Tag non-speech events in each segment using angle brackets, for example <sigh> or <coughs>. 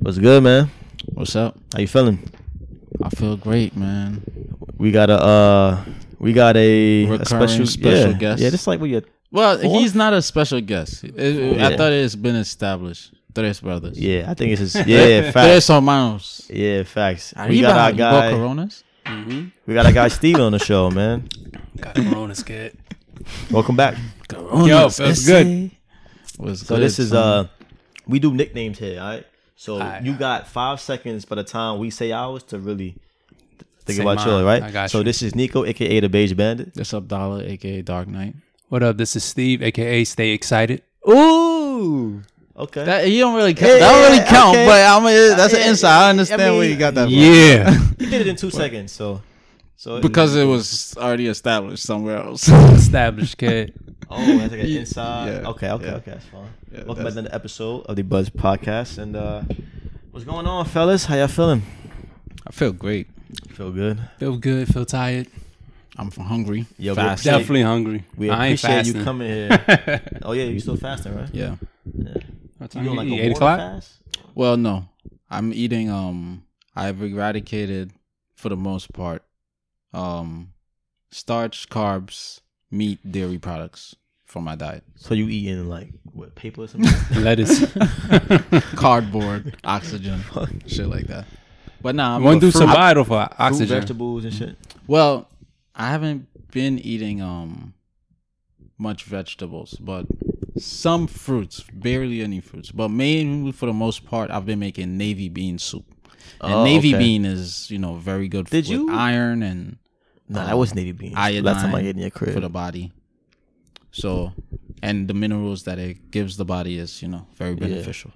What's good, man? What's up? How you feeling? I feel great, man. We got a uh, we got a, a Recurring special special yeah, guest. Yeah, this like we Well, Fourth? he's not a special guest. It- it- Yeah. I thought it's been established. Tres brothers. yeah. I think <laughs> it's just, yeah facts. Tres hermanos. Yeah, facts. We Arriba, got our you guy. Coronas. We got our guy Steve on the show, man. Got Corona's kid. Welcome back. Coronas. eh, Yo, feels good. What's So good, this is son? uh, we do nicknames here, all right. So Aight. you got five seconds by the time we say ours to really think Say about mine. yours, right? I got so you. this is Nico, aka the Beige Bandit. This Abdallah, aka Dark Knight. <laughs> What up? This is Steve, aka Stay Excited. Ooh, Okay. that you don't really count. Yeah, that don't really yeah, count, okay. Uh, but I'm a, that's Yeah, an insight. I understand mean, where you got that. from. Yeah. <laughs> you did it in two seconds, so so because it was already established somewhere else. Established kid. Oh, that's like an inside. yeah, okay, okay, yeah. okay, that's fine. Yeah, Welcome back that's- to another episode of the Buzz Podcast, and uh, what's going on, fellas? How y'all feeling? I feel great. Feel good. Feel good. Feel tired. I'm hungry. Yo, we fast. appreciate- Definitely hungry. We I ain't appreciate fasting. you coming here. <laughs> oh yeah, you still fasting, right? Yeah. What You time doing like a eat? water eight o'clock. fast? Well, no. I'm eating um I've eradicated for the most part um starch, carbs, meat, dairy products from my diet. So you eating like what paper or something? <laughs> Lettuce. <laughs> <laughs> Cardboard, oxygen, shit like that. But nah, I'm One do fruit- survival for Fruit, oxygen. vegetables and shit. Well, I haven't been eating um much vegetables, but some fruits, barely any fruits. But mainly for the most part, I've been making navy bean soup. And Oh, navy okay. bean is, you know, very good Did with you- iron and Nah, that was navy beans. Last time I iodine ate in your crib. for the body. So, and the minerals that it gives the body is, you know, very beneficial.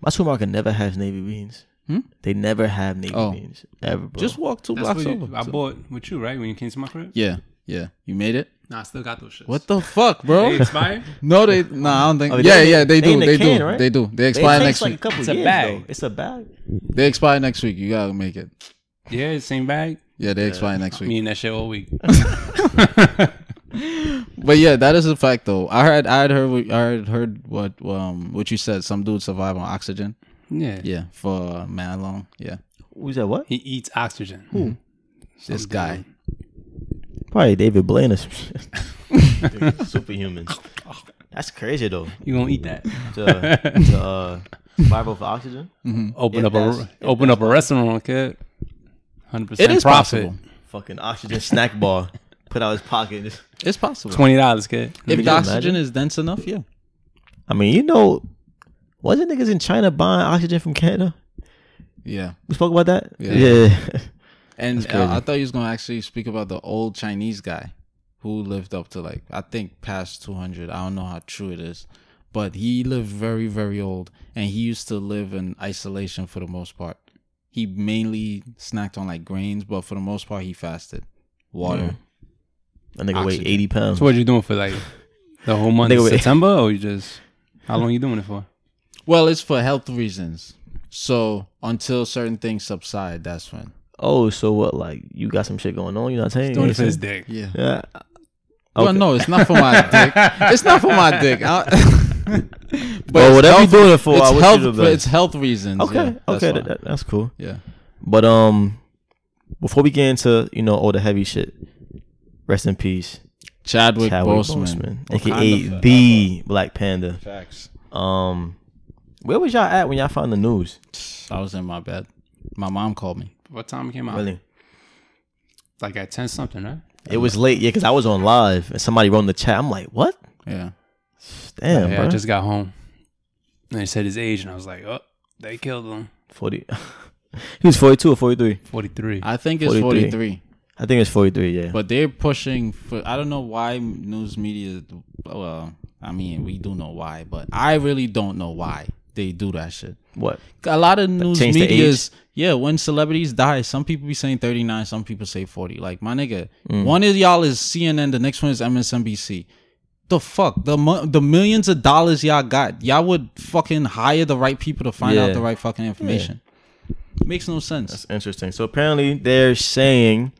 My supermarket never has navy beans. Hmm? They never have navy Oh. beans ever. Bro. Just walk two That's blocks what you, over. I So- bought with you, right? When you came to my crib? yeah, yeah. You made it? Nah, I still got those <laughs> shits. What the fuck, They bro? expired? no, they, no, I don't think. Oh, they- yeah, yeah, they, they in do. the They can, do. right? They do. They They expire taste next like week. a couple It's a years bag. though. It's a bag. They expire next week. You gotta make it. <laughs> yeah, same bag. Yeah, they expire next week. Me and that shit all <laughs> week. But yeah, that is a fact though. I heard, I had heard, what- I had heard what, um, what you said. Some dudes survive on oxygen. Yeah. Yeah, for uh, man long. Yeah, Who's that? What? He eats oxygen. Mm-hmm. this guy. Probably David Blaine or some shit. <laughs> Superhuman. That's crazy though. You gonna eat <laughs> that? <laughs> To, to uh, survival for oxygen. Open If up a that's- if open up a restaurant, kid. Hundred It percent. is profit. possible. Fucking oxygen snack bar. Put out his pocket. Just- It's possible. Twenty dollars, kid. If Could the you oxygen imagine? is dense enough, yeah. I mean, you know, wasn't niggas in China buying oxygen from Canada? Yeah. We spoke about that. Yeah. And crazy. uh, I thought you was going to actually speak about the old Chinese guy who lived up to like, I think past 200. I don't know how true it is. But he lived very, very old. And he used to live in isolation for the most part. He mainly snacked on like grains, but for the most part, he fasted. Hmm. Water. <laughs> That nigga weighed Oxygen. eighty pounds. So what you doing for like the whole month Nigga, of wait. September, or you just how long you doing it for? Well, it's for health reasons. So until certain things subside, that's when. Oh, so what? Like you got some shit going on? You're not saying Doing it for his anything? dick. Yeah. Yeah. Well, Okay. no, it's not <laughs> for my dick. It's not for my dick. I- but Well, it's whatever you health- doing it for, it's I wish you health, the but best. it's health reasons. Okay. yeah, that's okay. why. That, that- that's cool. yeah. But um, before we get into you know all the heavy shit, rest in peace, Chadwick, Chadwick Boseman. Boseman, aka the Black Panda. Facts. Um, where was y'all at when y'all found the news? I was in my bed. My mom called me. What time it came out? Really, Like at ten something, right? it was late. Yeah, because I was on live and somebody wrote in the chat. I'm like, what? Yeah. Damn, yeah, bro. I just got home. And they said his age, and I was like, oh, they killed him. forty. <laughs> he was 42 or 43. Forty three. I think it's 43. 43. I think it's 43. Yeah. But they're pushing for. I don't know why news media. Well, I mean, we do know why, but I really don't know why they do that shit. what? A lot of news change the age? media is yeah. When celebrities die, some people be saying thirty nine, some people say forty. Like my nigga, Mm. one of y'all is CNN, the next one is MSNBC. The fuck the mo- the millions of dollars y'all got, y'all would fucking hire the right people to find Yeah. out the right fucking information. Makes no sense. That's interesting. So apparently they're saying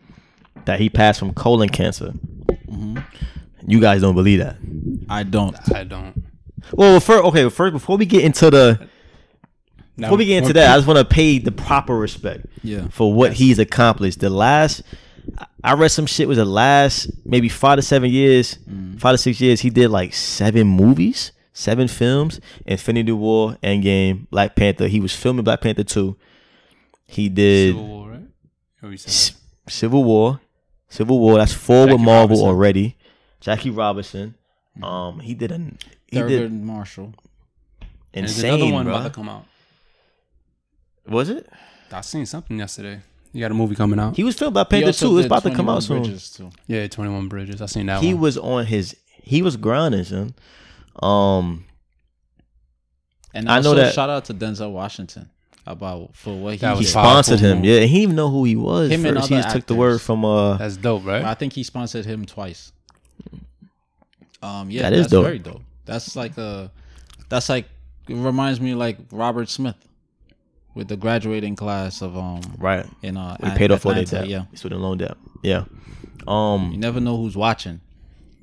that he passed from colon cancer. Mm-hmm. You guys don't believe that. I don't. I don't. Well, first, okay, first before we get into the Uh, Now, Before we get into that, I just want to pay the proper respect Yeah. for what he's accomplished. The last, I read some shit was the last maybe five to seven years, Mm. five to six years. He did like seven movies, seven films: Infinity War, Endgame, Black Panther. He was filming Black Panther two. He did Civil War, right? Or you S- said Civil War, Civil War. That's four with Jackie Marvel Robinson. Mm. already. Jackie Robinson. Um, he did an he Thurgood did Marshall. And there's insane. another one bruh. about to come out. Was it? I seen something yesterday. You got a movie coming out? He was filmed by He Panther also Two. It's did about to come 21 out soon. Bridges, too. yeah, Twenty One Bridges. I seen that He one. was on his. He was grinding, son. Um, And I know also, that- shout out to Denzel Washington about for what he That did. was he powerful sponsored him. move. Yeah, and he didn't even know who he was. Him and first. He other just took the word actors. from uh. That's dope, right? I think he sponsored him twice. Um, yeah, That is that's dope. very dope. That's like a, that's like it reminds me like Robert Smith, with the graduating class of um Right. in uh We paid off all their Atlanta, debt. Yeah, Yeah. Student loan debt. Yeah. you Um. never know who's watching.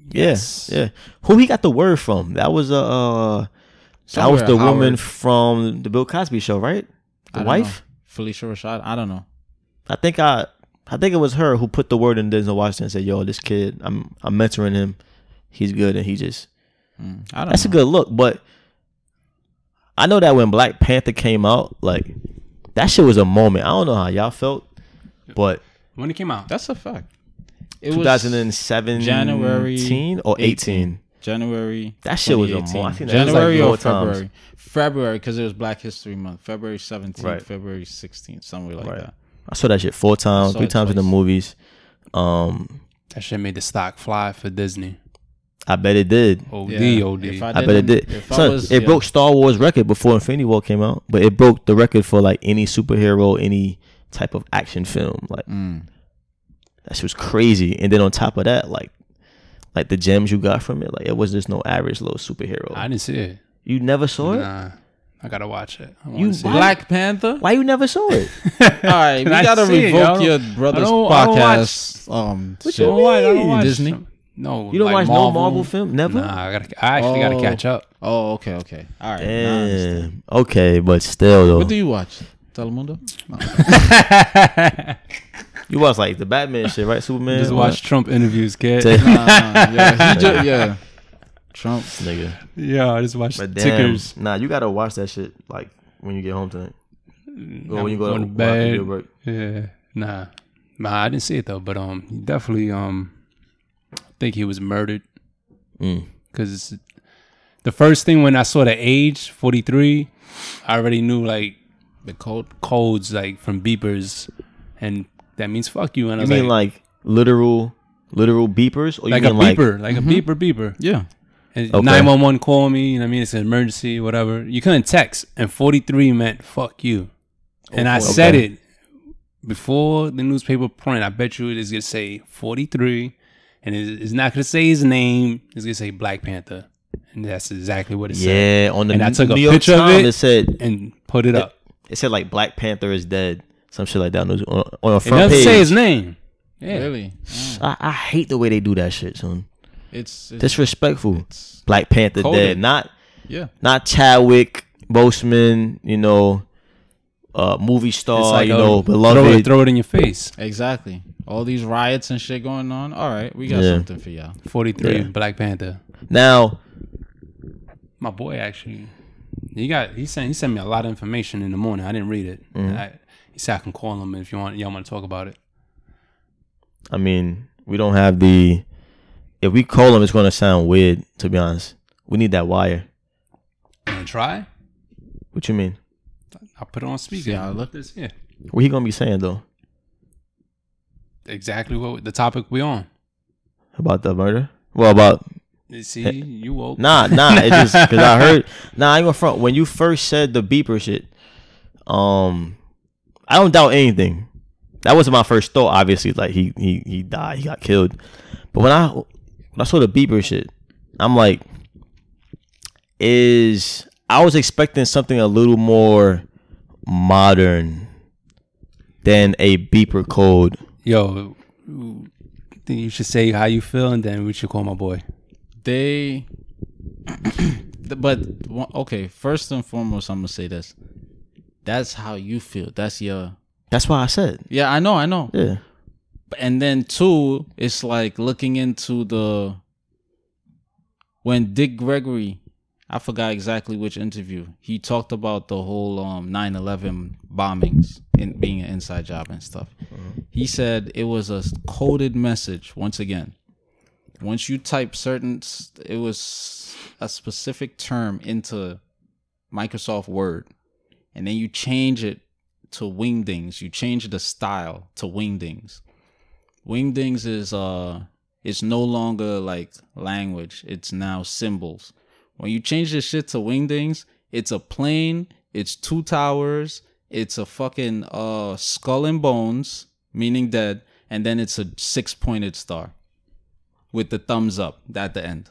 Yes. Yeah, yeah. Who he got the word from? That was uh. uh that was the Somewhere, woman Howard. from the Bill Cosby show, right? I The don't wife. know. Felicia Rashad. I don't know. I think I. I think it was her who put the word in Denzel Washington and said, "Yo, this kid, I'm I'm mentoring him. He's good, and he just Mm, I don't. That's a know. good look, but I know that when Black Panther came out, like that shit was a moment. I don't know how y'all felt, but When it came out, That's a fact. It was 2017 January or 18. January. That shit was a 2018. mo- I think that was like January four or times. February. February because it was Black History Month. February seventeenth, Right. February sixteenth, somewhere like Right. that. I saw that shit four times, saw three it times in the twice. movies. Um, that shit made the stock fly for Disney. I bet it did. OD, Yeah, OD. if I bet it didn't- did. if I So was- it yeah. broke Star Wars record before Infinity War came out, but it broke the record for like any superhero, any type of action film. Like Mm. that shit was crazy. And then on top of that, like like the gems you got from it, like it was just no average little superhero. I didn't see it. you never saw it. Nah, I gotta watch it. I You wanna see it. Black Panther. Why you never saw it? All right, we I gotta see it? I revoke don't- your I brother's don't- I don't podcast. Um, shit. you I don't watch- I don't mean? watch Disney? some- No, You don't watch like no Marvel film? Never. Nah, I gotta. I actually Oh. gotta catch <laughs> up. <laughs> Oh, okay, okay. All right. now I understand. Damn. Okay, but still though, What do you watch? Telemundo. No. you watch like the Batman shit, right? Superman. Just all <laughs> watch Trump interviews, kid. that. <laughs> Nah, nah, yeah, he ju- yeah. Trump. nigga. <laughs> yeah, I just watch But damn, tickers. nah, you gotta watch that shit like when you get home tonight. Or when you go to Going to work after bed. your break. Yeah, nah, nah. I didn't see it though, but um, he definitely um, I think he was murdered Mm. because the first thing when I saw the age forty three, I already knew like The cold. codes like from beepers, and that means fuck you. And I You was mean like, like, literal, literal beepers, or you like, mean Mm-hmm. a beeper, like, a beeper, beeper. Yeah. And Okay. 911 call me, you know what I mean? It's an emergency, whatever. You couldn't text, and 43 meant fuck you. And I fuck. said Oh, Okay. it before the newspaper print. I bet you it is going to say 43, and it- it's not going to say his name. It's going to say Black Panther. And that's exactly what it said. yeah on the And I took a New York picture of Times, it. It said And put it up. It said like Black Panther is dead, some shit like that on, the- on, on a It front doesn't page. say his name. Yeah. Really. I, I hate the way they do that shit, son. It's, it's Disrespectful. Black Panther Coded. dead, not yeah. not Chadwick Boseman, you know, uh, movie It's star, like, you oh, know, throw beloved. it, throw it in your face. Exactly. All these riots and shit going on. All right, we got Yeah. something for y'all. 43, Yeah. Black Panther. Now, my boy actually he got he sent he sent me a lot of information in the morning. I didn't read it. And I, he said I can call him if you want y'all want to talk about it. I mean, we don't have the. If we call him, it's gonna sound weird. To be honest, we need that wire. And try. What you mean? I put it on speaker. See how it look? look this yeah. What he gonna be saying though Exactly what the topic we on. about the murder? Well, about You See, you woke. Nah, nah. It's just because I heard. <laughs> Nah, I ain't gonna front. When you first said the beeper shit, um, I don't doubt anything. That wasn't my first thought. Obviously, like he he he died, he got killed. But when I when I saw the beeper shit, I'm like, is I was expecting something a little more modern than a beeper code. Yo, think you should say how you feel and then we should call my boy. They, but one- okay. First and foremost, I'm gonna say this: that's how you feel. That's your That's why I said. yeah. I know, I know. Yeah. And then two, it's like looking into the when Dick Gregory, I forgot exactly which interview he talked about the whole um 9/11 bombings and being an inside job and stuff. He said it was a coded message once again. Once you type certain, s- it was a specific term into Microsoft Word, and then you change it to Wingdings. You change the style to Wingdings. Wingdings is uh it's no longer like language, it's now symbols. When you change this shit to Wingdings, it's a plane, it's two towers, it's a fucking uh skull and bones, meaning dead, and then it's a six pointed star with the thumbs up at the end.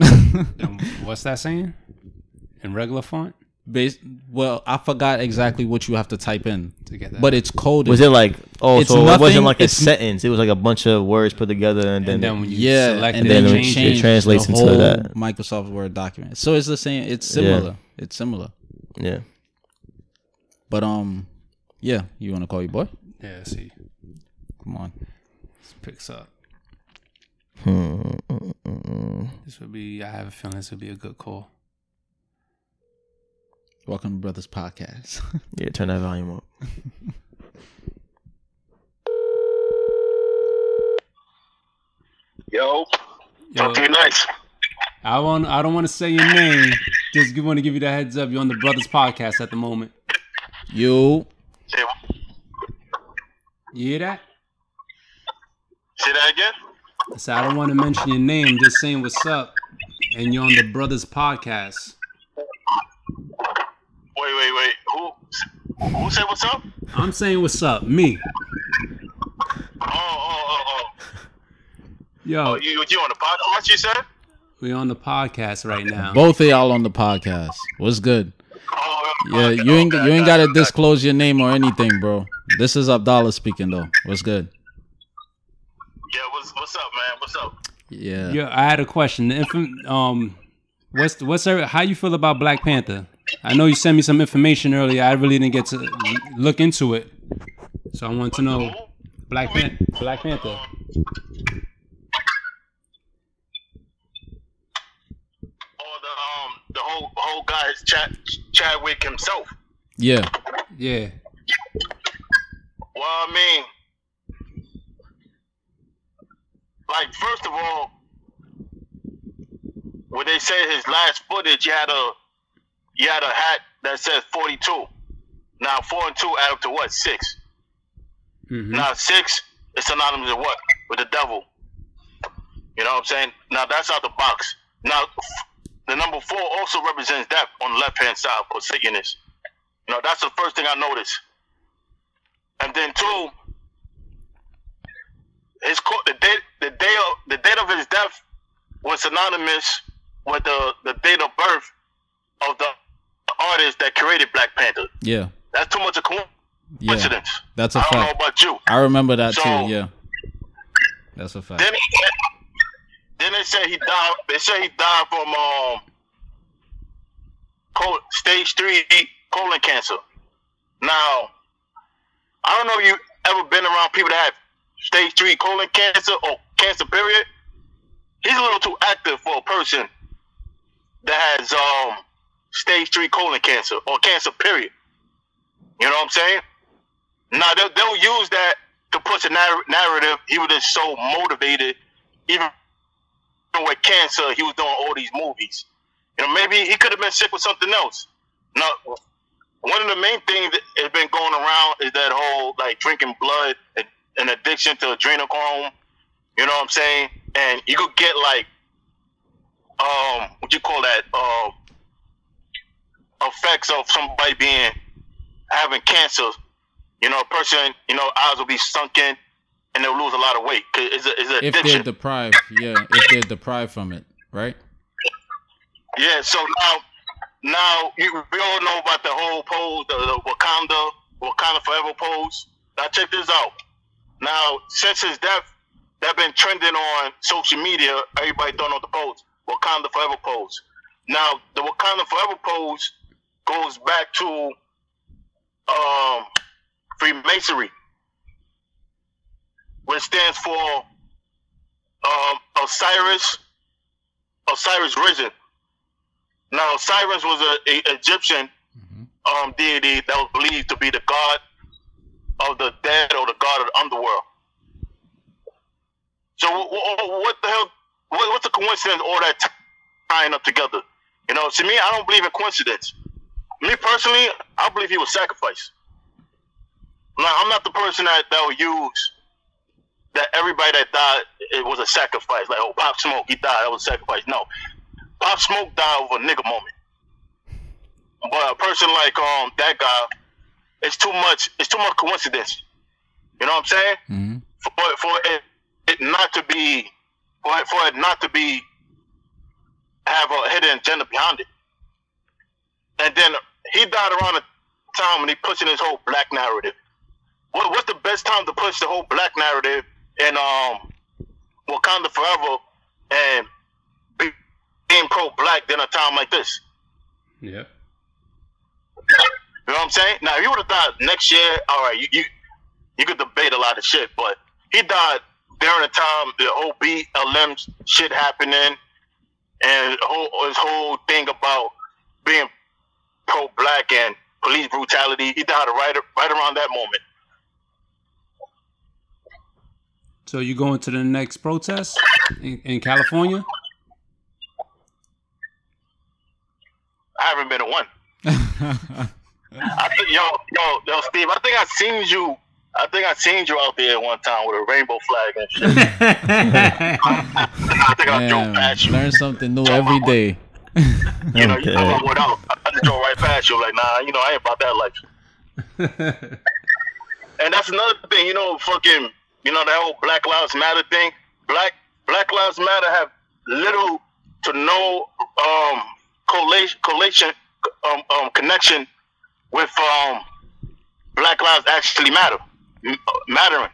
And what's that saying? In regular font? Bas- well, I forgot exactly what you have to type in, To get that. but it's coded. Was it like oh, It's so it nothing- wasn't like a it's- sentence. It was like a bunch of words put together and then, and then when you yeah, select and it, then and you it change change it changed translates the into whole that. Microsoft Word document. So it's the same. It's similar. It's similar. yeah. But um, yeah, you want to call your boy? Yeah, see. Come on. This picks up. This would be, I have a feeling this would be a good call. Welcome to Brothers Podcast. <laughs> Yeah, turn that volume up. Yo, Yo, okay, nice. I want. I don't want to say your name. Just want to give you the heads up. You're on the Brothers Podcast at the moment. You Say, You hear that? say that again? I said I don't want to mention your name. I'm just saying what's up, and you're on the Brothers Podcast. Wait, wait, wait. Who who said what's up? Oh, I'm saying what's up, me. oh, oh, oh. Yo, Oh, you, you on the podcast? What you said? we're on the podcast right now. both of y'all on the podcast. What's good? Oh, Yeah, okay, you ain't okay, you ain't okay. gotta disclose your name or anything, bro. This is Abdallah speaking though. What's good? Yeah, what's what's up, man? What's up? Yeah. Yo, I had a question. The infam- um, what's what's every- how you feel about Black Panther? I know you sent me some information earlier. I really didn't get to look into it, so I want Oh. to know Black Pan- Black Panther. Or the um the whole whole guy's Chad Chadwick himself. Yeah. Yeah. Well, I mean, like first of all, when they said his last footage, you had a you had a hat that says forty two. Now four and two add up to what 6 Mhm. Now six is synonymous with what with the devil. You know what I'm saying? Now that's out the box. Now f- the number four also represents death on the left hand side for sickness. You know that's the first thing I noticed. And then two, his co- the date the day of the date of his death was synonymous with the the date of birth of the artist that created Black Panther. Yeah. That's too much of a Yeah. coincidence. That's a I don't know fact. about you. I remember that too, So- yeah. That's a fact. Then he, then they said he died. They said he died from um, col- stage three colon cancer. Now, I don't know if you ever been around people that have stage three colon cancer or cancer period. He's a little too active for a person that has um stage three colon cancer or cancer period. You know what I'm saying? Now they'll, they'll use that to push a narr- narrative. He was just so motivated, even with cancer, he was doing all these movies. You know, maybe he could have been sick with something else. Now, one of the main things that has been going around is that whole like drinking blood and an addiction to adrenochrome. You know what I'm saying? And you could get like, um, what you call that? Um, effects of somebody being having cancer you know, a person, you know, eyes will be sunken and they'll lose a lot of weight. 'Cause it's a, it's an If they're addiction. deprived, yeah, if they're deprived from it, right? yeah, so now, now you, we all know about the whole pose, the, the Wakanda, Wakanda Forever pose. Now, check this out. Now, since his death, that been trending on social media. Everybody throwing out the pose, Wakanda Forever pose. Now, the Wakanda Forever pose goes back to um, Freemasonry, which stands for um, Osiris, Osiris Risen. Now, Osiris was a, a Egyptian um, deity that was believed to be the god of the dead or the god of the underworld. So wh- wh- what the hell? What, what's the coincidence? All that t- tying up together? You know, to me, I don't believe in coincidence. Me personally, I believe he was sacrificed. Now, I'm not the person that that will use that everybody that died it was a sacrifice. Like, oh, Pop Smoke, he died. That was a sacrifice. No, Pop Smoke died with a nigga moment. But a person like um that guy, it's too much. It's too much coincidence. You know what I'm saying? hmm for for it, it not to be for it, for it not to be have a hidden agenda behind it. And then he died around the time when he pushing his whole black narrative. What, what's the best time to push the whole black narrative in um Wakanda forever and be, being pro black than a time like this? Yeah. You know what I'm saying? Now, if you would have died next year, all right, you, you you could debate a lot of shit, but he died during the time the whole BLM shit happening and whole, his whole thing about being pro black and police brutality. He died right right around that moment. So you going to the next protest in, in California? I haven't been to one. I think, yo, yo, yo, Steve, I think I seen you. I think I seen you out there one time with a rainbow flag and shit. I think I drove past you. learn something new every day. You know, you Okay. know, I went out. I just go right past you. Like, nah, you know, I ain't about that life. and that's another thing, you know, fucking, you know, that whole Black Lives Matter thing. Black Black Lives Matter have little to no um collation, collation um, um connection with um Black Lives actually matter m- mattering.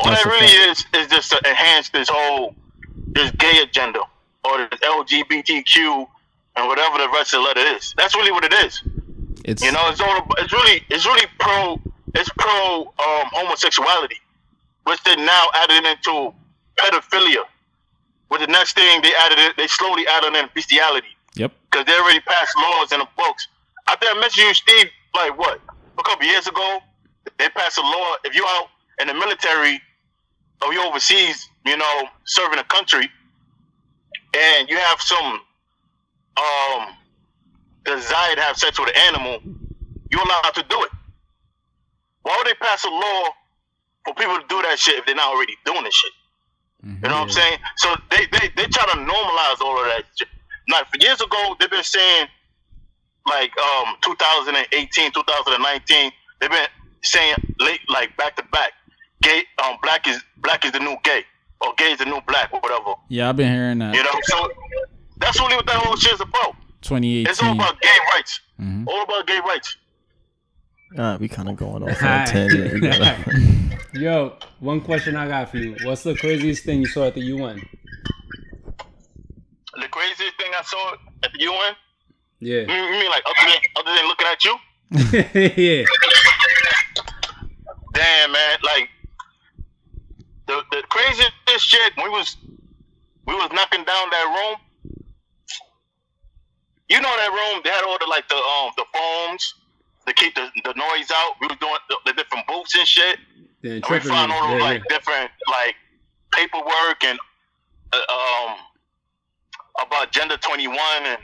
All That's that a really fact. is is just to enhance this whole this gay agenda or this LGBTQ and whatever the rest of the letter is. That's really what it is. It's You know, it's all ab- it's really it's really pro it's pro um, homosexuality, which they now added into pedophilia. With the next thing they added, it, they slowly added in bestiality yep. because they already passed laws in the books. I think I mentioned you, Steve, like what a couple years ago. They passed a law if you out in the military or you overseas, you know, serving a country, and you have some um desire to have sex with an animal, you're allowed to do it. Why would they pass a law for people to do that shit if they're not already doing this shit? You know what I'm saying? So they, they, they try to normalize all of that. shit. Now, for years ago, they've been saying, like, um, 2018, 2019, they've been saying late, like, back to back, gay, um, black is black is the new gay, or gay is the new black, or whatever. Yeah, I've been hearing You that. know, so that's really what that whole shit's about. It's all 2018. about gay rights. All about gay rights. Ah, we kind of going off on a tangent. We gotta- Alright. Yo, one question I got for you. What's the craziest thing you saw at the UN? The craziest thing I saw at the UN, you Yeah. you mean like other than, other than looking at you? <laughs> yeah. Damn, man, like the the craziest shit. We was we was knocking down that room. You know that room? They had all the like the um the foams to keep the, the noise out. We was doing the, the different booths and shit. The we interpreter. found all Yeah, those yeah. like different like paperwork and uh, um about gender 21 and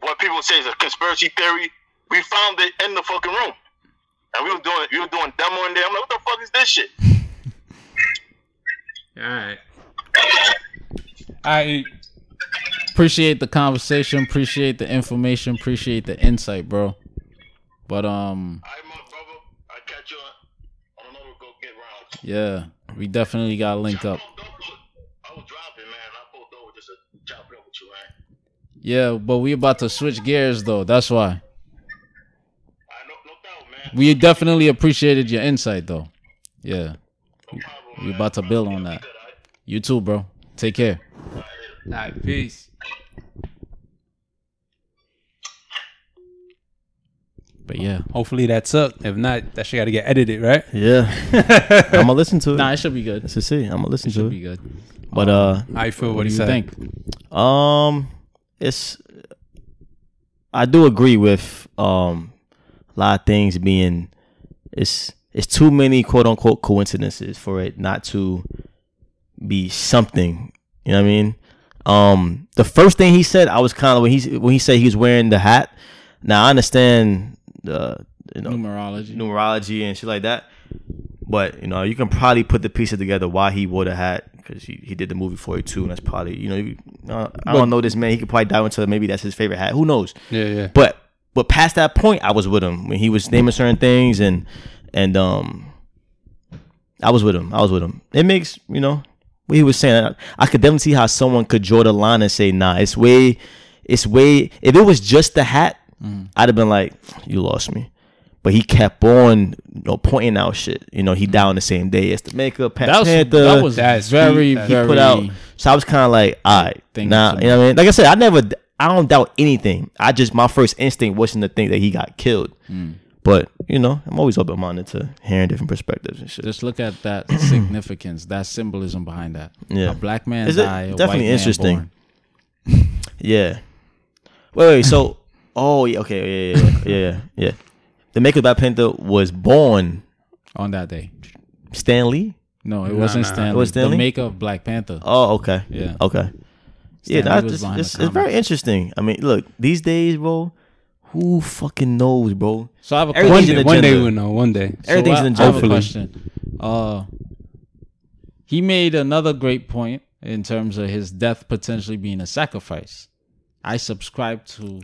what people say is a conspiracy theory we found it in the fucking room and we were doing we were doing demo in there i'm like what the fuck is this shit Alright. I Appreciate the conversation. Appreciate the information. Appreciate the insight, bro. But um, all right my brother i catch you on another go get round yeah, we definitely got to link up. i was driving man i pulled over just to chop it up with you man Yeah, but we about to switch gears though. That's why i no, no doubt man we definitely appreciated your insight though. Yeah, we about to build on that. You too, bro. Take care. Alright, peace. But yeah. Hopefully that took. If not, that shit got to get edited, right? <laughs> Yeah, I'm gonna listen to it. Nah, it should be good. Let's just see. I'm gonna listen It to should it. be good. But uh, I feel what, What he do you said. think? Um, it's I do agree with um a lot of things being it's it's too many quote unquote coincidences for it not to be something. You know what I mean? Um, the first thing he said, I was kind of when he when he said he was wearing the hat. Now I understand the you know Numerology. numerology and shit like that. But you know, you can probably put the pieces together why he wore the hat because he, he did the movie for it too, and that's probably you know you, uh, I don't know this man. He could probably dive into maybe that's his favorite hat. Who knows? Yeah, yeah. But but past that point, I was with him when he was naming certain things, and and um, I was with him. I was with him. It makes you know what he was saying. I, I could definitely see how someone could draw the line and say, "Nah, it's way, it's way." If it was just the hat, Mm-hmm. I'd have been like, "You lost me." But he kept on, you know, pointing out shit. You know, he died on the same day as the makeup. Pat Mm-hmm. That was Panther that was That's- very he- he he very. put out. So I was kind of like, all right, Thing nah, to you know what I mean? Like I said, I never, I don't doubt anything. I just, my first instinct wasn't to think that he got killed. Mm. But, you know, I'm always open minded to hearing different perspectives and shit. Just look at that significance, that symbolism behind that. Yeah. A black man Is it die, a definitely white man interesting? born. yeah. Wait, wait, so, <coughs> oh, yeah, okay, yeah, yeah, yeah, yeah, yeah. The Maker by Panther was born on that day. Stan Lee? No, it wasn't nah. Stanley. It was Stanley? The maker of Black Panther. Oh, okay. Yeah. Okay. yeah, Stan Lee that's was it's, behind the it's, it's very comics. interesting. I mean, look, these days, bro, who fucking knows, bro? So I have a Everything- One He's question. day, an one day agenda. we'll know. One day. So Everything's I- an I have a agenda. question. Uh, he made another great point in terms of his death potentially being a sacrifice. I subscribe to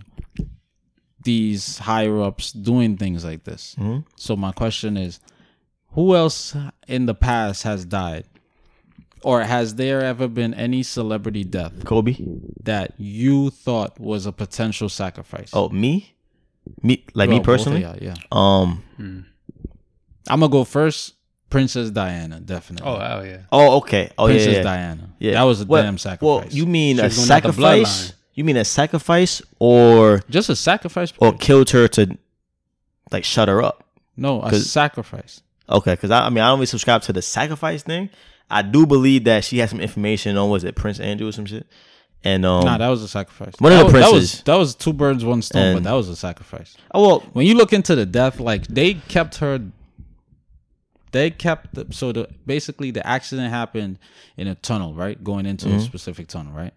these higher ups doing things like this. Mm-hmm. So my question is, who else in the past has died? Or has there ever been any celebrity death Kobe? that you thought was a potential sacrifice? Oh, me? Me, like Well, me both of personally? y'all, yeah. Um. I'm gonna go first. Princess Diana, definitely. Oh, oh yeah. Oh, okay. Oh, yeah, Princess yeah. Diana. Yeah. That was a Well- damn sacrifice. Well, you mean a was going out the sacrifice? bloodline. You mean a sacrifice, or just a sacrifice. or period. killed her to like shut her up? no, a sacrifice. Okay, because I, I mean I don't really subscribe to the sacrifice thing. I do believe that she had some information on was it Prince Andrew or some shit, and um. nah, that was a sacrifice. One of that, the wa- that princes. was that was two birds, one stone, but And- that was a sacrifice. oh well, When you look into the death, like they kept her. They kept the, so the basically the accident happened in a tunnel, right? Going into a specific tunnel, right?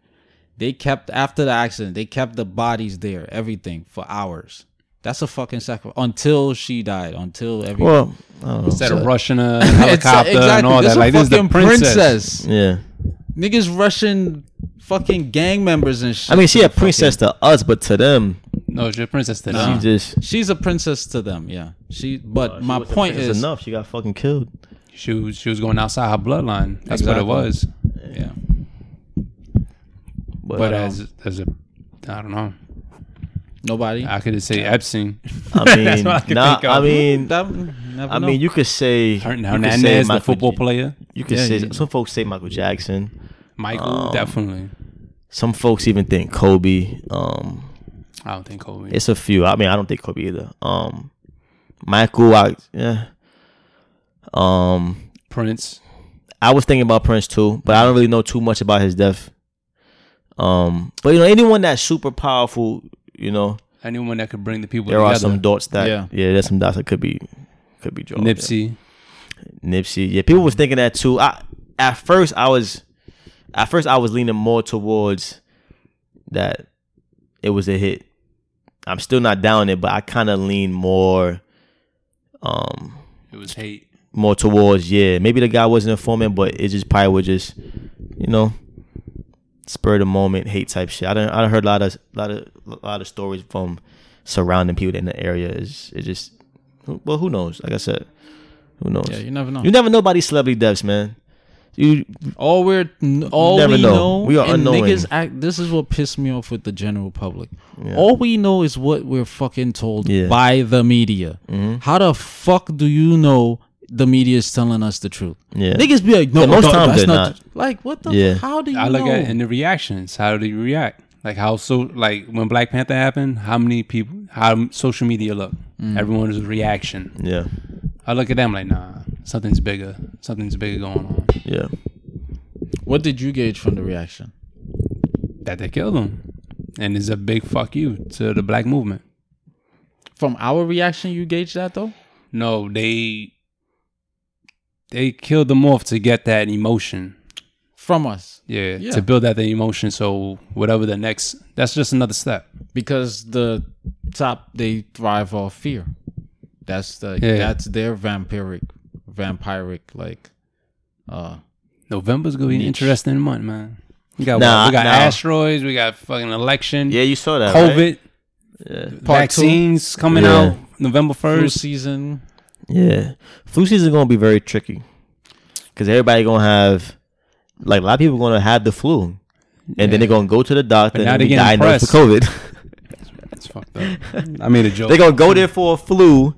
They kept after the accident, they kept the bodies there, everything for hours. That's a fucking sacrifice until she died, until every well, I don't know. Instead of rushing a uh, <laughs> It's- helicopter and all this that, a like this is the fucking princess. yeah. Niggas rushing fucking gang members and shit. I mean, she a princess to us, but to them, No, she's a princess to she them. just she's a princess to them. Yeah, she. But my wasn't point princess is, enough. She got fucking killed. She was she was going outside her bloodline. That's Exactly. what it was. yeah, But, But um, as as a, I don't know. nobody. I could just say Epstein. um, I <laughs> mean, what I could nah, think of. I mean, That- never I know. mean, you could say Her- you could say Hernandez, the Michael football J- player. You could Yeah, say you- some folks say Michael Jackson. Michael, Um, definitely. Some folks even think Kobe. Um, I don't think Kobe. it's a few. I mean, I don't think Kobe either. Um, Michael, I yeah. Um, Prince. I was thinking about Prince too, but I don't really know too much about his death. Um, but you know, anyone that's super powerful, you know, Anyone that could bring the people there together. are some dots that Yeah. yeah, there's some dots that could be could be drawn. yeah. Nipsey. Nipsey. Yeah, people was thinking that too. I at first I was at first I was leaning more towards that it was a hit. I'm still not down it, but I kind of lean more um It was hate. more towards yeah, maybe the guy wasn't informing, but it just probably was just you know spur of the moment hate type shit. I don't I done heard a lot of lot of lot of stories from surrounding people in the area. Is it just well who knows? Like I said, who knows? yeah, you never know. You never know about these celebrity deaths, man. You all we're n- all never we know. know. We are and unknowing. Niggas act. This is what pissed me off with the general public. All we know is what we're fucking told Yeah. Mm-hmm. by the media. How the fuck do you know the media is telling us the truth? Yeah. Niggas be like, no, Yeah, most no, times that's they're not. the- Like, what the? Yeah. How do you I look know? at in the reactions. How do you react? Like how so? Like when Black Panther happened, how many people? How m- social media look? Everyone's reaction. Yeah, I look at them like, nah, something's bigger. Something's bigger going on. yeah. What did you gauge from the reaction? That they killed him, and it's a big fuck you to the black movement. From our reaction, you gauge that though. No, they they killed them off to get that emotion. From us, Yeah, Yeah. to build that emotion. So whatever the next, that's just another step. because the top they thrive off fear. That's the Yeah. that's their vampiric, vampiric like. Uh, November's gonna be an interesting month, man. We got Nah, we got nah. asteroids, we got fucking election, Yeah, you saw that. right? COVID, Part two. vaccines coming Yeah. out November flu first. season. Yeah, flu season gonna be very tricky because everybody gonna have like a lot of people gonna have the flu, and then they're gonna go to the doctor But now and they be getting diagnosed with COVID. <laughs> That's fucked up. <laughs> I made a joke. they're gonna go there for a flu,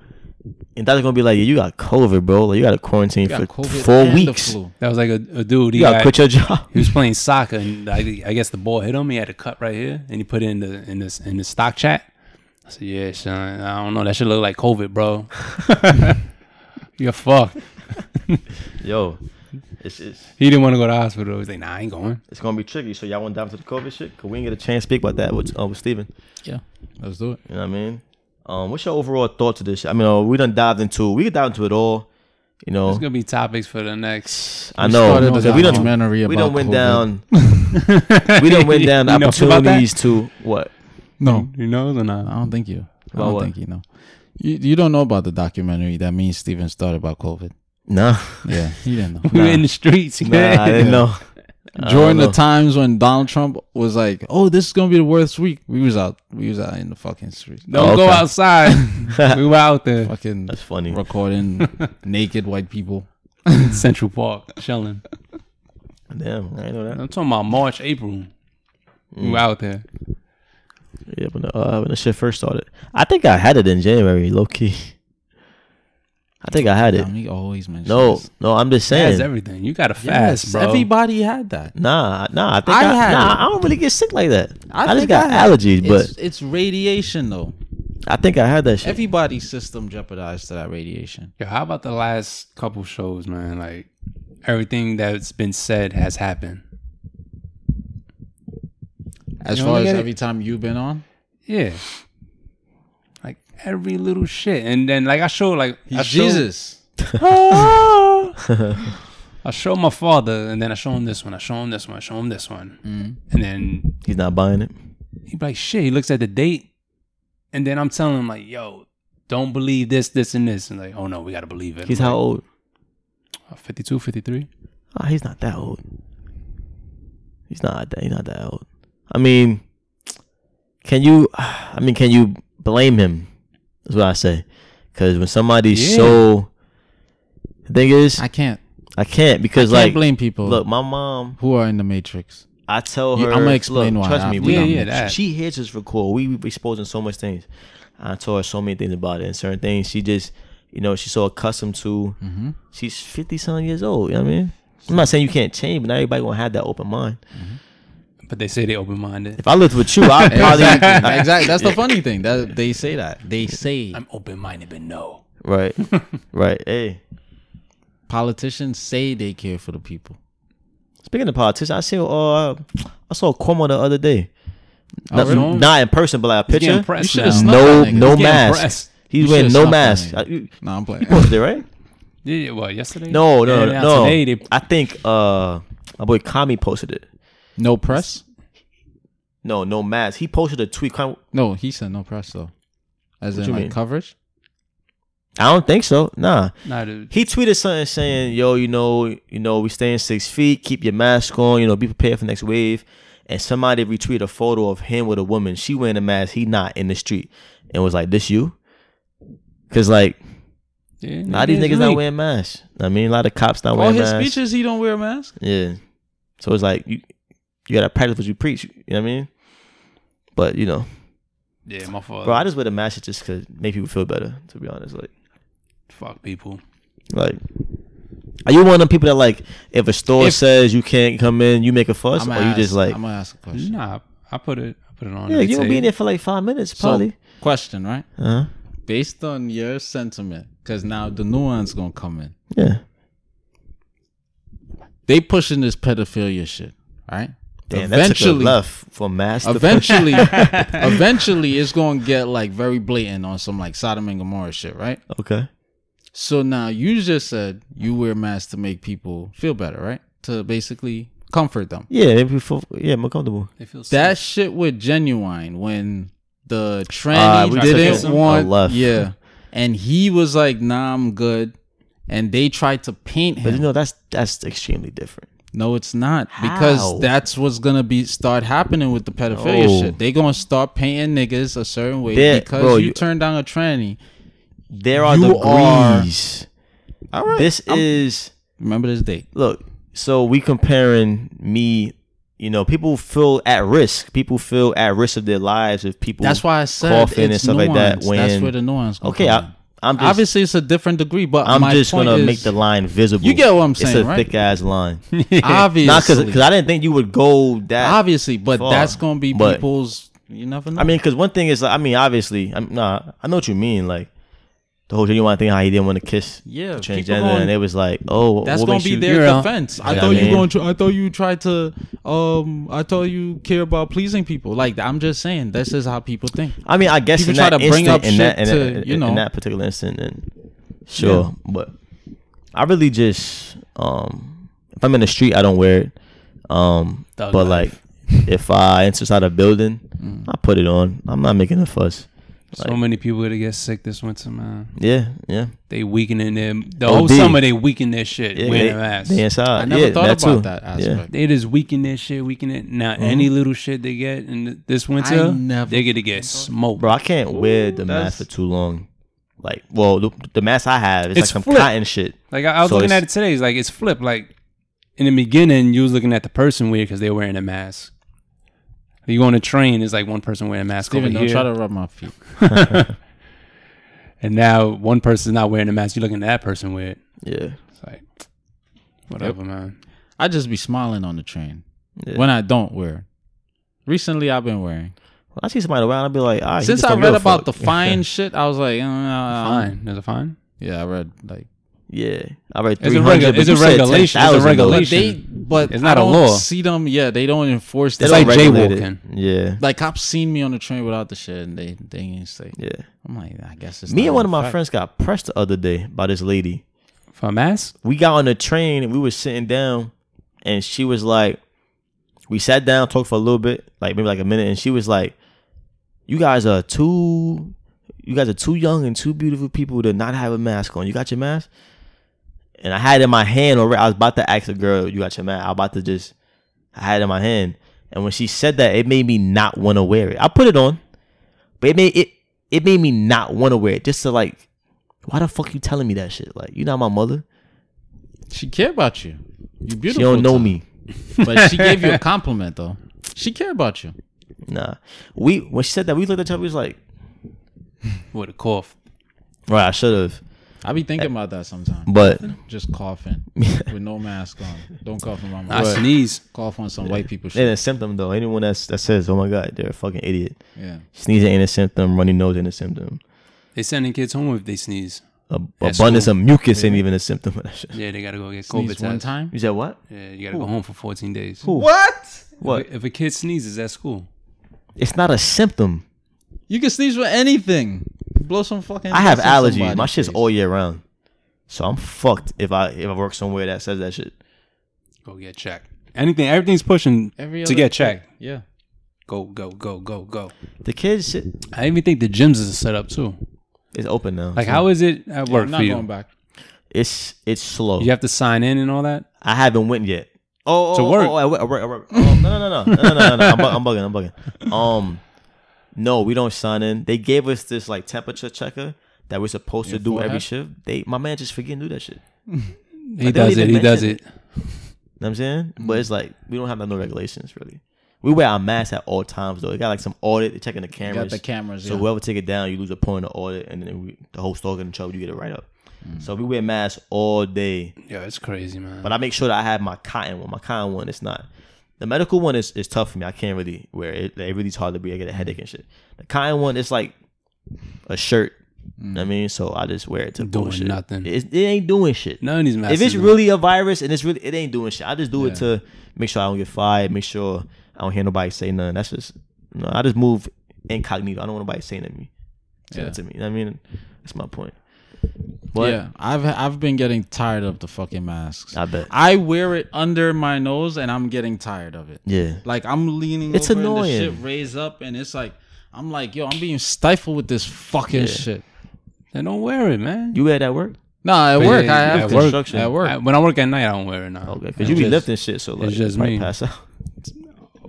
and doctor's gonna be like, "Yeah, you got COVID, bro. Like you got to quarantine You for got COVID four and weeks. The flu. that was like a, a dude. He, You gotta got- quit your job." <laughs> he was playing soccer, and I, I guess the ball hit him. He had a cut right here, and he put it in the in this in the stock chat. I said, "Yeah, son, I don't know. That should look like COVID, bro. <laughs> You're fucked." Yo, it's, it's He didn't want to go to the hospital. He was like, "Nah, I ain't going." it's gonna be tricky. So y'all want to dive into the COVID shit? Cause we didn't get a chance to speak about that with uh, with Steven. Yeah, let's do it. You know what I mean? Um, what's your overall thought to this? I mean, uh, we done dived into we could dive into it all. You know, There's gonna be topics for the next. I know. started a because We don't documentary we about don't <laughs> went COVID. down. we don't went down You know about that? opportunities to what? No, You know or not? I don't think you. I About don't what? think you know. You, you don't know about the documentary that me and Steven started about COVID. Nah, Yeah, <laughs> he didn't know. We were in the streets. nah, I <laughs> didn't know. <laughs> I During don't the know. times when Donald Trump was like, "Oh, this is gonna be the worst week," we was out. We was out in the fucking street, Don't Oh, go okay. outside. <laughs> we were out there, fucking That's funny. <laughs> recording naked white people. in Central Park, chilling. Damn, I didn't know that. I'm talking about March, April. We were Mm. out there. Yeah, when the, uh, when the shit first started, I think I had it in January, low key. I think I had it. Damn, he always mentions. No, this. no, I'm just That's saying. everything. You gotta fast, yes, bro. everybody had that. Nah, nah, I think I I, had nah, it. I don't really get sick like that. I, just think got had- allergies, but it's, it's radiation though. I think I had that shit. Everybody's system jeopardized to that radiation. Yo, how about the last couple shows, man? Like everything that's been said has happened. As You far only as get it- every time you've been on, Yeah. Like every little shit, and then like I showed like I he's showed- Jesus. I show my father, and then I show him this one. I show him this one. I show him this one, and then He's not buying it. he be like, "Shit." He looks at the date, and then I'm telling him like, "Yo, don't believe this, this, and this." And like, "Oh no, we gotta believe it." He's how old? how 52, 53. Oh, he's not that old. He's not that. He's not that old. I mean, can you? I mean, can you blame him? That's what I say. Because when somebody's Yeah. so, the thing is, I I, can't. can't because can't like, blame people look, my mom. who are in the matrix. I tell You- her. I'ma explain look, why Trust I- me, we, Yeah, yeah, that. she hears us record. We be exposing so much things. I told her so many things about it, and certain things she just, you know, she's so accustomed to. Mm-hmm. She's fifty something years old. You know what I mean? I'm not saying you can't change, but not everybody gonna have that open mind. But they say they open minded. If I lived with you, I'd probably <laughs> exactly. exactly. That's the funny thing. That they say <laughs> that they say I'm open minded, but no. <laughs> right, right. Hey, politicians say they care for the people. speaking of politics, I saw uh, I saw Cuomo the other day. Oh, Not, really? not in person, but like a getting picture. pressed There's You should've now. no snuck that nigga. no He's getting mask. pressed. He's You wearing should've no snuck that mask. nigga. I- you you <laughs> No, I'm playing. posted it right? Yeah, yeah, well, yesterday. No, no, Yeah, no. Today they I think uh, my boy Kami posted it. No press. No, no mask. He posted a tweet. Kami- No, he said no press though. As What in you like mean? coverage. I don't think so. Nah. not a, He tweeted something saying, "Yo, you know, you know, we staying six feet. Keep your mask on. You know, be prepared for next wave." And somebody retweeted a photo of him with a woman. She wearing a mask. He not in the street, and was like, "This you?" Cause like yeah, a lot of these it's niggas not weak. wearing masks. I mean, a lot of cops not All wearing his masks. speeches, he don't wear a mask. Yeah. So it's like you, you gotta practice what you preach. You know what I mean? But you know, Yeah, my fault. bro, I just wear the mask just cause make people feel better. To be honest, like. fuck people. Like, are you one of them people that like if a store If- says you can't come in, you make a fuss, I'm or gonna you just ask- like Mm-hmm. I'm gonna ask a question. Nah, I put it. I put it on. Yeah, the you gonna be in table. there for like five minutes, probably. So, question, right? uh-huh. Based on your sentiment, because now the nuance gonna come in. Yeah. They pushing this pedophilia shit, right? Damn, that's a good eventually, left <laughs> for mass. to- eventually, eventually, it's gonna get like very blatant on some like Sodom and Gomorrah shit, right? <laughs> okay. So now you just said you wear masks to make people feel better, right? To basically comfort them. Yeah, maybe before, yeah, more comfortable. They feel sick. That shit was genuine when the Ah, tranny we Oh, took didn't a- a want left. Yeah. And he was like, nah, I'm good. And they tried to paint him. But you know, that's that's extremely different. no, it's not. Because How? that's what's gonna be start happening with the pedophilia No. shit. They gonna start painting niggas a certain way There- because bro, you, you- turned down a tranny. There are You are- degrees. All right. This I'm- is remember this date. look. So we comparing me. You know, people feel at risk. People feel at risk of their lives if people. That's why I said coughing and it's stuff like that nuance. that's when- where the nuance. Gonna Okay, come I, in. I'm just, obviously it's a different degree, but I'm my just point gonna is, make the line visible. You get what I'm It's a saying, right? thick ass line. <laughs> obviously, Not because I didn't think you would go that. obviously, but far, that's gonna be but- people's. You never know. I mean, because one thing is, I mean, obviously, I'm nah. I know what you mean. Like the whole you want to think how he didn't want to kiss Yeah, the people transgender, going- and it was like, oh, that's what gonna makes be you- their Yeah. defense. I Yeah, thought I you mean- going to. I thought you tried to. Um, I thought you care about pleasing people. Like I'm just saying, this is how people think. I mean, I guess People in try that to bring instant- up in that, shit in, to, that- you in know. that particular instant, and sure, but I really just, um, if I'm in the street, I don't wear it. Um, Thug but life. like, <laughs> if I enter inside a building, Mm. I put it on. I'm not making a fuss. so many people that get sick this winter, man. Yeah, yeah, They weakening their the Oh, whole dude. summer. They weaken their shit. yeah. wearing they- their ass. they inside. I never Yeah, thought that about too. that Yeah. aspect. They just weaken their shit, weaken it. Now Mm-hmm. any little shit they get in th- this winter, never- they're gonna get smoked. Bro, I can't wear the mask for that's- too long. Like, well, the, the mask I have, it's, It's like some flip. cotton shit. Like I, I was So looking it's- at it today. It's like it's flipped. Like in the beginning, you was looking at the person weird because they were wearing a mask. You go on a train, it's like one person wearing a mask Steven, over don't here, try to rub my feet. <laughs> and now one person's not wearing a mask. You're looking at that person weird. Yeah. It's like whatever, man. I just be smiling on the train Yeah. when I don't wear. Recently, I've been wearing. When I see somebody around, I'll be like, all right. Ah, he Since just I don't give read a about fuck. the <laughs> fine shit, I was like, uh, fine. Fine, there's a fine. Yeah, I read like Yeah. I read It's a 300, regu- but it's you a said regulation, it's a 10,000 though. But regulation. they, but It's not I a don't law. See them, yeah, they don't enforce. They That. don't like regulate jaywalking. it. Yeah. Like cops seen me on the train without the shit, and they they ain't say. Yeah. I'm like, I guess it's Me not and one a of my fact. friends got pressed the other day by this lady. For a mask? We got on the train and we were sitting down, and she was like, we sat down, talked for a little bit, like maybe like a minute, and she was like, "You guys are too, you guys are too young and too beautiful people to not have a mask on. You got your mask?" And I had it in my hand already. I was about to ask the girl, "You got your mask?" I was about to just, I had it in my hand, and when she said that, it made me not want to wear it. I put it on, but it made it, it made me not want to wear it just to like, why the fuck you telling me that shit? Like, you not my mother. She care about you. You She beautiful. don't know Tom. me. but she <laughs> gave you a compliment though. She care about you. Nah. We when she said that, we looked at each other. We was like, With a cough. right, I should have, I be thinking about that sometimes. but Just <laughs> coughing with no mask on. Don't cough in my I mouth. sneeze. Cough on some white people it ain't shit. a symptom though. Anyone that's that says, "Oh my god, they're a fucking idiot," Yeah. sneezing ain't a symptom, runny nose ain't a symptom, They sending kids home if they sneeze. a, That's abundance cool. of mucus ain't even a symptom of that shit. Yeah, they gotta go get COVID Sneeze test. one time. You said what? Yeah, you gotta go home for 14 days. What? What? If, if a kid sneezes at school, It's not a symptom. You can sneeze with anything. Blow some fucking. I have dust on allergies. somebody's My shit's face. all year round, so I'm fucked if I if I work somewhere that says that shit. go get checked. Anything, everything's pushing Every to other get checked. Yeah. Go, go, go, go, go. The kids shit I even think the gyms is set up too. is open now. Like, so how is it at work I'm for not you? going back. it's it's slow. You have to sign in and all that. I haven't went yet. Oh, oh To oh, work. Oh, I, went- I, work- I, work. oh, no, no, no, no, no, no, no, no. I'm, bu- I'm bugging. I'm bugging. Um, no, we don't sign in. They gave us this like temperature checker that we're supposed to do every forehead? shift. They, my man, just forgetting to do that shit. You He I don't does it. even He does mention it. know what I'm saying? But it's like we don't have no regulations really. We wear our masks at all times though. They got like some audit. They checking the You cameras. got the cameras. So yeah. whoever take it down, you lose a point of audit, and then we, the whole store get in trouble. You get it right up. Mm. So we wear masks all day. Yo, it's crazy, man. But I make sure that I have my cotton one. My cotton one, it's not. The medical one is, is tough for me. I can't really wear it. It really's hard to be. I get a headache and shit. The cotton one is like a shirt. You know what I mean, so I just wear it to Mm. Doing bullshit. nothing. It's, it ain't doing shit. None of these masks. if it's is- really a virus and it's really it ain't doing shit. I just do Yeah. it to make sure I don't get fired. Make sure I don't hear nobody say nothing. That's just you know, I just move incognito. I don't want nobody saying to me. Saying Yeah. to me. You know what I mean, that's my point. But yeah, I've I've been getting tired of the fucking masks. I bet. I wear it under my nose and I'm getting tired of it. Yeah. Like I'm leaning It's over and the annoying. shit raise up and it's like I'm like, yo, I'm being stifled with this fucking shit. Then don't wear it, man. You had that work? Nah, at But work yeah, I yeah, have at to. work- Construction. At work. I- when I work at night, I don't wear it now. Okay, because you be just- lifting shit, so like just you might me. pass out.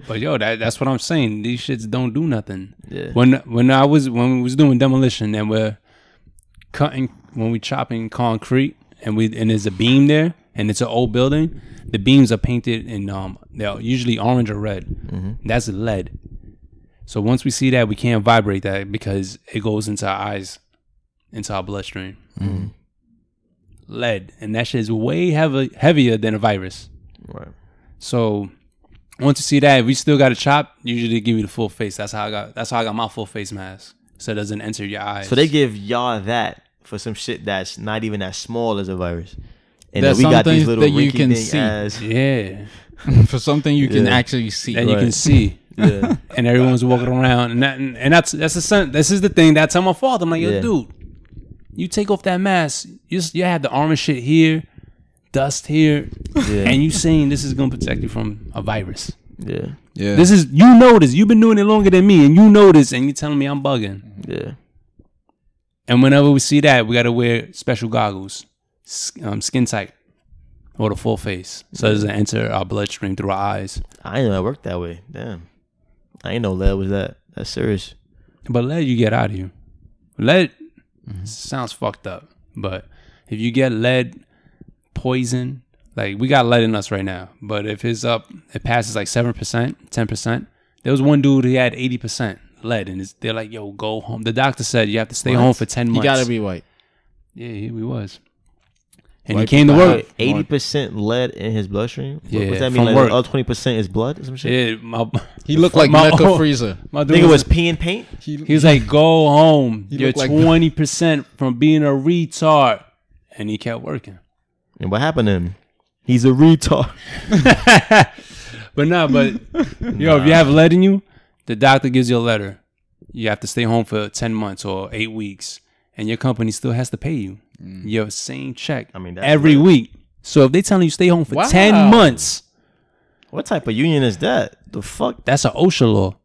But yo, that, that's what I'm saying. These shits don't do nothing. Yeah. When when I was when we was doing demolition and we're cutting when we chopping concrete and we and there's a beam there and it's an old building, the beams are painted in um they're usually orange or red. That's lead. So once we see that, we can't vibrate that because it goes into our eyes, into our bloodstream. Lead and that shit is way heavy, heavier than a virus. Right. So once you see that, if we still got a chop, usually they give you the full face. That's how I got. That's how I got my full face mask, so it doesn't enter your eyes. So they give y'all that for some shit that's not even as small as a virus. And then There's we some got things these little that you rinky can dink see. ass. yeah, For something you can Yeah. actually see. and you can Right. see, <laughs> Yeah. and everyone's walking around, and that, and that's that's the sen- This is the thing. That's how my fault. I'm like, yo, Yeah. dude, you take off that mask. You s- you had the orange shit here, dust here, Yeah. and you saying this is gonna protect you from a virus. yeah. yeah. This is you know this. You've been doing it longer than me, and you know this, and you telling me I'm bugging. Yeah. And whenever we see that, we gotta wear special goggles, s- um, skin tight, or the full face, so it doesn't enter our bloodstream through our eyes. I didn't know it worked that way. Damn. I ain't know lead was that. That's serious. But lead, you get out of you. Lead Mm-hmm. sounds fucked up, but if you get lead poison, like we got lead in us right now, but if it's up, it passes like seven percent, ten percent. There was one dude he had eighty percent lead, and it's, they're like, "Yo, go home." The doctor said you have to stay home for ten months. you gotta be white. Yeah, he, he was. And he White came to people work. have- Eighty percent lead in his bloodstream. What- Yeah, what's that mean? from Like work. the other twenty percent is blood or some shit. Yeah, my He looked like my- Mecha <laughs> Freezer. my dude Nigga was peeing paint. He, he was like, "Go home. You're looked like- twenty percent from being a retard," and he <laughs> kept working. And what happened to him? He's a retard. But nah, but yo, if you have lead in you, the doctor gives you a letter. You have to stay home for ten months or eight weeks, and your company still has to pay you Mm. your same check I mean, mean, that's every week. So if they telling you stay home for ten Wow. months, What type of union is that? The fuck? that's an OSHA law.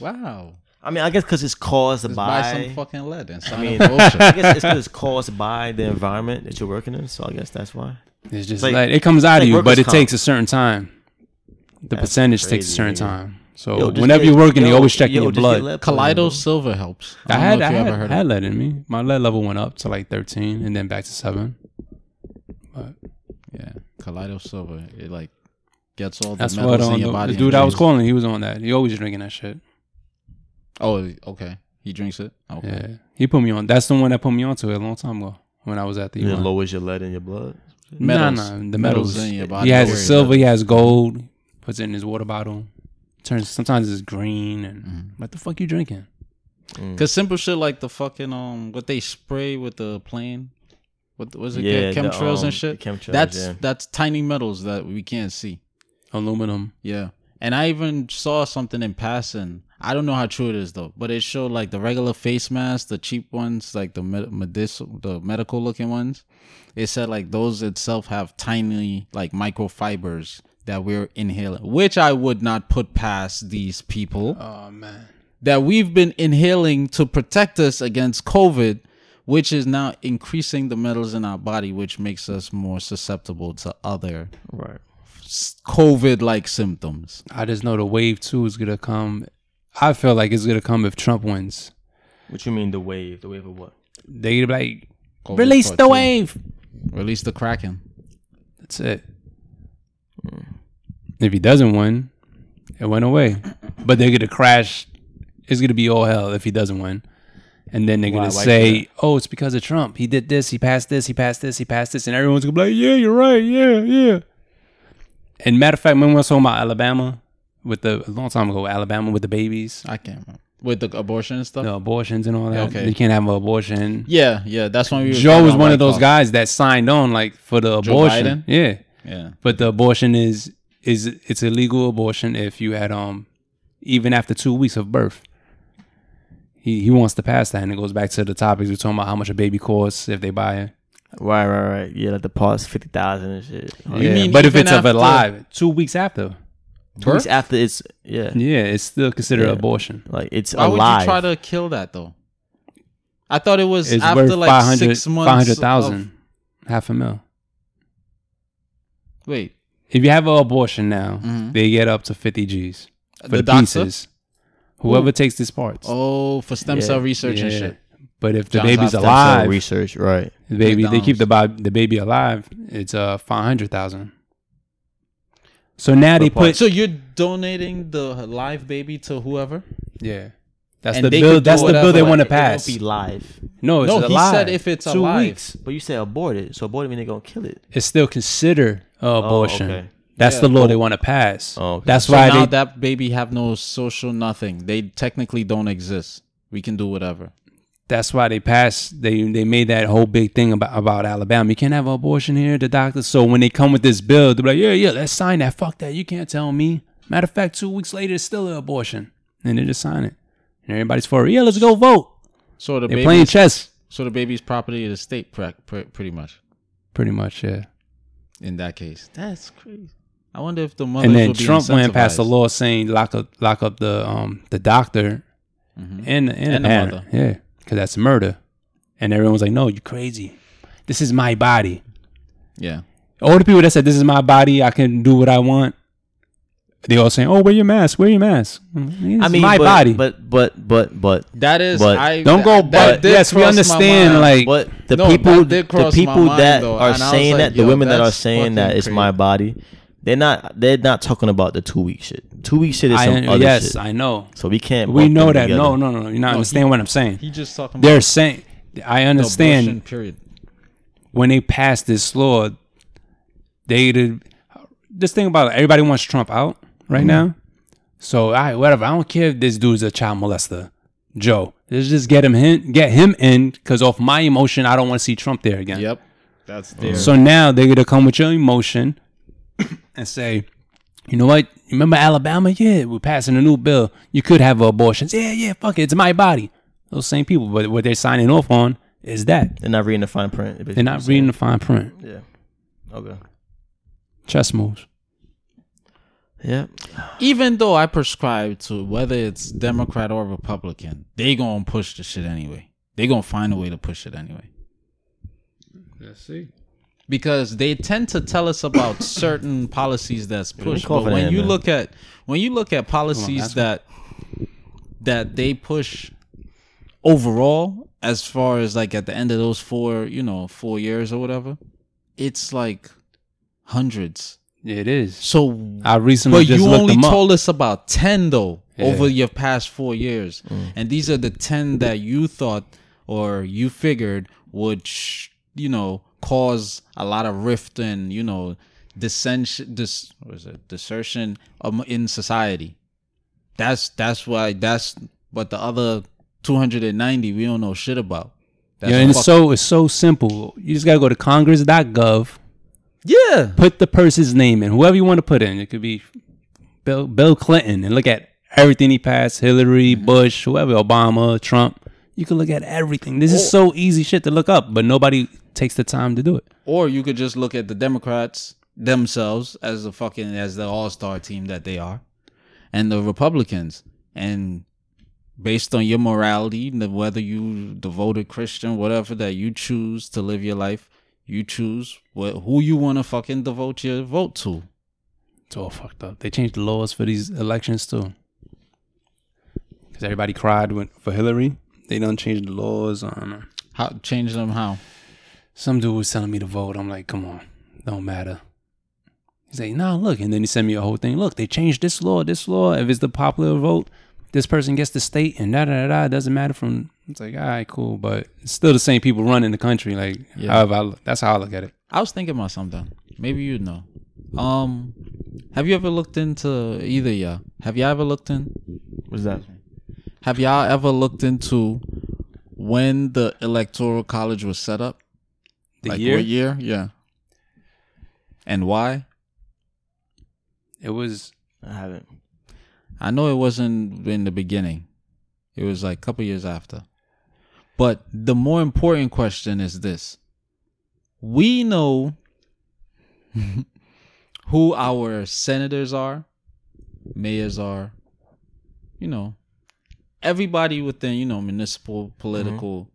wow. I mean, I guess because it's caused Just by. buy some fucking lead and sign mean- up <laughs> for OSHA. I guess it's <laughs> because it's caused by the environment that you're working in. So I guess that's why. It's just Like- like, it comes out like of you, but workers' it comp. takes a certain time. The That's percentage takes a crazy, certain nigga. time. So Yo, just whenever get- you're working, they yo, always checking yo, your just get blood. lead Kaleido poison, silver helps. I don't had know I if you had, ever heard I of had lead in me. My lead level went up to like 13 and then back to seven. But Yeah, Kaleido Silver. It like gets all the that's metals what in um, your the, body. the and dude I was drinks- calling, he was on that. He always drinking that shit. Oh, okay. He drinks it. Okay. Yeah, he put me on. That's the one that put me onto it a long time ago when I was at the. And It UN. lowers your lead in your blood. Nah, Metals. nah, the Metals metals. in your body. He has Don't worry silver. about He has gold. Puts it in his water bottle. Turns sometimes it's green and what the fuck you drinking? Mm. Cause simple shit like the fucking um, what they spray with the plane, what was it? Yeah, Yeah, the, chemtrails um, and shit. the chemtrails, That's yeah. that's tiny metals that we can't see. Aluminum. Yeah, and I even saw something in passing. I don't know how true it is though, but it showed like the regular face masks, the cheap ones, like the med- medicinal, the medical looking ones. It said like those itself have tiny like microfibers that we're inhaling, which I would not put past these people Oh man. that we've been inhaling to protect us against COVID, which is now increasing the metals in our body, which makes us more susceptible to other Right. COVID like symptoms. I just know the wave two is gonna come. I feel like it's gonna come if Trump wins. What you mean the wave? The wave of what? They gonna be COVID like release part the two. wave. Release the Kraken. That's it. Hmm. If he doesn't win, it went away. But they're gonna crash. It's gonna be all hell if he doesn't win. And then they're gonna why say, "Oh, it's because of Trump. He did this. He passed this. He passed this. He passed this." And everyone's gonna be like, "Yeah, you're right. Yeah, yeah." And matter of fact, remember when I was talking about Alabama with the a long time ago, Alabama with the babies, I can't remember. With the abortion and stuff? the abortions and all that. Okay. You can't have an abortion. Yeah, yeah. That's when we were Joe talking was about one white of those collar. guys that signed on like for the Joe Biden? abortion. Yeah. Yeah. But the abortion is is it's a legal abortion if you had um even after two weeks of birth. He he wants to pass that and it goes back to the topics we're talking about how much a baby costs if they buy it. Right, right, right. Yeah, like the parts fifty thousand and shit. You yeah. mean but if even it's of a after- live, two weeks after. Two weeks after it's yeah, Yeah, it's still considered Yeah. abortion. like it's Why alive. would you try to kill that though? I thought it was It's after worth like five hundred six months. five hundred thousand, of- half a mil. Wait, If you have an abortion now, Mhm. they get up to fifty G's for The the, doctor? pieces. Whoever takes these parts. oh, for stem Yeah, cell research and Yeah. shit. But if the Johns baby's Some Hopkins. alive, research, right? the baby they keep McDonald's. the bi- the baby alive, it's uh five hundred thousand. So now they put So you're donating the live baby to whoever? yeah. That's And the they bill. could do That's the bill whatever, they want to like, it won't pass. Be live, No, it's No, he said alive. if it's two alive. weeks, but you say aborted, so aborted mean they're gonna kill it. it's still considered a abortion. okay. That's Oh, Yeah. the law they want to pass. Oh, okay. That's So why now they that baby have no social nothing. They technically don't exist. We can do whatever. that's why they passed they they made that whole big thing about about Alabama. You can't have an abortion here, the doctors. So when they come with this bill, they're like, Yeah, yeah, let's sign that. Fuck that. You can't tell me. Matter of fact, two weeks later it's still an abortion. And they just sign it. And everybody's for it. Yeah, let's go vote. So the They're baby playing chess. So the baby's property of the state, pre- pre- pretty much. Pretty much, yeah. In that case, that's crazy. I wonder if the mother. and then Trump went past a law saying lock up lock up the um the doctor and and, Mm-hmm. And the the parent. mother. yeah because that's murder and everyone's like no you crazy this is my body Yeah, all the people that said this is my body I can do what I want they all saying oh wear your mask wear your mask I mean my but, body but but but but but that is. But I don't go that- but that did yes we cross my understand mind. like but the No, people that did the cross my people mind, that though, are and I was saying like, that the yo, women that are that's saying fucking that it's crazy. my body, they're not they're not talking about the two week shit. Two week shit is I, some other yes shit. I know so we can't. we lump know them that together. no no no you not understand what I'm saying he just talking. they're saying I the understand abortion Period. when they passed this law, they did this thing about it, everybody wants Trump out right now. So all right, whatever. I don't care if this dude's a child molester, Joe. Let's just get him in, get him in, because off my emotion, I don't want to see Trump there again. Yep, that's there. So now they're gonna come with your emotion <coughs> and say, you know what? You Remember Alabama? Yeah, we're passing a new bill. You could have abortions. Yeah, yeah, fuck it. It's my body. Those same people, but what they're signing off on is that. They're not reading the fine print. basically They're not what you're reading the fine print. saying. Yeah. Okay. Chess moves. Yeah. Even though I prescribe to whether it's Democrat or Republican, they gonna push the shit anyway. They gonna find a way to push it anyway. Let's see. because they tend to tell us <coughs> about certain policies that's pushed. But confident, when you man. look at when you look at policies that's- that that they push overall, as far as like at the end of those four, you know, four years or whatever, it's like hundreds. It is. So I recently but just you looked only them up. told us about 10 though Yeah. Mm. over your past four years and these are the 10 that you thought or you figured would sh- you know cause a lot of rift and you know dissension dis what is it desertion um, in society that's that's why that's what the other 290 we don't know shit about that's yeah, and it's fuck- so it's so simple. You just gotta go to congress.gov, yeah put the person's name in, whoever you want to put in. It could be Bill Bill Clinton, and look at everything he passed: Hillary, Bush, whoever, Obama, Trump. You can look at everything. This is so easy shit to look up, but nobody takes the time to do it. or you could just look at the Democrats themselves as the fucking as the all star team that they are, and the Republicans, and based on your morality, and the- whether you devoted Christian, whatever that you choose to live your life, you choose what, who you want to fucking devote your vote to. It's all fucked up. They changed the laws for these elections too. Because everybody cried when, for Hillary. They done changed the laws on. um, How change them? How? some dude was telling me to vote. I'm like, come on, don't matter. He's like, nah, look. And then he sent me a whole thing. Look, they changed this law, this law. If it's the popular vote, this person gets the state and da da da da. It doesn't matter from. It's like, all right, cool. But it's still the same people running the country. Like, however, I look, that's how I look at it. I was thinking about something. Maybe you know. Um, Have you ever looked into either yeah? Have y'all ever looked in? What's that? Have y'all ever looked into when the electoral college was set up? The like year what year? Yeah. And why? it was I haven't. I know it wasn't in the beginning. It was like a couple years after. But the more important question is this. We know <laughs> who our senators are, mayors are, you know, everybody within, you know, municipal, political.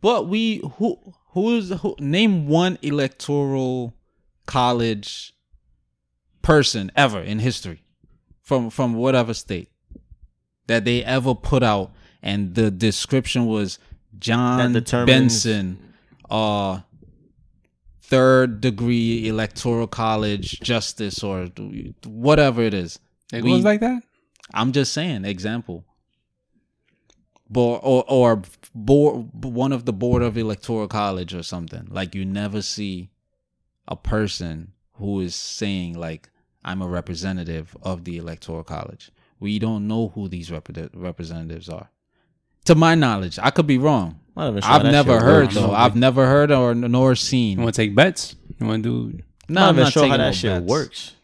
But we who who's who name one electoral college person ever in history from from whatever state that they ever put out and the description was John That determines- Benson uh third degree electoral college justice or whatever it is it We- goes like that. I'm just saying, example. Bo- or or board, one of the board of electoral college or something. Like you never see a person who is saying like I'm a representative of the electoral college. We don't know who these repre- representatives are. To my knowledge, I could be wrong. I'm not even sure I've that never shit heard works. though. I've never heard or nor seen. You want to take bets? You want to do I'm not I'm even sure taking how no that shit bets. <laughs> works.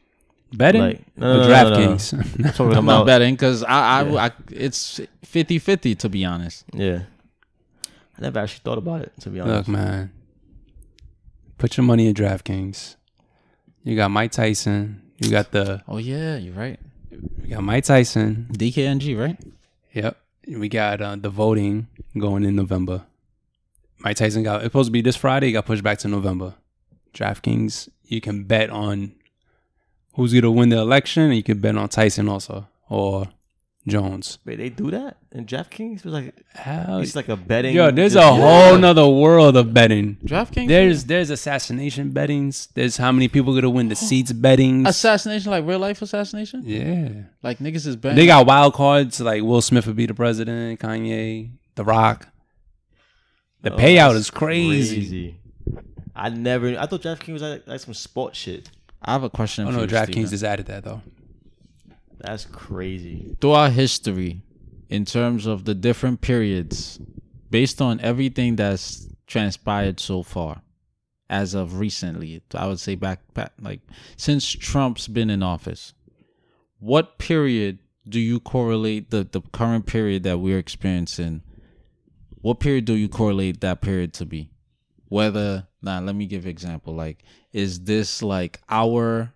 betting? Like, no, Or no, no, no, no. <laughs> DraftKings. Talking I'm about not betting because I, I, I it's 50-50 to be honest. yeah. I never actually thought about it to be honest. Look, man. Put your money in DraftKings. You got Mike Tyson. You got the Oh yeah, you're right. you got Mike Tyson. DKNG, right? Yep. We got uh, the voting going in November. Mike Tyson got it's supposed to be this Friday. Got pushed back to November. DraftKings, you can bet on who's gonna win the election, and you can bet on Tyson also or Jones. Wait, they do that in DraftKings? It was like Hell, it's like a betting. yo, there's a just- whole nother world of betting. DraftKings. There's there's assassination bettings. There's how many people gonna win the seats bettings. assassination, like real life assassination. yeah, Like niggas is banned. they got wild cards like Will Smith would be the president, Kanye, The Rock. The Oh, payout that's is crazy. I never. I thought DraftKings was like, like some sport shit. I have a question Oh for no, you, DraftKings Steven. just added that though. That's crazy. Throughout history, in terms of the different periods, based on everything that's transpired so far, as of recently, I would say back, back like since Trump's been in office, what period do you correlate the the current period that we're experiencing? What period do you correlate that period to be? Whether now, let me give an example. Like, is this like our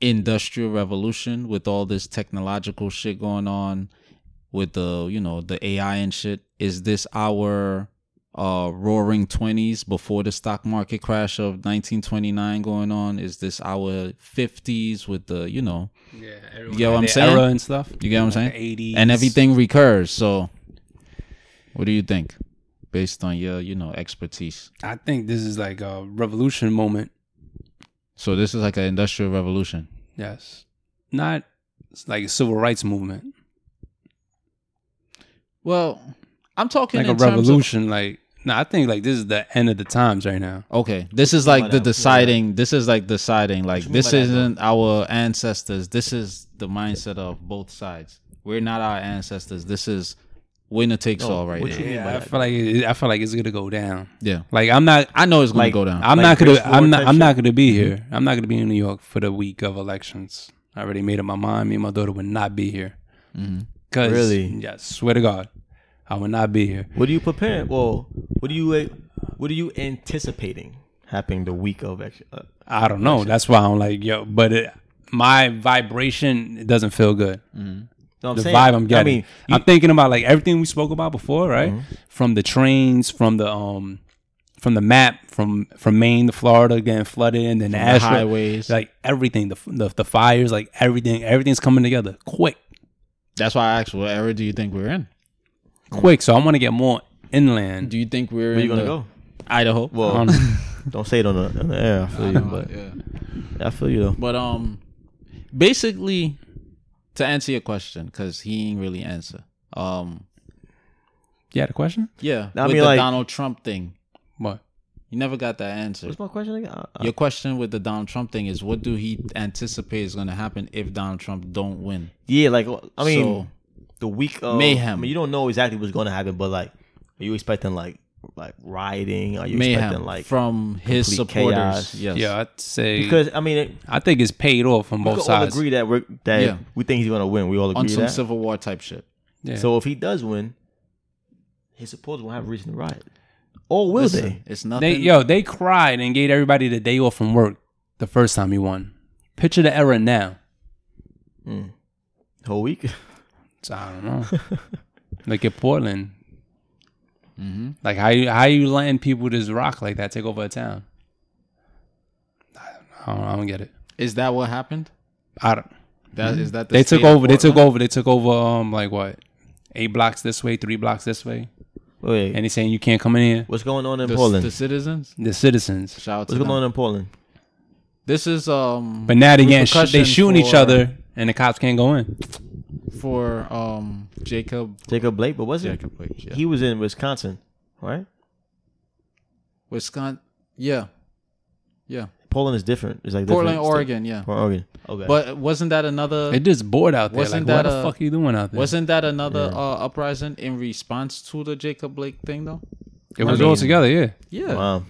industrial revolution with all this technological shit going on with the you know the AI and shit is this our uh roaring 20s before the stock market crash of 1929 going on is this our 50s with the you know Yeah, You get had what I'm their saying? Era era and stuff. you get what I'm saying Eighties and everything recurs so what do you think based on your you know expertise I think this is like a revolution moment. so this is like an industrial revolution Yes, not it's like a civil rights movement, well i'm talking like a in terms of- revolution. like no, I think like this is the end of the times right now. Okay, this is by like the that? What you mean by deciding. This is like deciding. Like you mean this by that, though? isn't our ancestors. This is the mindset of both sides. We're not our ancestors. This is winner takes No, all right what now. you mean by Yeah, I that? feel like it, I feel like it's gonna go down. Yeah, Like I'm not. I know it's gonna Like, go down. I'm Like not gonna. Chris Ford I'm not. type shit? I'm Mm-hmm. not gonna be here. I'm not gonna be in New York for the week of elections. I already made up my mind. Me and my daughter would not be here. Mhm. Cause Mm-hmm. Really? yeah, swear to God, I would not be here. What are you preparing? Well, what are you uh, what are you anticipating happening the week of? ex- Uh, I don't know. That's why I'm like yo. But it, my vibration it doesn't feel good. know what I'm the saying? vibe I'm getting. I I mean, am thinking about like everything we spoke about before, right? Mm-hmm. From the trains, from the um, from the map, from from Maine to Florida getting flooded, and then the, the asteroid- highways. like everything, the, the the fires, like everything, everything's coming together quick, That's why I asked, what era do you think we're in? Mm-hmm. quick. So I want to get more inland. Do you think we're where in you gonna the- go? Idaho? Well, I don't <laughs> know. don't say it on the, on the air. I feel you, but yeah. I feel you though. But um, basically, to answer your question, because he ain't really answer. Um, you had a question? yeah, I with mean, the like- Donald Trump thing. What? You never got that answer. What's my question again? Uh, I- I- Your question with the Donald Trump thing is, what do he anticipate is going to happen if Donald Trump don't win? yeah, like I mean, So, the week of Mayhem. I mean, you don't know exactly what's going to happen, but like, are you expecting like like rioting? Are you mayhem expecting like from his complete supporters. chaos? Yes. Yeah, I'd say because I mean, it, I think it's paid off on we both could all sides. agree that we that Yeah. we think he's going to win. We all agree on some that. civil war type shit. Yeah. So if he does win, his supporters will have reason to riot, or will Listen, they? It's nothing. they yo, they cried and gave everybody the day off from work the first time he won. Picture the era now. Whole week? <laughs> So I don't know. <laughs> Look at Portland. Mm-hmm. Like how you how you letting people just rock like that take over a town? I don't, I don't get it. Is that what happened? I don't. That is Mm-hmm. that the they state took of over. They took Portland? over. They took over. Um, like what? Eight blocks this way, three blocks this way, Wait, and he's saying you can't come in here. what's going on in the, Portland? the citizens. The citizens. Shout out to what's going on them. in Portland? This is um. But now they getting sh- they repercussion shooting each for- other, and the cops can't go in. for um Jacob Jacob Blake, but was it? Jacob Blake. Yeah. He was in Wisconsin, right? Wisconsin. Yeah. Yeah. Portland is different. It's like Portland, different state. Oregon. Yeah. Portland, Oregon. Okay. But wasn't that another? They just bored out there. Wasn't like, what that the a- fuck you doing out there? Wasn't that another uh, uprising in response to the Jacob Blake thing though? it was I mean- all together, yeah. Yeah. Wow.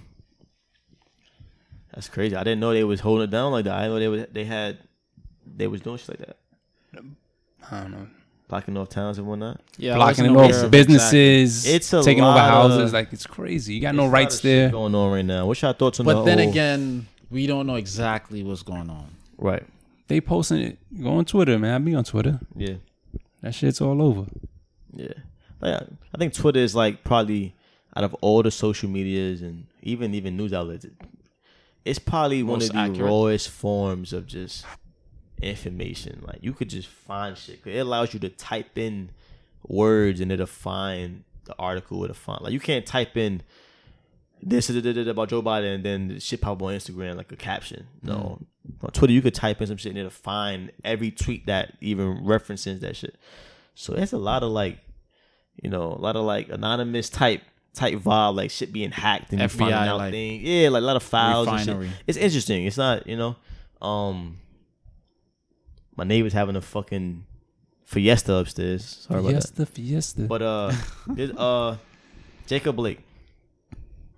That's crazy. I didn't know they was holding it down like that. I didn't know they was, they had they was doing shit like that. I don't know. Blocking off towns and whatnot. Yeah. I Blocking wasn't it aware off of businesses. It's a taking over lot of- houses. like it's crazy. You got no There's a lot rights of shit there. Going on right now. What's your thoughts on But the then whole- again, we don't know exactly what's going on. Right. They posting it. Go on Twitter, man. I be on Twitter. Yeah. That shit's all over. Yeah. Like, I- I think Twitter is like probably out of all the social medias and even even news outlets, it's probably one Most of the accurate. rawest forms of just information. Like you could just find shit. 'Cause It allows you to type in words and it'll find the article with a font. Like you can't type in this da- da- da- da about Joe Biden and then the shit pop up on Instagram like a caption. Mm. No. On Twitter you could type in some shit and it'll find every tweet that even references that shit. So there's a lot of like you know, a lot of like anonymous type type vibe, like shit being hacked and you FBI, finding out like, things. Yeah, like a lot of files. and shit. Refinery. It's interesting. It's not, you know. Um my neighbor's having a fucking fiesta upstairs. Sorry about that. Fiesta, fiesta. But <laughs> uh it, uh Jacob Blake.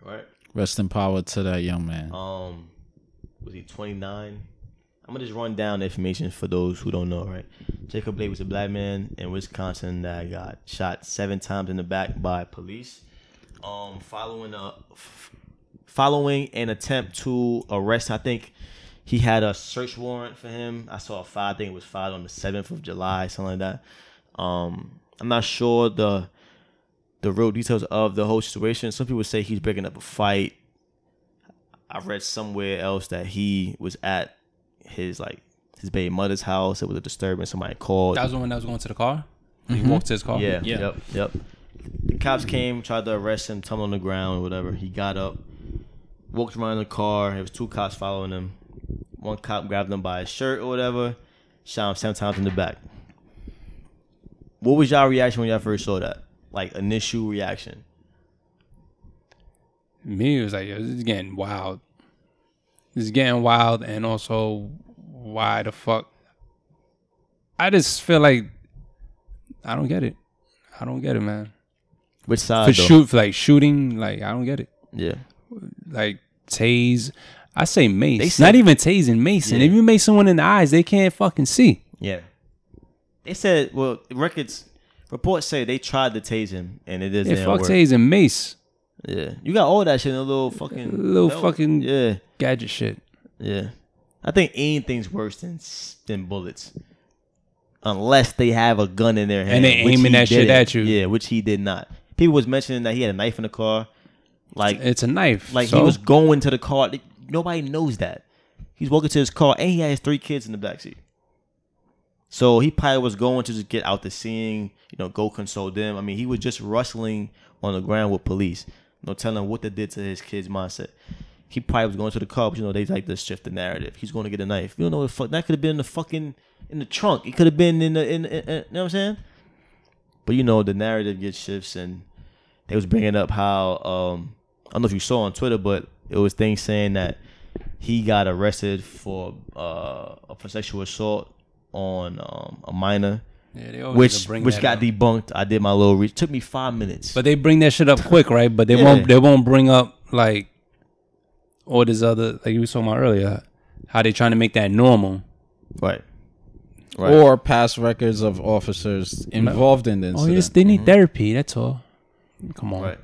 Right. Rest in power to that young man. Um, was he 29? I'm gonna just run down the information for those who don't know, right? Jacob Blake was a black man in Wisconsin that got shot seven times in the back by police, um, following a f- following an attempt to arrest. I think he had a search warrant for him. I saw a file. I think it was filed on the seventh of July, something like that. Um, I'm not sure the the real details of the whole situation. Some people say he's breaking up a fight. I read somewhere else that he was at his like his baby mother's house. It was a disturbance. Somebody called. that was the one that was going to the car. He walked to his car. yeah, Yeah. Yep. Yep. The cops came, tried to arrest him, tumbled on the ground or whatever. He got up, walked around the car. There was two cops following him. One cop grabbed him by his shirt or whatever, shot him seven times in the back. What was y'all reaction when y'all first saw that? Like initial reaction. me it was like yo, this is getting wild this is getting wild and also why the fuck i just feel like i don't get it i don't get it man Which side? for though? shoot for like shooting like i don't get it Yeah. like tase i say mace They said- not even tasing mace and Yeah. if you mace someone in the eyes they can't fucking see Yeah. They said, well, records reports say they tried to tase him and it doesn't yeah fuck work. tase and mace Yeah, you got all that shit in a little fucking Little belt. fucking- yeah, gadget shit yeah. I think anything's worse than s- than bullets, unless they have a gun in their hand And they which aiming he that shit didn't. at you. Yeah, which he did not. People was mentioning that he had a knife in the car, like it's a knife like he so- was going to the car. Like, Nobody knows that. He's walking to his car and he had his three kids in the backseat. So he probably was going to just get out the scene, you know, go console them. I mean, he was just rustling on the ground with police, no telling what they did to his kids' mindset. He probably was going to the car, but you know, they like to shift the narrative. He's going to get a knife. You don't know what the fuck that could have been in the fucking in the trunk. It could have been in the in, in, in you know what I'm saying? But you know, the narrative gets shifts and they was bringing up how um I don't know if you saw on Twitter, but it was things saying that he got arrested for uh, for sexual assault on um, a minor, Yeah, they always which bring which that got up. debunked. I did my little reach. Took me five minutes. But they bring that shit up quick, right? But they Yeah. won't. They won't bring up like all this other like you was talking about earlier. How they trying to make that normal? right, right. or past records of officers involved in the Oh, incident. yes, they need therapy. That's all. Come on. Mm-hmm. right.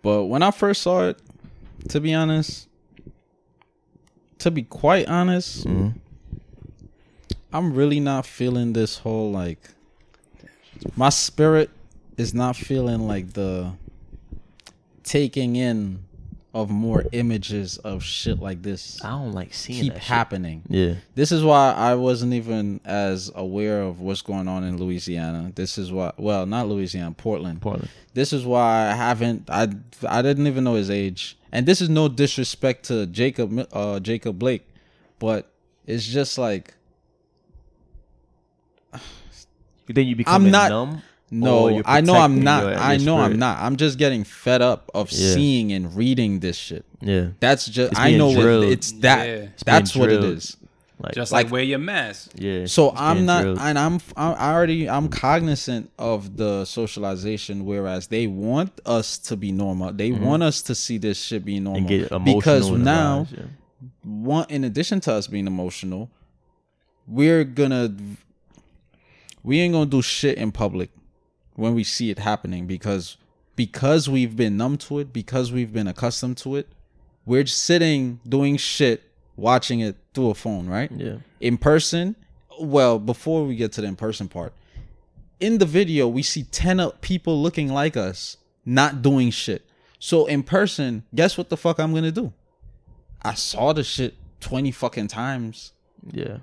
But when I first saw it, to be honest, to be quite honest, I'm really not feeling this whole like my spirit is not feeling like the taking in of more images of shit like this I don't like seeing keep that. shit. happening. Yeah, This is why I wasn't even as aware of what's going on in Louisiana. This is why, well, not Louisiana, Portland. Portland. This is why I haven't. I I didn't even know his age. And this is no disrespect to Jacob Mi- uh, Jacob Blake, but it's just like You think you become not- numb? Or no, Oh, you're I know I'm protecting not. your- I your know I'm spirit. not. I'm just getting fed up of Yeah. seeing and reading this shit. Yeah, That's just It's I being know what, drilled. it's that. Yeah. It's being That's what it drilled. is. like Just Like- like, wear your mask. yeah. So it's I'm being not, drilled. and I'm, I'm I already, I'm cognizant of the socialization. Whereas they want us to be normal, they want us to see this shit be normal. Mm-hmm. and get emotional because and now, arise, yeah. one in addition to us being emotional, we're gonna, we ain't gonna do shit in public when we see it happening because because we've been numb to it, because we've been accustomed to it, we're just sitting doing shit, watching it through a phone, right? yeah, in person well before we get to the in person part in the video we see 10 o- people looking like us not doing shit so in person guess what the fuck i'm gonna do i saw the shit 20 fucking times yeah.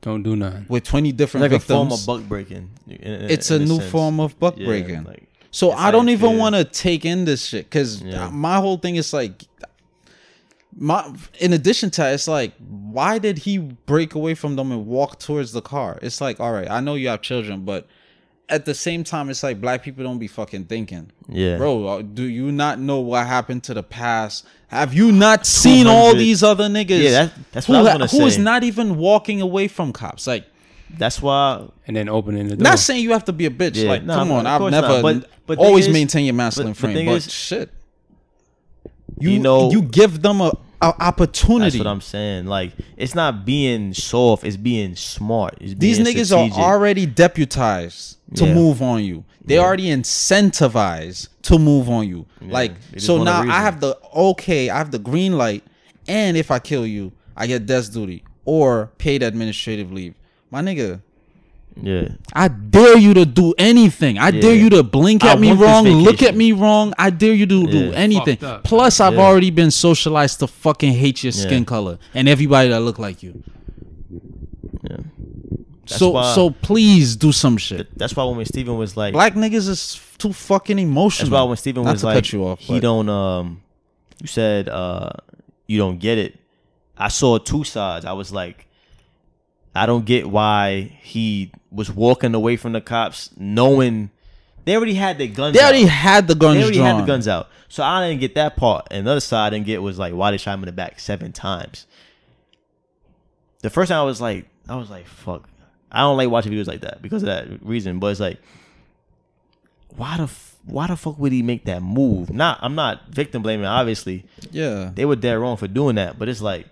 Don't do nothing. with 20 It's different like victims a form of buck breaking. in- in- it's in a new sense. form of buck Yeah, breaking like, so it's i don't like, even yeah. want to take in this shit because Yeah. my whole thing is like my in addition to that, it's like why did he break away from them and walk towards the car it's like all right i know you have children but at the same time it's like black people don't be fucking thinking yeah, bro uh, do you not know what happened to the past have you not seen all 200 these other niggas Yeah, that- that's who, what I was ha- gonna who is say. not even walking away from cops like That's why And then opening the door. not saying you have to be a bitch. Yeah, like, no, come of on, I've course never. not, but- but thing always is- maintain your masculine but- but frame. But, thing is- shit, you, You know- you give them a, a that's opportunity. what I'm saying. Like it's not being soft, it's being smart. It's These being niggas strategic. are already deputized to Yeah. move on you. They already incentivized to move on you. like, they just so want a now I reason. have the okay, I have the green light, and if I kill you, I get death duty or paid administrative leave. My nigga, yeah, I dare you to do anything. I dare Yeah. you to blink I at me want this wrong, look vacation. at me wrong. I dare you to do Yeah. anything. Fucked up. Plus, I've Yeah. already been socialized to fucking hate your skin Yeah. color and everybody that look like you. yeah. That's so, why- so please do some shit. That's why when Steven was like, Black niggas is too fucking emotional. that's why when Steven Not was to like, cut you off, he but- don't um, you said uh, you don't get it. I saw two sides. I was like, I don't get why he was walking away from the cops, knowing they already had their guns. they already out. had the guns They already drawn. had the guns out. So I didn't get that part. And the other side I didn't get was like why they shot him in the back seven times. The first time I was like, I was like, fuck. I don't like watching videos like that because of that reason. But it's like, why the f- why the fuck would he make that move? Not I'm not victim blaming, obviously. Yeah, They were dead wrong for doing that. But it's like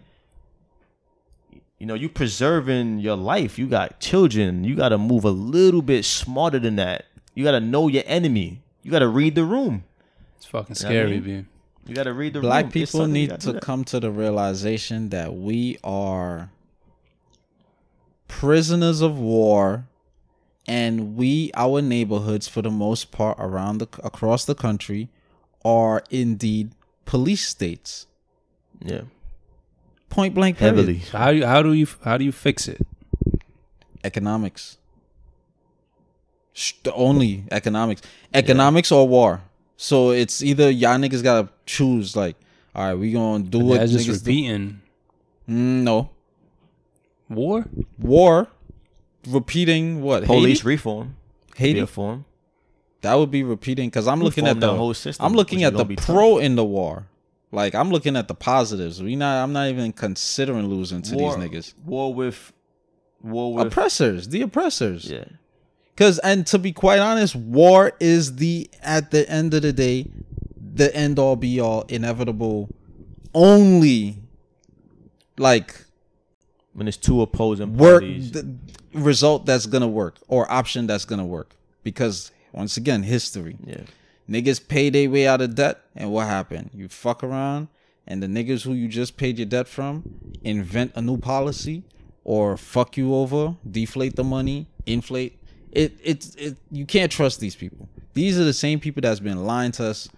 you know, you preserving your life. You got children. You got to move a little bit smarter than that. You got to know your enemy. You got to read the room. it's fucking know what I scary, mean? B. You gotta read the black room. It's people something you need gotta to do that. come to the realization that we are prisoners of war and we our neighborhoods for the most part around the across the country are indeed police states Yeah, point blank period. heavily. So how you how do you how do you fix it? economics Sh- the only economics economics or war so it's either y'all niggas gotta choose like all right we gonna do what That's just niggas do. repeating Mm, no war. war repeating what Police Haiti? reform, Haiti? reform. that would be repeating because I'm looking Reform at the the whole system, I'm looking which at is the gonna be pro in the war. Like I'm looking at the positives. We not. I'm not even considering losing to war, these niggas. War with, war with. oppressors, the oppressors. yeah, Cause and to be quite honest, war is the at the end of the day, the end all be all, inevitable, only like when it's two opposing work parties. th- result that's gonna work or option that's gonna work. Because once again, history. yeah, Niggas pay their way out of debt, and what happened? You fuck around, and the niggas who you just paid your debt from invent a new policy or fuck you over, deflate the money, inflate. It it's it you can't trust these people. These are the same people that's been lying to us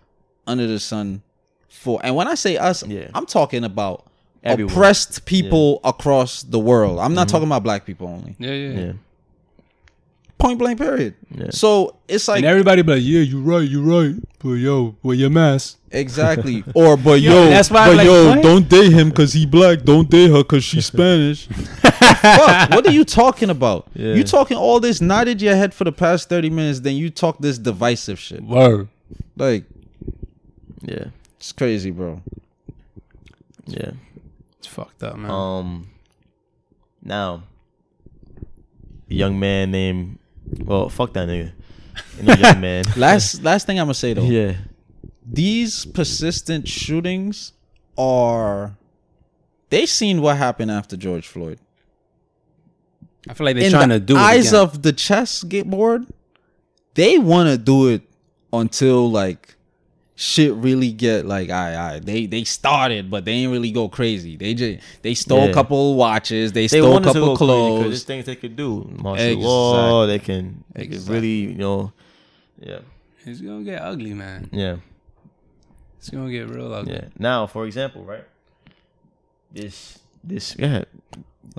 under the sun for and when I say us, Yeah. I'm talking about Everyone. oppressed people across the world. I'm not talking about black people only. Yeah, yeah. yeah. Point blank period. So it's like And everybody be like, yeah, you're right, you're right. But yo, with your mask. Exactly. Or but <laughs> yo, that's why I'm but like, yo, what? don't date him because he black. Don't date her because <laughs> she's Spanish. Fuck. What <laughs> are you talking about? Yeah. You talking all this nodded your head for the past thirty minutes, then you talk this divisive shit. Word. Like yeah, it's crazy, bro. yeah. It's fucked up, man. Um, now, a young man named well, fuck that nigga. And a <laughs> young man. Last last thing I'm gonna say though, yeah, these persistent shootings are they seen what happened after George Floyd. I feel like they're in trying the to do eyes it again. of the chess get board, they want to do it until like shit really get like I I they they started but they ain't really go crazy. They just they stole Yeah. a couple watches, they, they stole a want us to couple go clothes. There's clothes. things they could do. Martial law. They can, they can Exactly. really, you know. Yeah, It's gonna get ugly, man. yeah, It's gonna get real ugly. yeah. Now, for example, right? This, this, yeah.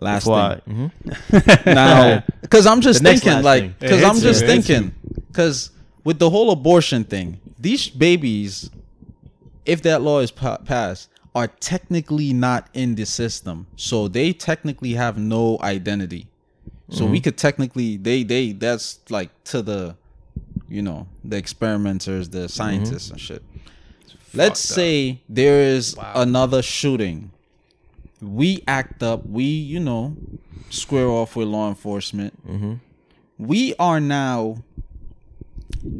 Last Why? thing Mhm. now, because I'm just The next thinking last like thing. because It I'm hits just you, it hits thinking because with the whole abortion thing, these babies, if that law is pa- passed. Are technically not in the system, so they technically have no identity. So Mm-hmm. we could technically they they that's like to the you know, the experimenters, the scientists and shit. Let's Mm-hmm. fucked up. say there is another shooting. We act up, we, you know, square off with law enforcement. We are now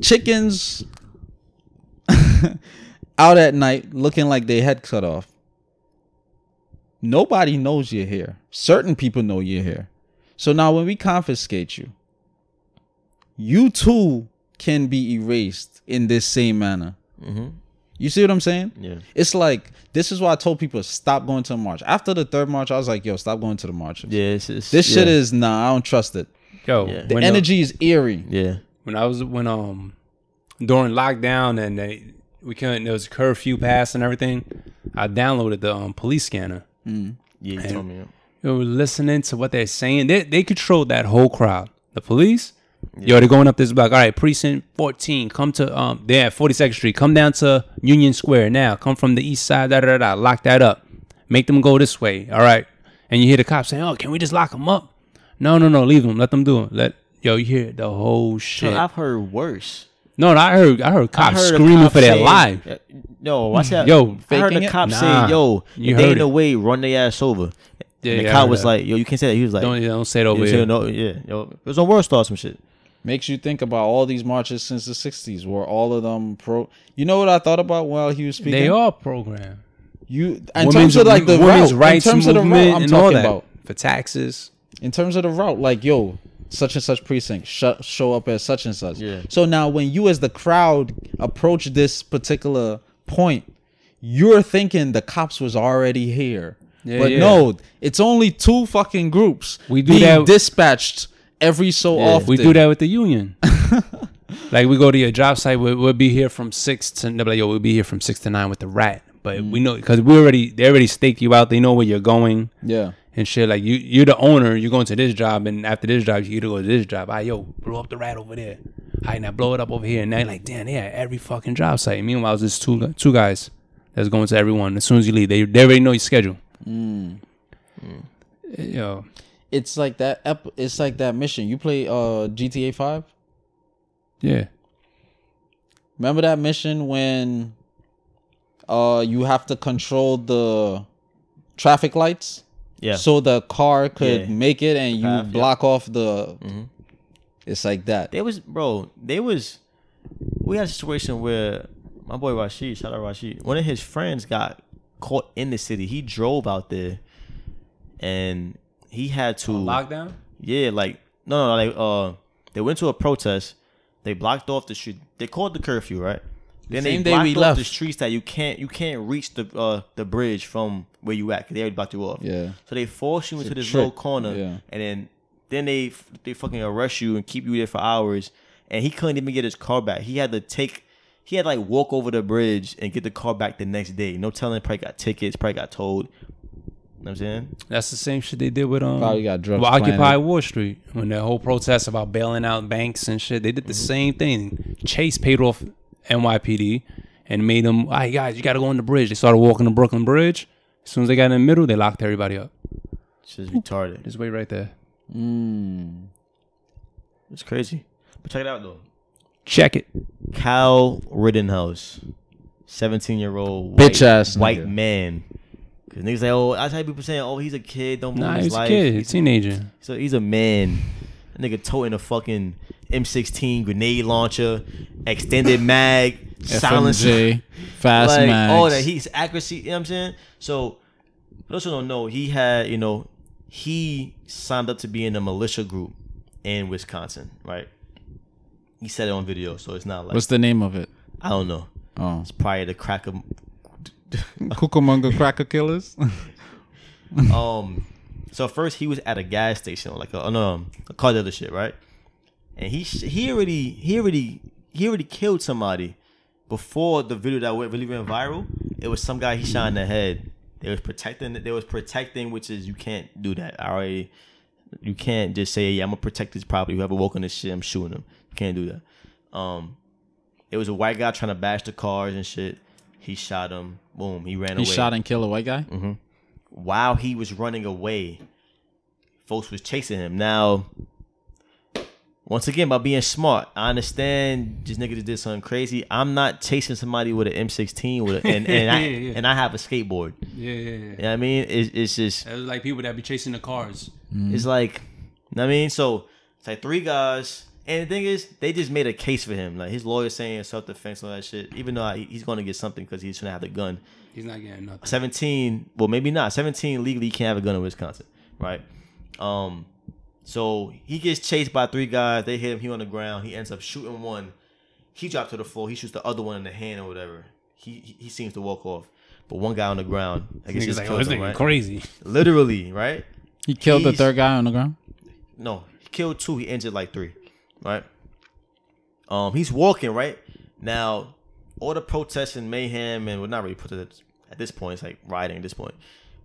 chickens <laughs> out at night looking like they head cut off. Nobody knows you're here. Certain people know you're here. So now when we confiscate you, you too can be erased in this same manner. You see what I'm saying? Yeah. It's like this is why I told people stop going to the march. After the third march, I was like, "Yo, stop going to the marches. Yeah, it's, it's, This yeah. shit is nah. I don't trust it. Yo, Yeah. The when energy is eerie. Yeah, when I was when um during lockdown and they we couldn't there was a curfew pass and everything, I downloaded the um, police scanner. yeah. You told me. that. They were listening to what they're saying. They they controlled that whole crowd. The police, yo, they're going up this block. All right, precinct fourteen, come to um, they're at Forty Second Street. Come down to Union Square now. Come from the east side. Da da da. da. Lock that up. Make them go this way. All right. And you hear the cops saying, "Oh, can we just lock them up?" No, no, no. Leave them. Let them do it. Let yo, you hear the whole shit. But I've heard worse. No, no, I heard I heard I cops heard a screaming cop for their say- life. Uh, No, I said, Yo, I heard faking a it? cop Nah. say, "Yo, You if they heard in it. the way, run their ass over." Yeah, and the yeah, I cop heard was that. like, "Yo, you can't say that." He was like, Don't yeah, don't say it over "You here. say no, yeah, yo, it was on World Star or some shit." Makes you think about all these marches since the '60s, where all of them pro. You know what I thought about while he was speaking? They are programmed. You in Women's- terms of like the women's route, rights in terms movement of the route, I'm and all talking that about. for taxes. in terms of the route, like yo, such and such precinct, sh- show up at such and such. Yeah. So now, when you as the crowd approach this particular point, you're thinking the cops was already here, Yeah, but yeah. no, it's only two fucking groups We do being that- dispatched every so often. We do that with the union. <laughs> like we go to your job site, we'll, we'll be here from six to they'll be like, yo, we'll be here from six to nine with the rat. But we know because we already they already staked you out. They know where you're going Yeah. and shit. Like you, you're the owner. You're going to this job, and after this job, you either go to this job. I yo, blow up the rat over there. I now blow it up over here. And now you're like, damn, yeah, every fucking job site. Meanwhile, it's just two two guys that's going to everyone. As soon as you leave, they they already know your schedule. Eh, Yo, It's like that. Ep- it's like that mission. You play uh GTA Five. yeah, Remember that mission when uh, you have to control the traffic lights Yeah. so the car could Yeah. make it and you Path, yeah. Mm-hmm. block off the. It's like that. They was bro. They was. We had a situation where my boy Rashid, shout out Rashid, one of his friends got caught in the city. He drove out there, and he had to Lockdown. Yeah, like no, no, like uh, they went to a protest. They blocked off the street. They called the curfew, right? Then Same they day blocked we off left. the streets that you can't you can't reach the uh the bridge from where you at because they already blocked you off. Yeah. So they force you into this trick. little corner, Yeah. and then then they f- they fucking arrest you and keep you there for hours. And he couldn't even get his car back. He had to take. He had to, like walk over the bridge and get the car back the next day. No telling, probably got tickets, probably got towed. You know what I'm saying? That's the same shit they did with um. Probably got drugs With Occupy planted. Wall Street when that whole protest about bailing out banks and shit. They did the same thing. Chase paid off NYPD and made them. All right, guys, you got to go on the bridge. They started walking the Brooklyn Bridge. As soon as they got in the middle, they locked everybody up. It's <laughs> just retarded. Just wait right there. It's crazy. But check it out though. Check it. Kyle Rittenhouse, seventeen year old Bitch ass white nigga. man. Cause niggas say, oh, I tell people saying, oh, he's a kid, don't move Nah, his he's a life. kid, teenager. So he's a man. That nigga toting a fucking M16 grenade launcher, extended mag, silencer, FMJ, fast like max. all that. He's accuracy. You know what I'm saying? So for those who don't know, he had you know he signed up to be in a militia group in Wisconsin, right? He said it on video, so it's not like What's the name <laughs> of it? I don't know. Oh, Prior to crack him. Cucamonga Cracker Killers. <clears throat> Um, so first he was at a gas station, like a, no, a car dealership, right? And he sh- he already he already he already killed somebody before the video that went really went viral. It was some guy he shot in the head. They was protecting. They was protecting, which is you can't do that. All right, you can't just say yeah, I'm gonna protect this property. Whoever woke on this shit, I'm shooting him. You can't do that. Um, it was a white guy trying to bash the cars and shit. He shot him. Boom. He ran he away shot and killed a white guy. Mm-hmm. while he was running away, folks was chasing him. Now, once again, by being smart, I understand this nigga just did something crazy. I'm not chasing somebody with an M16 with a, and <laughs> and I Yeah, yeah. and I have a skateboard. Yeah, yeah, yeah. You know what I mean? It's, it's just It was like people that be chasing the cars. it's like, you know what I mean? So it's like three guys. And the thing is, they just made a case for him. Like his lawyer saying self defense, all that shit. Even though I, he's going to get something because he's going to have the gun. He's not getting nothing. 17 well maybe not 17 legally you can't have a gun in wisconsin right um so he gets chased by three guys they hit him he on the ground he ends up shooting one he dropped to the floor he shoots the other one in the hand or whatever he he, he seems to walk off but one guy on the ground i guess Niggas he's like, oh, this nigga right? crazy. literally right He killed He's- the third guy on the ground. no, he killed two. He injured like three, right? Um, he's walking right now. All the protests and mayhem, and well, not really protests at this point. It's like rioting at this point.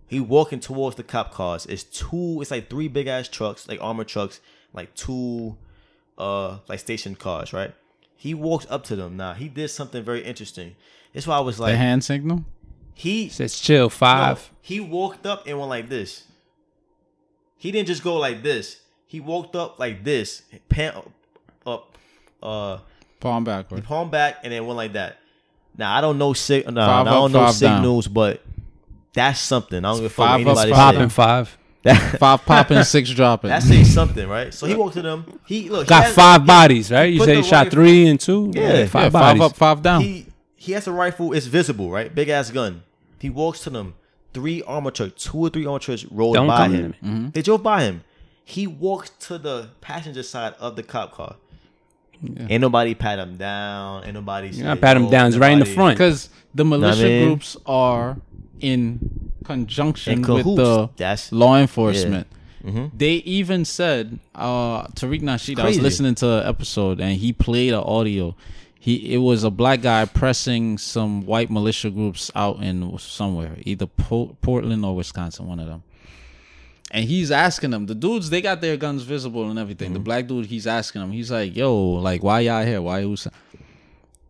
He walking towards the cop cars. It's two. It's like three big ass trucks, like armored trucks, like two, uh, like station cars, right? He walks up to them. Now he did something very interesting. That's why I was The like, hand signal. he Says chill no, five. he walked up and went like this. He didn't just go like this. He walked up like this, pan up, uh, Palm <laughs> backward. palm back, and then went like that. Now I don't know sig- nah, Five I don't up, know five down. signals, but that's something. I don't give a fuck what Five up, anybody five say. Popping five. That, Five popping, six dropping. that says something, right? So he walked to them. He look he Got has- five bodies, right? You put say the he shot right- three and two? Yeah, yeah, yeah, five five bodies. up, five down. He he has a rifle. It's visible, right? Big ass gun. He walks to them. Three armor trucks, two or three armor trucks rolled Don't by come to him. me. They drove by him. He walks to the passenger side of the cop car. Ain't nobody pat him down. Ain't nobody. "Oh, You're not patting him down. It's right in the front. Because the militia man. groups are in conjunction In with cahoots. the That's- Mm-hmm. law enforcement. They even said uh, Tariq Nasheed. I was crazy. listening to an episode and he played an audio. He it was a black guy pressing some white militia groups out in somewhere, either po- Portland or Wisconsin, one of them. And he's asking them, the dudes, they got their guns visible and everything. Mm-hmm. The black dude, he's asking them, he's like, yo, like, why y'all here? Why you?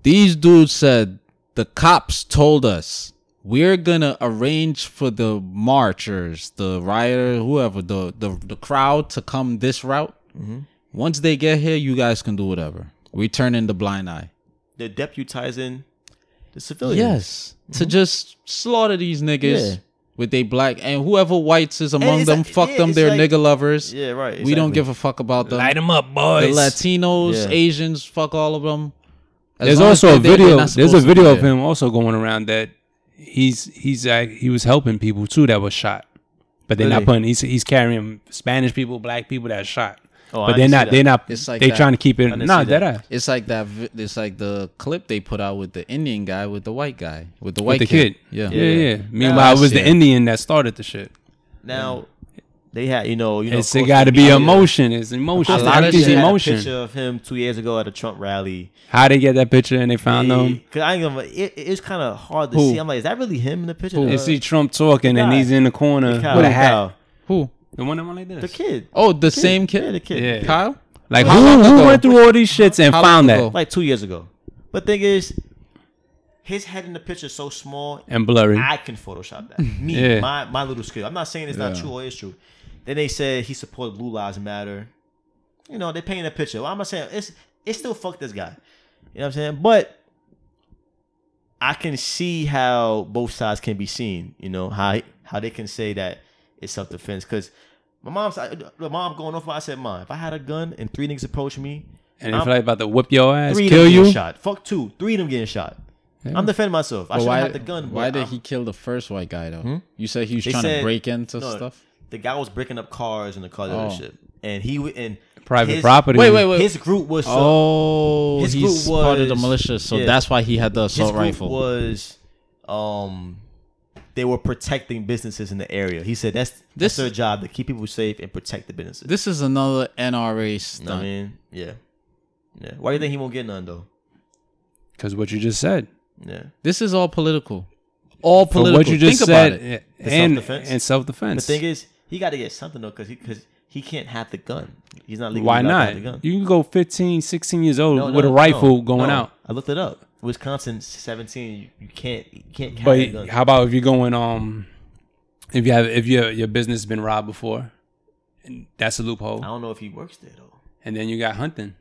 These dudes said the cops told us we're gonna arrange for the marchers, the rioter, whoever, the the, the crowd to come this route. Once they get here, you guys can do whatever. We turn in the blind eye. They're deputizing the civilians. Yes. to just slaughter these niggas Yeah. with they black and whoever whites is among it's them, like- fuck yeah, them, it's they're like- nigga lovers. Yeah, right. We don't exactly. give a fuck about them. them up, the boys. Latinos, Yeah. Asians, fuck all of them. As there's long as also a they're there, they're video. not There's a supposed to video be of there. him also going around that he's he's uh, he was helping people too that was shot, but they're Really? not putting. He's he's carrying Spanish people, black people that are shot, Oh, I but didn't they're see not. that. They're not. It's like they that. trying to keep it. didn't Nah, see that. that. that It's like that. vi- It's like the clip they put out with the Indian guy with the white guy with the white the kid. Yeah. yeah, yeah. Meanwhile, Nah, it was the shit. Indian that started the shit. Now they had you know you know It's it got to be emotion. It's emotion. A lot lot of of Everything's shit. emotion. emotion. Picture of him two years ago at a Trump rally. How they get that picture and they found them. Because I ain't gonna. It, it's kind of hard to Who? see. I'm like, is that really him in the picture? They Uh, see Trump talking and guy. he's in the corner Kyle, with a hat. Kyle. Who? The one that went like this. The kid. Oh, the same Yeah, kid. the kid. Yeah. Kyle. Like How who, long who ago? went through all these shits and How found long that ago? Like two years ago. But thing is, his head in the picture is so small. and blurry? I can Photoshop that. Me, Yeah. my my little skill. I'm not saying it's not Yeah. true or it's true. Then they said he supported Blue Lives Matter. You know, they painted a picture. Well, I'm not saying it's it's still fuck this guy. You know what I'm saying? But I can see how both sides can be seen. You know how how they can say that it's self defense because. My mom's the mom going off. I said, "Mom, if I had a gun and three niggas approach me, and I'm- if like about to whip your ass, three of kill them you. getting shot. Fuck two, three of them getting shot. Yeah. I'm defending myself. I But should why? Hmm? have the gun. why but did I'm- he kill the first white guy though? You said he was They trying to said- break into no. stuff. Oh. the guy was breaking up cars in the car dealership, and he w- and Private his- property. Wait, wait, wait. His group was uh, so, oh, his he's group part of the was- militia, so yeah. that's why he had the his assault group rifle. was um they were protecting businesses in the area. He said that's This- that's their job to keep people safe and protect the businesses. this is another NRA You know what I stunt. mean, yeah, yeah. Why do you think he won't get none though? Because what you just said. Yeah, This is all political. All For political. what you just Think said about it. yeah, and self-defense? and self the defense. thing is he got to get something though because he because he can't have the gun. He's not legally Why allowed to have not? the gun. You can go 15, 16 years old No, with no, a rifle no, going no. out. I looked it up. Wisconsin, seventeen. You, you can't you can't carry a But gun. how about if you're going um if you have if your your business has been robbed before? And that's a I loophole. don't know if he works there though. And then you got hunting.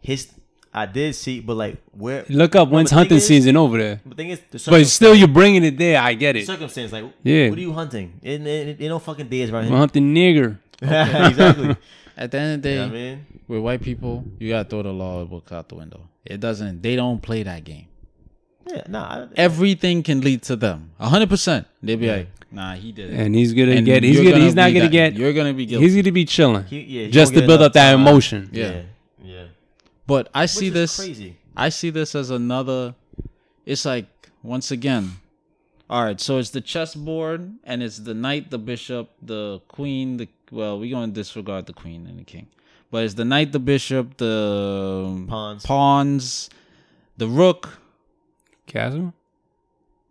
His I did see, but like where? Look up when's but the thing hunting is- season over there. But thing is, the circum- But still you're bringing it there, I get it. circumstance, like, Yeah. what are you hunting? And it, it don't fucking days around I'm here. hunting nigger. <laughs> exactly. You At the end of the day, know what I mean, with white people, you gotta throw the law book out the window. It doesn't. They don't play that game. yeah, nah. I, Everything can lead to them. hundred percent. They be like, Nah, he did it. And he's gonna And get he's you're gonna, he's be not gonna that- get You're gonna be guilty. he's gonna be chilling. He- yeah, he just gonna to get build enough up that time. emotion. yeah. yeah, yeah. But I Which see is this. crazy. I see this as another. It's like once again. All right, so it's the chessboard, and it's the knight, the bishop, the queen. The well, we're gonna disregard the queen and the king, but it's the knight, the bishop, the Pawns. pawns, the rook, Chasm?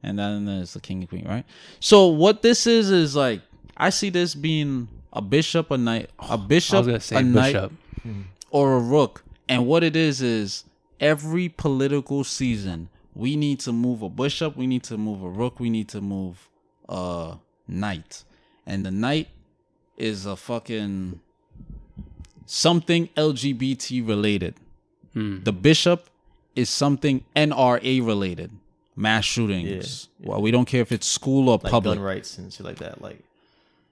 and then there's the king and queen, right? So what this is is like I see this being a bishop, a knight, a I was bishop, gonna say a knight, bishop. or a rook. And what it is is every political season, we need to move a bishop, we need to move a rook, we need to move a knight. And the knight is a fucking something LGBT related. Hmm. The bishop is something NRA related. Mass shootings. Well, we don't care if it's school or Like public. gun rights and shit like that. Like,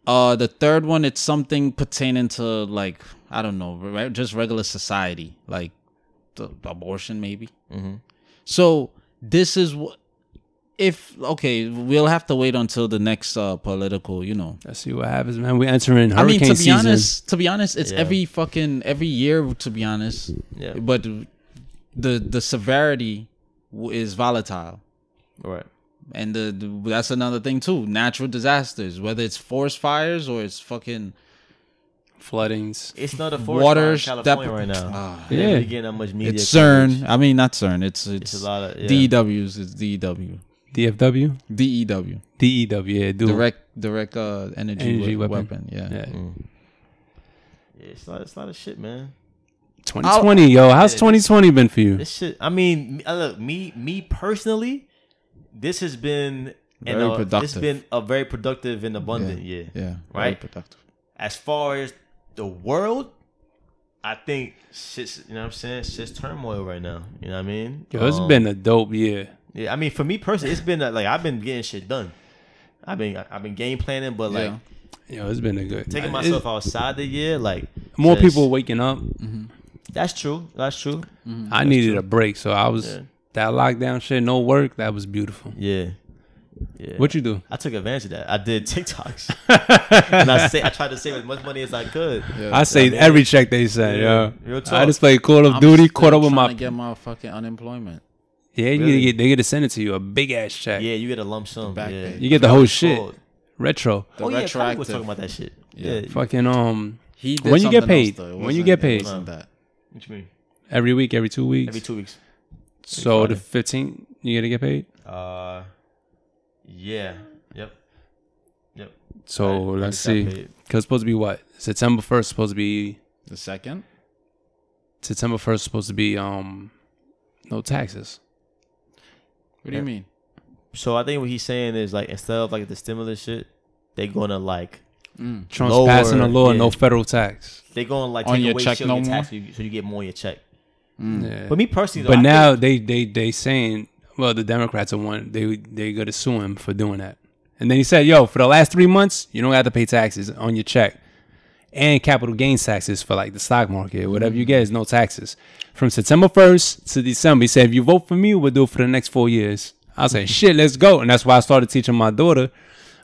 Uh, the third one, it's something pertaining to like I don't know, re- just regular society, like the abortion, maybe. So this is what if okay, we'll have to wait until the next uh political, you know. Let's see what happens, man. We're entering hurricane I mean, to be season. honest, to be honest, it's Yeah. every fucking every year. To be honest, Yeah. But the the severity w- is volatile all right. and the, the- that's another thing too. Natural disasters, whether it's forest fires or it's fucking Floodings. It's not a forest water. fire in California that- right now. Ah, Yeah, Yeah. you're getting that much media. it's coverage. CERN. I mean, not CERN. It's it's, It's a lot of yeah. DEWs. It's E DEW. DFW? DEW. DEW, E yeah, dude. E Direct direct uh, energy, Energy we- weapon. weapon. Yeah. Mm. Yeah. Yeah, it's a lot. It's a lot of shit, man. 2020, yo. How's 2020 been for you? This shit. I mean, me- uh, look, me, me personally, this has been and, Very uh, This productive. has been a very productive and abundant year. Yeah. Very Right. productive. As far as the world, I think shit's. You know what I'm saying? Shit's turmoil right now. You know what I mean? Yo, it's Um, been a dope year. Yeah, I mean, for me personally, it's been uh, like I've been getting shit done. I've been I- I've been game planning, but like Yeah. Yo, it's been a good. taking It's- myself outside the year, like More just- people waking up. Mm-hmm. That's true. That's true. I needed a break, so I was Yeah. that lockdown shit. No work. That was beautiful. Yeah. Yeah. What you do? I took advantage of that. I <laughs> did TikToks, and I say I tried to save as much money as I could. I saved every check they sent. Yeah, Yeah, real I talk. just played Call of I'm Duty, still caught up with trying my. to get my fucking unemployment. yeah, you Really? gonna get they gonna send it to you a big ass check. Yeah, you get a lump sum. Back yeah. pay. you get the whole shit Oh, retro. The oh yeah, Kanye was retroactive. talking about that shit. Yeah. Yeah. Fucking um, He did When you get something else, paid. though. It When you get wasn't- it paid. wasn't that. What you mean? every week, every two weeks. Every two weeks. so the fifteenth, you gonna get paid. Uh, yeah. Yep. Yep. So Right, I let's just got see, because paid. it's supposed to be what September first supposed to be The second? September first supposed to be um, no taxes. What do you mean? So I think what he's saying is like instead of like the stimulus shit, they're gonna like Trump's Lower, passing a law, no yeah. federal tax. they're gonna like On take your away check shit no on your more? tax, so you, so you get more Mm. on your check. Yeah. But me personally, though, But I think- now they they they saying well the Democrats are one they they gonna sue him for doing that. And then he said, "Yo, for the last three months, you don't have to pay taxes on your check, and capital gains taxes for like the stock market, whatever you get is no taxes." From September first to December, he said, "If you vote for me, we'll do it for the next four years." I said, "Shit, let's go!" And that's why I started teaching my daughter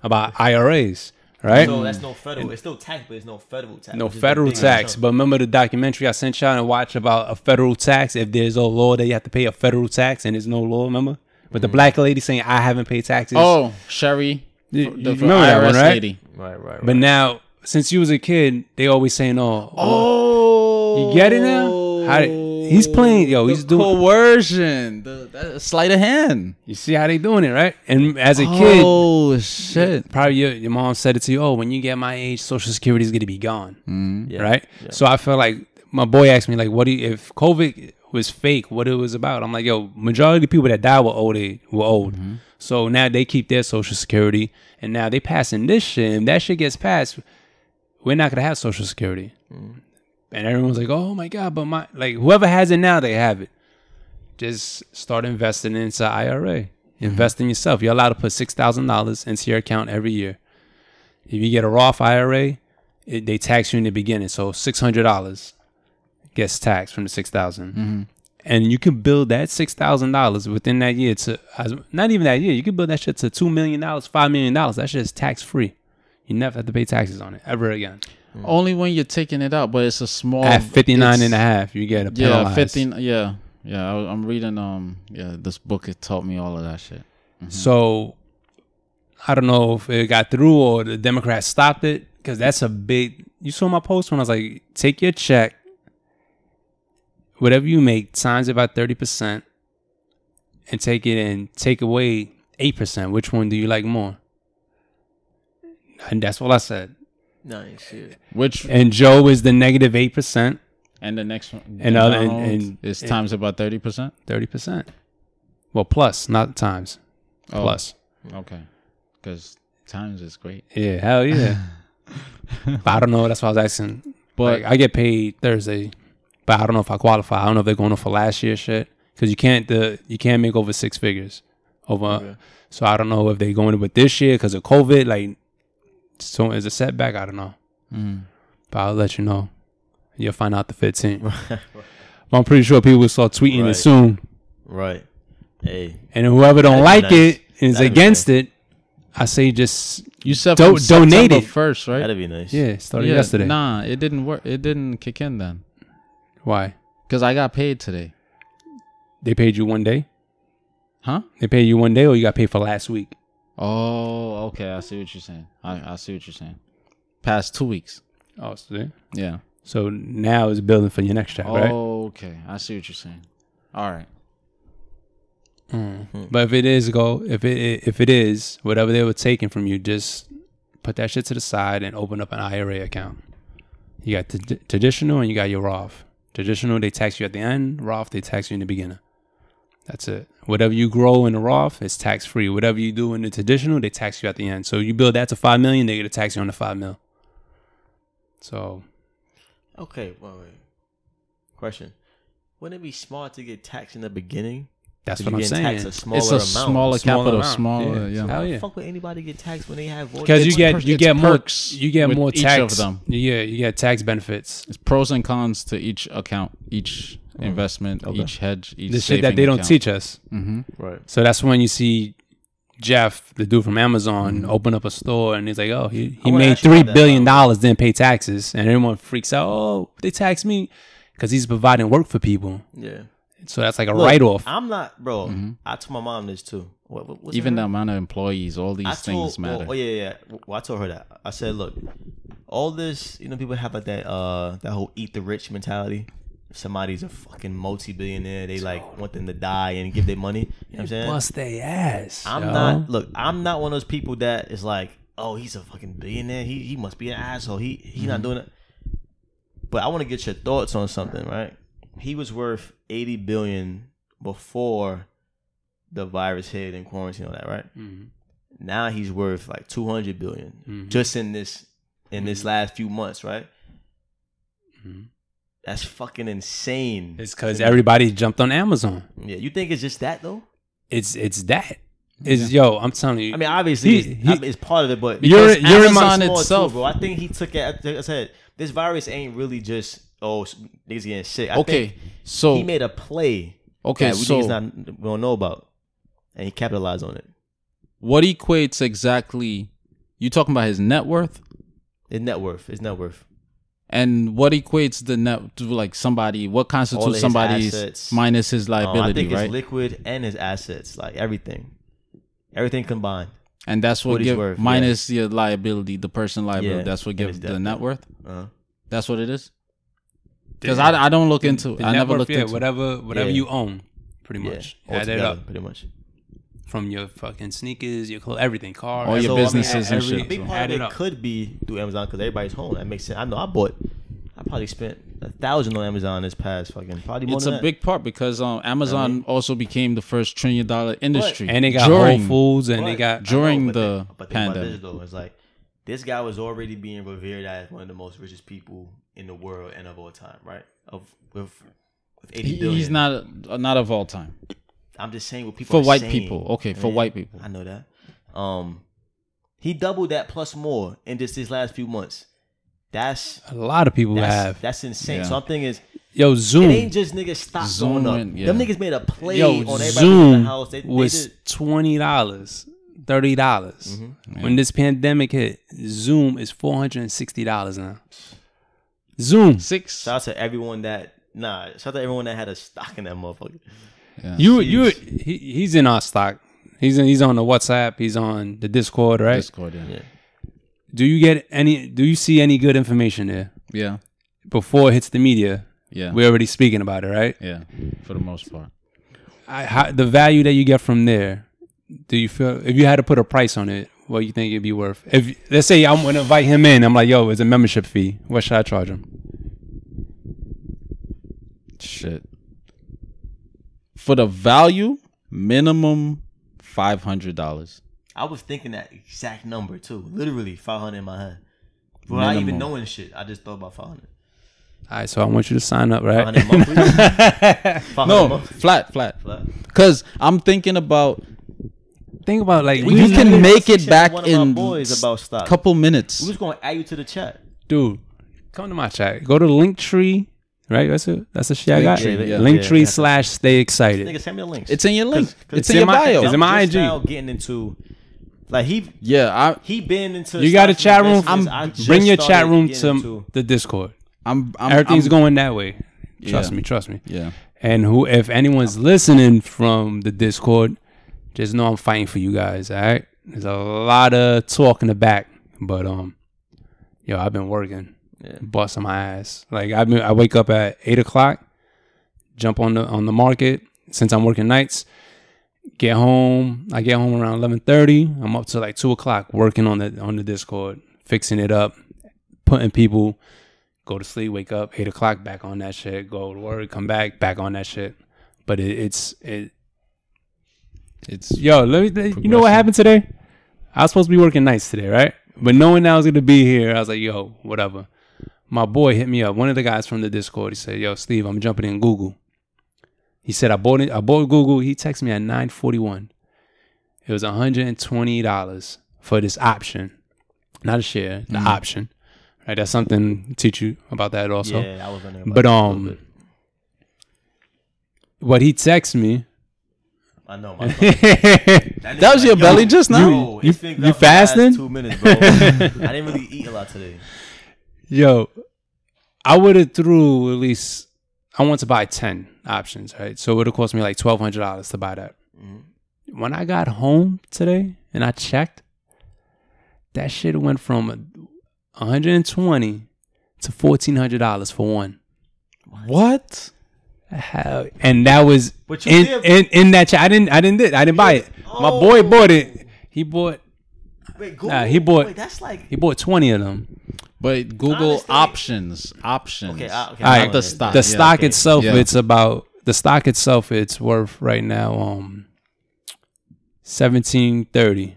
about IRAs. Right? so that's no federal. It's still tax, but it's no federal tax. No which is the federal big tax, chunk. but remember the documentary I sent y'all to watch about a federal tax. If there's no law, they have to pay a federal tax, and there's no law. Remember, but the black lady saying I haven't paid taxes. Mm-hmm. Oh, Sherry. You- f- you The f- remember that one, IRS right? lady. right, right, but now since you was a kid, they always saying, "Oh, oh, Oh. you get it now." How did- he's playing, yo, The he's doing. coercion. The, that, sleight of hand. You see how they doing it, right? And as a kid, Oh shit. probably your, your mom said it to you. Oh, when you get my age, Social Security is gonna be gone. Yeah. right? So I feel like my boy asked me like, "What do you, if COVID was fake? What it was about?" I'm like, "Yo, majority of people that died were old age, were old. So now they keep their social security, and now they passing this shit. And if that shit gets passed, we're not gonna have social security." Mm. And everyone's like, "Oh my god!" But my like whoever has it now, they have it. Just start investing into IRA. Mm-hmm. Invest in yourself. You're allowed to put six thousand dollars into your account every year. If you get a Roth IRA, it, they tax you in the beginning. So six hundred dollars gets taxed from the six Mm-hmm. and you can build that six thousand dollars within that year to as- not even that year. You can build that shit to two million dollars, five million dollars. That shit is tax free. You never have to pay taxes on it ever again. Only when you're taking it out, but it's a small. At 59 it's- and a half, you get a Yeah, penalized. fifteen. Yeah, yeah. I, I'm reading. Um, yeah, this book. It taught me all of that shit. So I don't know if it got through or the Democrats stopped it because that's a big. You saw my post when I was like, take your check, whatever you make, times it by thirty percent, and take it and take away eight percent. Which one do you like more? And that's what I said. Nice shit. Which And Joe is the negative eight percent, and the next one. And other- and- Donald and- is times about thirty percent. thirty percent. Well, plus, not times, plus. Oh, Okay, because times is great. Yeah, <laughs> hell yeah. but I don't know. That's why I was asking. But But- I get paid Thursday, but I don't know if I qualify. I don't know if they're going up for last year's shit because you can't the you can't make over six figures over. So I don't know if they're going with this year because of COVID. Like, so is a setback. I don't know. Mm. But I'll let you know. You'll find out <laughs> the 15th. but I'm pretty sure people will start tweeting it Right. soon. Right. Hey. And whoever don't That'd like be nice. it and is That'd be against it, I say just You said Do- from September donated. first, right? That'd be nice. yeah. Started yesterday. Nah, it didn't work. It didn't kick in then Why? because I got paid today. They paid you one day. Huh? They paid you one day, or you got paid for last week. Oh, okay. I see what you're saying. I, I see what you're saying. Past two weeks. Oh, so, Yeah. so now it's building for your next check, right? Okay. I see what you're saying. All right. But if it is go, if it if it is whatever they were taking from you, just put that shit to the side and open up an IRA account. You got t- traditional and you got your Roth. Traditional they tax you at the end. Roth they tax you in the beginning. That's it. Whatever you grow in the Roth is tax free. Whatever you do in the traditional, they tax you at the end. So you build that to five million, they get to tax you on the five mil. So Okay. Wait, wait. Question: Wouldn't it be smart to get taxed in the beginning That's But what you getting I'm saying. taxed a smaller It's a amount. smaller capital, amount. smaller. Yeah. Yeah. Hell yeah. Fuck would anybody get taxed when they have all Because the- you It's get per- you it's get more perks you get with more each tax of them. Yeah, you get tax benefits. It's pros and cons to each account, each investment, each hedge, each Oh, the shit that they don't teach us. right? So that's when you see Jeff, the dude from Amazon, Mm-hmm. open up a store and he's like, "Oh, he, he wanna made ask you about three that, billion dollars, didn't pay taxes," and everyone freaks out. Oh, they tax me because he's providing work for people. Yeah. So that's like a Look, write off. Mm-hmm. I'm not, bro. I told my mom this too. What, what, what's Even her the name? amount of employees, all these I things told, matter. Well, oh yeah, yeah. yeah. Well, I told her that. I said, look, all this, you know, people have like that, uh, that whole eat the rich mentality. If somebody's a fucking multi-billionaire, they like want them to die and give their money. You know what I'm saying? Bust their ass. I'm yo. not. Look, I'm not one of those people that is like, oh, he's a fucking billionaire. He he must be an asshole. He he's not doing it. But I want to get your thoughts on something, right? He was worth eighty billion before the virus hit and quarantine and all that, right? Mhm. Now he's worth like two hundred Mhm. just in this in this last few months, right? Mhm. That's fucking insane. It's because everybody jumped on Amazon. yeah, you think it's just that though? It's it's that. It's yo. I'm telling you. I mean, obviously, He- it's, he- I mean, it's part of it, but You're- because you're in Amazon's my- Amazon small itself. bro. I think he took it. Like I said, this virus ain't really just oh s- niggas getting sick. I Okay, think so he made a play. okay, that we so niggas not, we don't know about, and he capitalized on it. what equates exactly? You talking about his net worth, His net worth, his net worth. and what equates the net to like somebody? All What of constitutes his somebody's assets. minus his Um, I liability, think right? his liquid and his assets, like everything, everything combined. and that's what, what he's give worth, yeah. minus your liability, the person liability. Yeah, That's what and gives his the debt. net worth. Uh-huh. That's what it is. Because I, I don't look into. The I net never worth, looked yeah, into. whatever whatever Yeah. you own, pretty Yeah, much. all Add it up together, pretty much. from your fucking sneakers, your clothes, everything, cars, All your So, I mean, businesses and every- A shit. big so- part add of it it up. could be through Amazon because everybody's home. That makes sense. I know I bought. I probably spent a thousand on Amazon this past fucking probably more It's than a that. big part because um, Amazon also became the first trillion dollar industry. and they got during, Whole Foods and they Right. I got know, during but the think- but think about pandemic. This though, it's like this guy was already being revered as one of the most richest people in the world and of all time, right? Of with with eighty He- billion. He's not uh, not of all time I'm just saying what people for are white saying. people. Okay, for Yeah, white people. I know that. Um, he doubled that plus more in just these last few months. That's a lot of people that's, have. that's insane. Yeah. So I'm thinking is Yo, It Zoom. ain't just niggas stop Zoom going up. went- yeah. Them niggas made a play Yo, on everybody in Zoom the house. They, they was did- twenty dollars, thirty dollars. Mm-hmm. When this pandemic hit, Zoom is four hundred and sixty dollars now. Zoom. Six. shout out to everyone that nah. Shout out to everyone that had a stock in that motherfucker. You you he, he's in our stock. He's in, he's on the WhatsApp. He's on the Discord, right? Discord. Yeah. Yeah. yeah. Do you get any? Do you see any good information there Yeah. before it hits the media? Yeah. We're already speaking about it, right? For the most part. I, how, the value that you get from there, do you feel if you had to put a price on it, what you think it'd be worth? If let's say I'm gonna invite him in, I'm like, yo, it's a membership fee. What should I charge him? Shit. For the value, minimum five hundred dollars. I was thinking that exact number too. Literally five hundred in my head. Without even Minimum. knowing shit, I just thought about five <laughs> hundred. All right, so I want you to sign up, right? Five hundred monthly. Five hundred No, monthly. flat, flat. Like, Cause I'm thinking about <laughs> Think about like We we You we can had a make conversation it with back one of my in boys about a stock. couple minutes. Who's gonna add you to the chat? dude, come to my chat. Go to Linktree, right? That's it. That's the shit I got. Linktree, yeah. Linktree Yeah. slash Stay Nigga, Excited. send me the links. It's in your link. 'cause it's in your my- bio. it's in my I'm just IG. Now getting into like he yeah, I, he been into. You got a stocks and chat room. investments. I just bring your started chat room getting to into- the Discord. I'm, I'm Everything's I'm- going that way. Trust Yeah. me. Trust me. Yeah, And who, if anyone's listening from the Discord, just know I'm fighting for you guys. All right, there's a lot of talk in the back, but um, yo, I've been working, busting my ass. Like I've been, I wake up at eight o'clock, jump on the on the market since I'm working nights. Get home. I get home around eleven thirty. I'm up to like two o'clock working on the on the Discord, fixing it up, putting people go to sleep, wake up, eight o'clock, back on that shit, go to work, come back, back on that shit. But it, it's it. it's Yo, let me. You know what happened today? I was supposed to be working nights today, right? But knowing that I was gonna be here, I was like, yo, whatever. My boy hit me up. One of the guys from the Discord. He said, yo, Steve, I'm jumping in Google. He said I bought it. I bought Google. He texted me at nine forty one. It was one hundred and twenty dollars for this option, not a share, the option. Right, that's something to teach you about that also. I was wondering. but um, what he texted me. <laughs> I know. <laughs> My That was your belly just now? Yo, You- it's been up you for the last fasting? Two minutes, <laughs> bro. I didn't really eat a lot today. Yo, I would have threw at least. I want to buy ten options, right? So it would have cost me like twelve hundred dollars to buy that. Mm-hmm. When I got home today and I checked, that shit went from one hundred and twenty to fourteen hundred dollars for one. What? How- and that was But you in, did- Oh. in in that. ch- I didn't. I didn't. Did, I didn't buy it. My boy bought it. He bought. Wait, Nah, he bought- wait, that's like. <laughs> He bought twenty of them. But Google Honestly- options, options. Okay, I- okay. Alright, I Not the understand. stock. the Ah, yeah, stock okay. itself Yeah. it's about the stock itself it's worth right now um 1730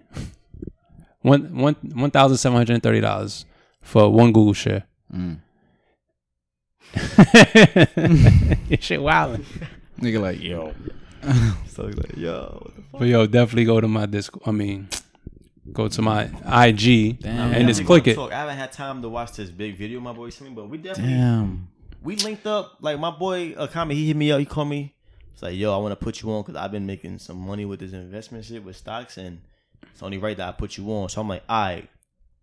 one one one thousand seven hundred and thirty dollars for one google share Mm. <laughs> shit wilding Nigga, like yo, So like, yo, what the fuck? but yo definitely go to my disc i mean go to my ig Damn. and just We click gonna it talk. I haven't had time to watch this big video my boy sent me, but we definitely damn. we linked up. Like my boy uh, Kami, he hit me up. He called me. It's like, yo, I want to put you on because I've been making some money with this investment shit with stocks, and it's only right that I put you on. So I'm like, all right,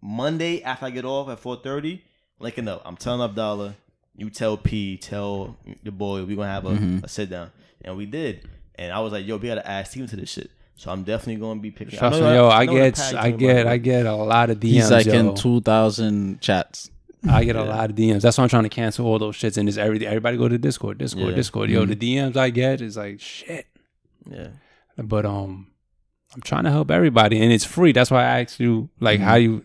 Monday after I get off at 4:30, linking up. I'm telling up dollar. You tell P, tell the boy, we gonna have a, Mm-hmm. a sit down, and we did. And I was like, yo, we gotta add Steven to this shit. So I'm definitely gonna be picking. Trust know me, that- yo, I know that get, Pat I talking about get, it. I get a lot of DMs. He's like yo. in two thousand chats. I get a lot of DMs. That's why I'm trying to cancel all those shits. And it's every everybody go to Discord, Discord, Yeah. Discord. Yo, Mm-hmm. the DMs I get is like shit. Yeah. But um, I'm trying to help everybody, and it's free. That's why I asked you like how you.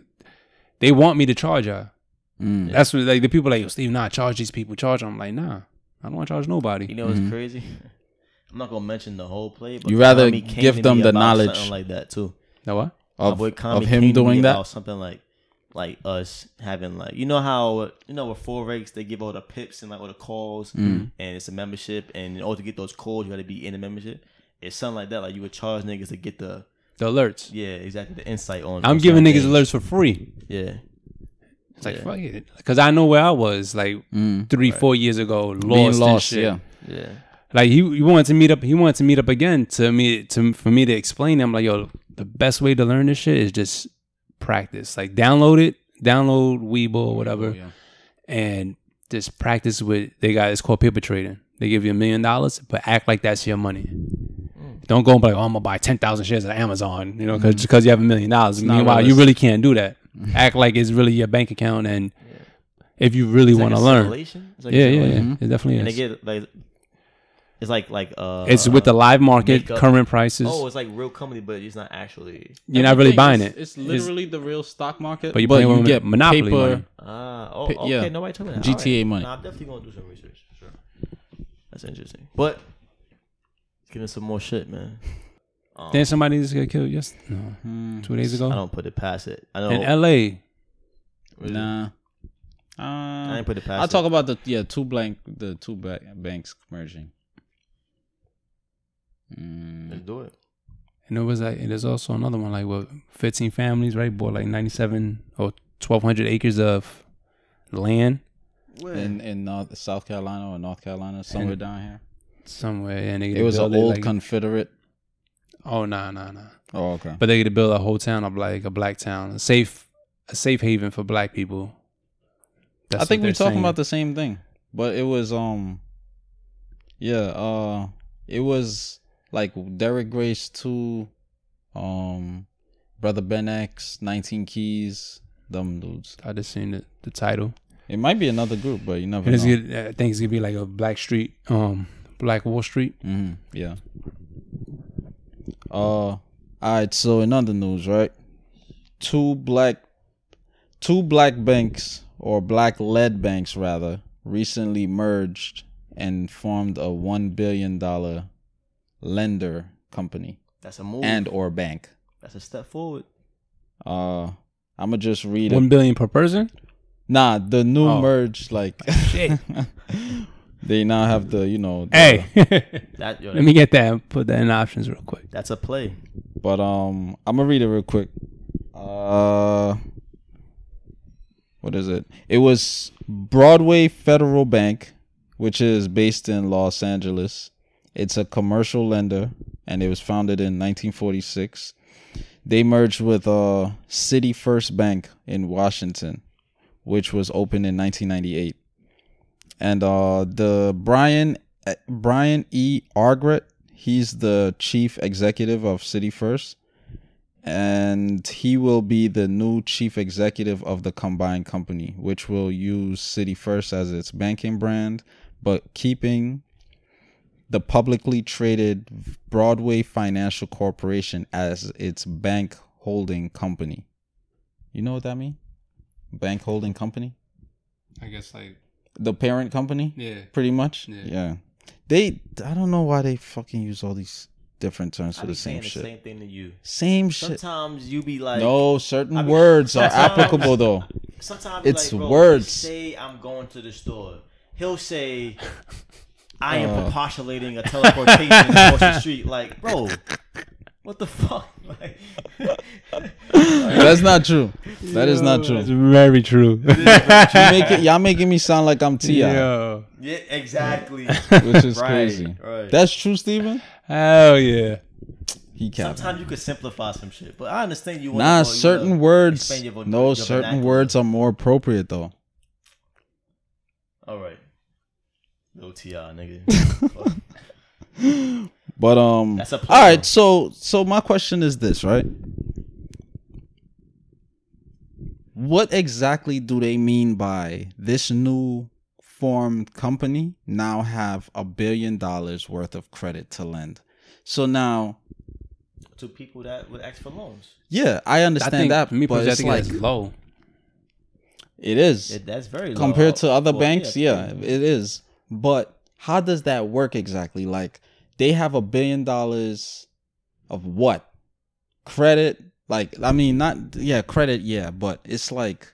They want me to charge you. Mm-hmm. Mm. That's what like the people like yo Steve. Nah, charge these people. Charge. 'em." I'm like nah. I don't want to charge You nobody. know what's crazy? <laughs> I'm not gonna mention the whole play, but You rather Konami came give to them me the about knowledge. something like that too. Know what? My Of, boy Konami of came him to me doing about that. something like like us having like you know how you know with four rakes they give all the pips and like all the calls and it's a membership and in order to get those calls you got to be in the membership. It's something like that. Like you would charge niggas to get the The alerts. yeah exactly the insight on. I'm on giving certain niggas things. alerts for free. Yeah, It's like Yeah. fuck it, because I know where I was like Mm. three, four years ago, lost, Being and lost, shit. yeah. yeah. like he, he wanted to meet up he wanted to meet up again to me to for me to explain i'm like yo the best way to learn this shit is just practice like download it download weebo or whatever yeah. and just practice with they got it's called paper trading they give you a million dollars but act like that's your money Mm. don't go and be like, oh, I'm gonna buy ten thousand shares of Amazon, you know, because you have a million dollars. Meanwhile, you realistic. really can't do that. Mm. Act like it's really your bank account, and if you really want to learn, Simulation? It's like a yeah, yeah, yeah, simulation. it definitely And is. they get like it's like like uh It's with the live market, makeup. current prices. oh it's like real comedy but it's not actually You're not really buying it. It's literally the real stock market. but you're playing with Monopoly money. Ah, oh, Pi- okay. yeah. Nobody told me that. GTA Alright. money. Nah, I'm definitely gonna do some research. for Sure. That's interesting. But let's get into some more shit, man. Um, Then somebody just got killed. Yes, no, Hmm. two days I ago don't put it past it. I know. in L.A. really. Nah. Uh, I ain't put it past. I'll it. talk about the yeah two blank the two ba- banks merging. Let's do it. And there was like, and there's also another one like with 15 families, right? Bought like 97 or 1,200 acres of land in in North, South Carolina or North Carolina, somewhere And- down here. somewhere, and they get It to was an build it, old like- Confederate. oh no no no! Oh, okay. But they get to build a whole town of like a black town, a safe, a safe haven for black people. That's I think what we're they're talking saying. about the same thing, but it was um, yeah, uh, it was like Derek Grace two, um, brother Ben X, Nineteen Keys, them dudes. I just seen the, the title. It might be another group, but you never And know. it's gonna, I think it's gonna be like a Black Street, um, Black Wall Street. Mhm, yeah. Uh, all right. So in other news, right? Two black, two black banks or black led banks rather recently merged and formed a one billion dollar lender company That's a move. and or bank. That's a step forward. Uh, I'm gonna just read it. One billion per person. Nah, the new Oh. merge like <laughs> They now have the you know. the- Hey, That, yo, <laughs> let me get that. Put that in options real quick. that's a play. But um, I'm gonna read it real quick. Uh, what is it? It was Broadway Federal Bank, which is based in Los Angeles. It's a commercial lender, and it was founded in 1946. They merged with uh, City First Bank in Washington, which was opened in 1998. And uh, the Brian uh, Brian E. Argret, he's the chief executive of City First, and he will be the new chief executive of the combined company, which will use City First as its banking brand, but keeping the publicly traded Broadway Financial Corporation as its bank holding company. You know what that means? Bank holding company? I guess like The parent company? yeah. pretty much. Yeah. Yeah. They I don't know why they fucking use all these different terms I for be the same saying the shit. same thing to you. Same, shit. Sometimes you be like, no, certain I be- <laughs> words are sometimes- applicable though. Sometimes It's like, bro, words. Say I'm going to the store. He'll say, "I am Uh. postulating a teleportation across the street." Like, bro, what the fuck? <laughs> Like, That's not true. That is not It's true. very true. You make it, y'all making me sound like I'm Ti, Yo, yeah, <laughs> exactly. which is Right, crazy. right. That's true, Steven? hell yeah. He can't. Sometimes you could simplify some shit, but I understand you. wanna Nah, go, you certain know, words. expand your vo- No, your certain vernacular. words are more appropriate though. All right, little Ti <laughs> nigga. Fuck. But um, That's a all plural. right. So so my question is this, right? What exactly do they mean by this new formed company now have a billion dollars worth of credit to lend? So now, to people that would ask for loans, yeah, I I understand think that, me but it's projecting like is low. it is. Yeah, that's very low. compared to other uh, Well, banks yeah, it is but how does that work exactly like they have a billion dollars of what credit like i mean not yeah credit yeah but it's like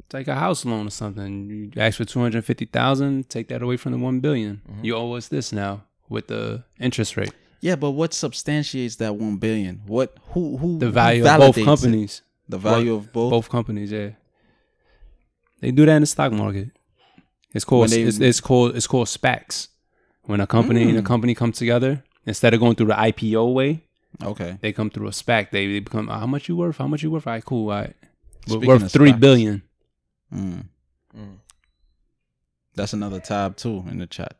It's like a house loan or something. You ask for two hundred fifty thousand, take that away from the one billion. Mm-hmm. You owe us this now with the interest rate, yeah but what substantiates that one billion what who who the who value of both Mm-hmm. validates it? companies. the value of both, both companies. Yeah, they do that in the stock market. It's When called they- it's, it's called it's called SPACs. When a company Mm. and a company come together, instead of going through the IPO way, okay they come through a SPAC. They, they become "Ah, how much you worth? How much you worth? All right, cool. All right, We're Speaking worth of three SPACs. billion. Mm. Mm. that's another tab too in the chat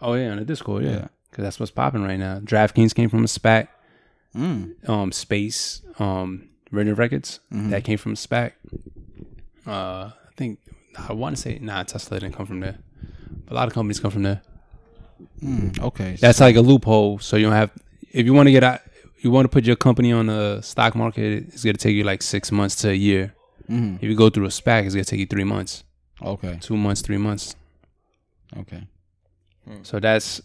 Oh yeah, on the Discord, yeah, Yeah. because that's what's popping right now. DraftKings came from a SPAC. mm. Mm-hmm. um space um radio records that came from SPAC. Uh I think I want to say nah Tesla didn't come from there. But a lot of companies come from there. Mm. okay That's like a loophole so you don't have if you want to get out you want to put your company on the stock market it's going to take you like 6 months to a year. Mhm. If you go through a SPAC it's going to take you 3 months, okay 2 months, 3 months. okay Mm. So that's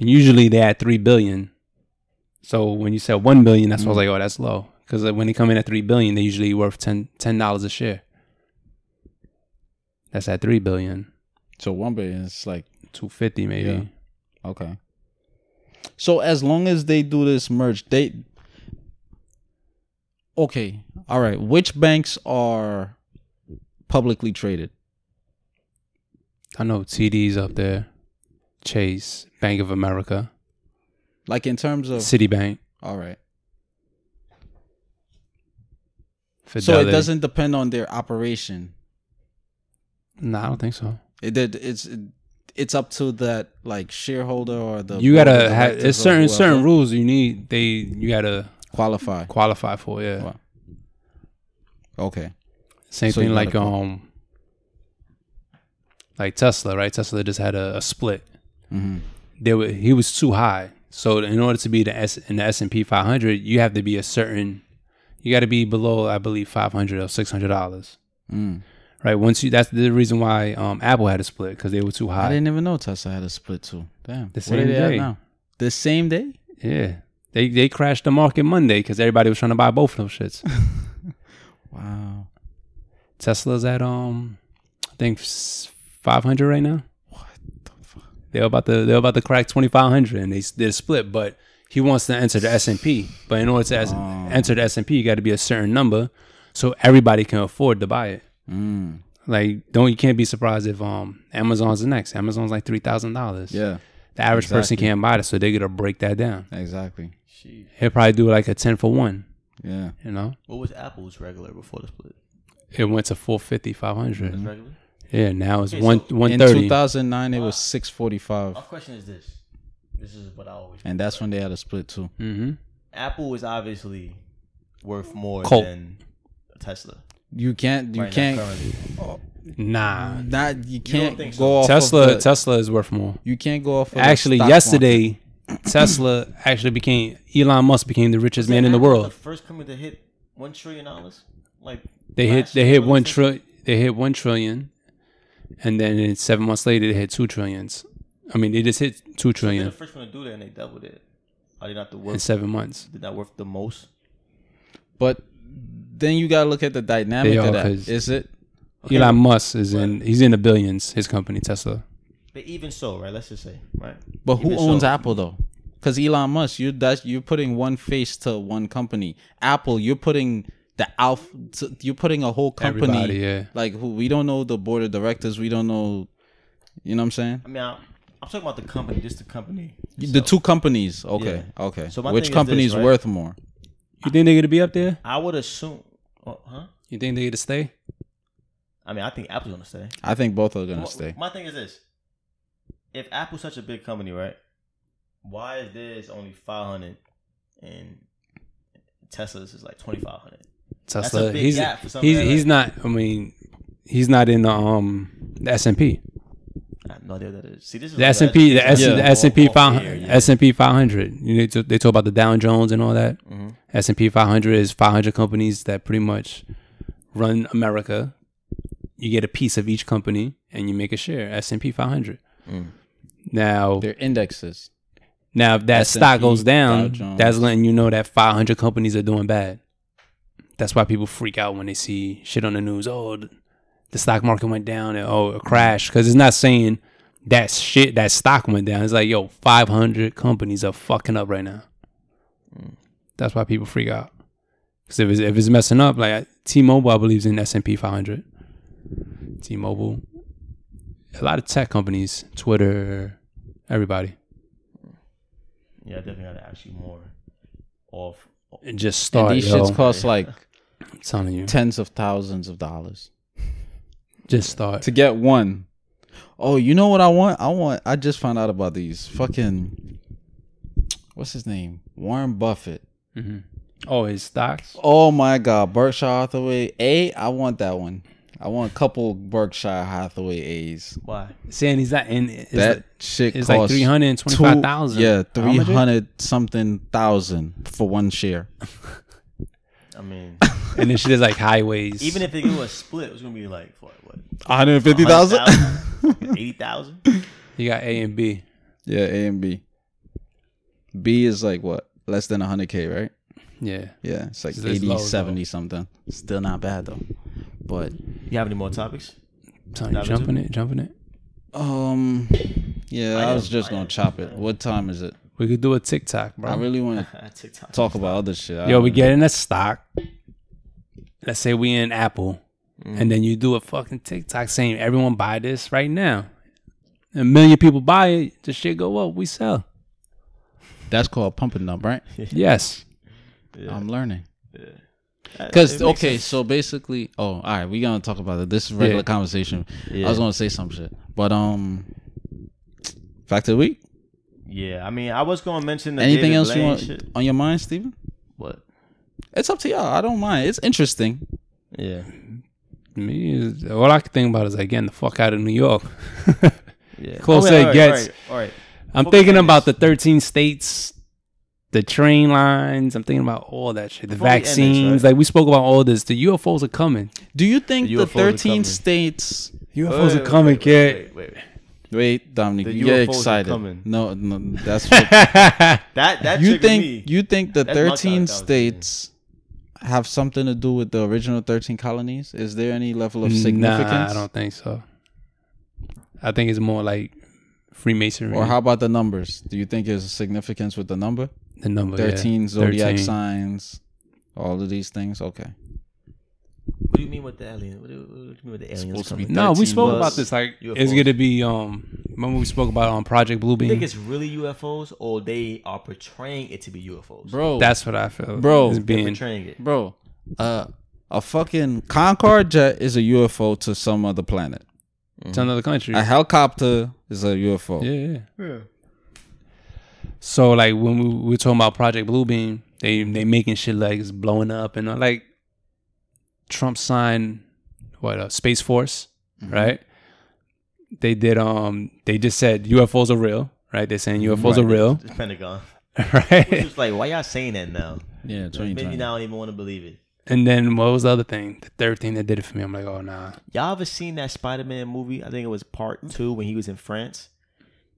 and usually they at three billion. So when you said one billion, that's Mm. why I was like, oh, that's low. Because when they come in at three billion, they usually worth ten ten dollars a share. That's at three billion, so one billion is like two fifty maybe. Yeah. Okay. So as long as they do this merge, they Okay. All right. Which banks are publicly traded? I know TD's up there, Chase, Bank of America, Like in terms of Citibank, All right. So Fidelity. it doesn't depend on their operation. No, I don't think so. It did it's it's up to that like shareholder or the You board of gotta have directors it's or certain whoever certain rules you need. They you gotta qualify. qualify for. Yeah. Wow. Okay. Same So thing you like gotta put- um like Tesla, right? Tesla just had a, a split. Mhm. They were he was too high. So in order to be the S in the S and P 500, you have to be a certain you got to be below I believe 500 or 600 dollars. Mm. Right? Once you that's the reason why um Apple had a split cuz they were too I high. didn't even know Tesla had a split too. Damn. The Where same they at day. now? The same day? Yeah. They they crashed the market Monday cuz everybody was trying to buy both of those shits. <laughs> Wow. Tesla's at um I think s- five hundred right now. They're about to they're about to crack twenty five hundred, and they s- they're split. But he wants to enter the S and P. But in order to S- Oh. enter the S and P, you got to be a certain number, so everybody can afford to buy it. Mm. Like don't you can't be surprised if um Amazon's the next. Amazon's like three thousand dollars. Yeah, the average person can't buy it, so they're gonna break that down. exactly. He'll probably do like a ten for one. Yeah, You know, What was Apple's regular before the split? it went to 450, 500. Regular. Yeah, now it's one in one two thirty. thousand nine it was six forty five, My question is this: This is what I always. and that's when they had a split too. Mm-hmm. Apple is obviously worth more Cult. than Tesla. You can't, you right now, can't, currently. Nah, not you can't think go so? off Tesla. Of the, Tesla is worth more. you can't go off. Of the actually, stock yesterday, <clears throat> Tesla actually became Elon Musk became the richest man in the Apple was world. The first company to hit one trillion dollars. Like They hit last they year, hit what one was it? trillion. They hit one trillion, and then in seven months later, they hit two trillions. I mean, they just hit two They're the trillion first one to do that, and they doubled it. Are they not the in worst? seven months. Did not worth the most? But then you gotta look at the dynamic They are, of that. 'cause- Is it? Elon Musk is in he's in the billions. His company Tesla. But even so, right? Let's just say, right? But who Even owns so- Apple though? Because Elon Musk, you that's you're putting one face to one company. Apple, you're putting the alpha. You're putting a whole company. Everybody, yeah. Like who we don't know the board of directors. We don't know. You know what I'm saying? I mean, I, I'm talking about the company, just the company. the two companies. Okay. Yeah. Okay. So So my thing which is company this, is right? worth more? You think they're gonna be up there? I would assume, oh, huh? You think they're gonna stay? I mean, I think Apple's gonna stay. I think both are gonna My- stay. My thing is this: if Apple's such a big company, right? Why is theirs only 500 and Tesla's is like 2,500? Tesla. a big he's gap for something he's like he's not. I mean, he's not in the um the S and P. I have no idea what that is. See, this is The S and P. The S Yeah. the S and P five Yeah. S and P five hundred. You know, they talk about the Dow Jones and all that. Mm-hmm. S and P five hundred is five hundred companies that pretty much run America. You get a piece of each company and you make a share. S and P five hundred. Mm. Now, Their indexes. now if that S&P, stock goes Dow down, Jones. that's letting you know that 500 companies are doing bad. That's why people freak out when they see shit on the news. Oh, th- the stock market went down. And, oh, it crashed. Because it's not saying that shit, that stock went down. It's like, yo, 500 companies are fucking up right now. Hmm. That's why people freak out. Because if it's, if it's messing up, like T-Mobile, I believe, is in S&P 500. T-Mobile. A lot of tech companies, Twitter, everybody. Yeah, I definitely gotta ask you more. Off. and just And Oh, start. these yo. shits cost like I'm telling you, tens of thousands of dollars just start. to get one. Oh, you know what I want? I want. I just found out about these fucking. What's his name? Warren Buffett. Oh, his stocks. Oh my God, Berkshire Hathaway A. I want that one. I want a couple Berkshire Hathaway A's. Why? Saying he's not in. Is that shit it's costs like 325,000. two- Yeah, How much three is it? hundred something thousand for one share. I <laughs> mean, <laughs> and then she does like highways. even if it was split, it was gonna be like what? what One hundred fifty 80,000? you got A and B, Yeah, A and B. B is like what less than hundred k, right? yeah. Yeah, it's like It's as 80, low as 70 low. something. Still not bad though. But You have any more topics? I'm telling you, Dive into jumping it, jumping it. um, yeah, I I, am- was just I gonna am- chop it. What time is it? We could do a TikTok, bro. I really <laughs> want to Uh, TikTok. talk about other shit. I Yo, we don't- get in a stock. Let's say we in Apple, Mm. and then you do a fucking TikTok saying everyone buy this right now. A million people buy it, the shit go up. We <laughs> sell. that's called pumping up, <laughs> right? Yes. I'm learning. That- Because it makes okay, sense. so basically, oh, all right, we gonna talk about it. This is regular Yeah. conversation. I Yeah. was gonna say some shit, but um, fact of the week. Yeah, I mean, I was gonna mention the Anything David else you Blaine want Shit. on your mind, Steven? What? It's up to y'all. I don't mind. It's interesting. Yeah. Me, is- all I could think about is like getting the fuck out of New York. <laughs> Yeah. Closer Oh, wait, it gets. All right. Before I'm we thinking end about the this- 13 states, the train lines. I'm thinking about all that shit. The Before we end this, vaccines. right? Like we spoke about all this. The UFOs are coming. Do you think The UFOs the, are 13 coming. states? Wait, UFOs are wait, coming, wait, kid. <laughs> wait, wait, wait. Wait, Dominic, The you get UFOs are excited. coming. No, no, <laughs> that's what, That that you triggered think. me. You think the That's my thought, 13 that was states have something to do with the original 13 colonies? Is there any level of significance? nah, I don't think so. I think it's more like Freemasonry. Or how about the numbers? Do you think there's a significance with the number? the number Oh, yeah. 13 zodiac 13. signs, all of these things? Okay. What do you mean with the alien? What do, what do you mean with the aliens supposed to be coming? that. No, we 13 spoke was about this. Like it's UFOs. gonna be um. Remember we spoke about it on Project You think Bluebeam. it's really UFOs, or they are portraying it to be UFOs? Bro, That's what I feel. Bro. is They're They're being portraying it. bro, uh, a fucking Concorde jet is a UFO to some other planet. to another country. A helicopter is a UFO. yeah, yeah. So like when we we were talking about Project Bluebeam, they they making shit like it's blowing up and uh, like Trump signed what uh, Space Force, Mm-hmm. right? They did um they just said UFOs are real, right? They're saying UFOs are real, <laughs> It's Pentagon. <laughs> right? It's like, why y'all saying that now? Yeah, Maybe 2020. now I don't even want to believe it. And then what was the other thing? The third thing that did it for me, I'm like, oh nah. Y'all ever seen that Spider Man movie? I think it was part two when he was in France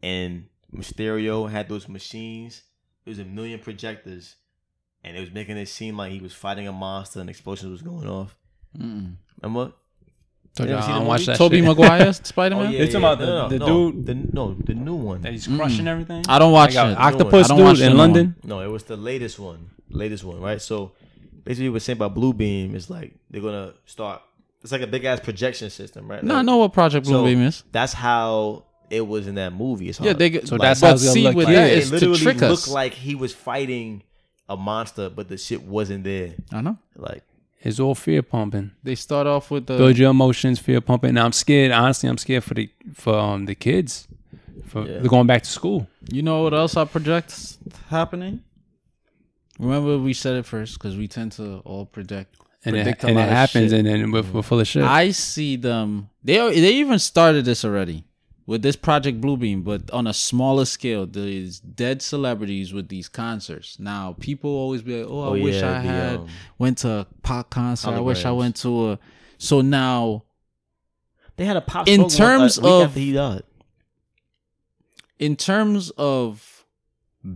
and Mysterio had those machines. It was a million projectors and it was making it seem like he was fighting a monster and explosions was going off. Mm-mm. Remember? Told You ever you, I seen the don't watch movie? that. Toby shit. Maguire, Spider Man? Oh, yeah, They talking yeah, about the- no, no, the no, dude- the, no, the new That one. <laughs> he's crushing everything. Mm. I don't Like watch a it. octopus I don't watch dude in them London. No, it was the latest one. Latest one, right? So basically what we're saying about Bluebeam is like they're gonna start it's like a big ass projection system, right? No, I Like, know what Project So Bluebeam is. that's how it was in that movie. It's Yeah, hard. they get, So so that's that's how but it's gonna see look with like. that it is to literally trick us. looked like he was fighting a monster, but the shit wasn't there. I know. Like It's all fear pumping. They start off with the Build your emotions, fear pumping. Now I'm scared. Honestly, I'm scared for the for um, the kids for Yeah. they're going back to school. You know what else I project happening? Remember we said it first because we tend to all project. And predict it, a and it lot of happens, shit. and then we're, we're full of shit. I see them. They al- they even started this already with this Project Bluebeam, but on a smaller scale. These dead celebrities with these concerts. Now people always be like, "Oh, I Oh, wish yeah, I the, had um, went to a pop concert. I wish I holograms. went to a." So now, they had a pop. smoke In one, terms uh, week of- after he died. in terms of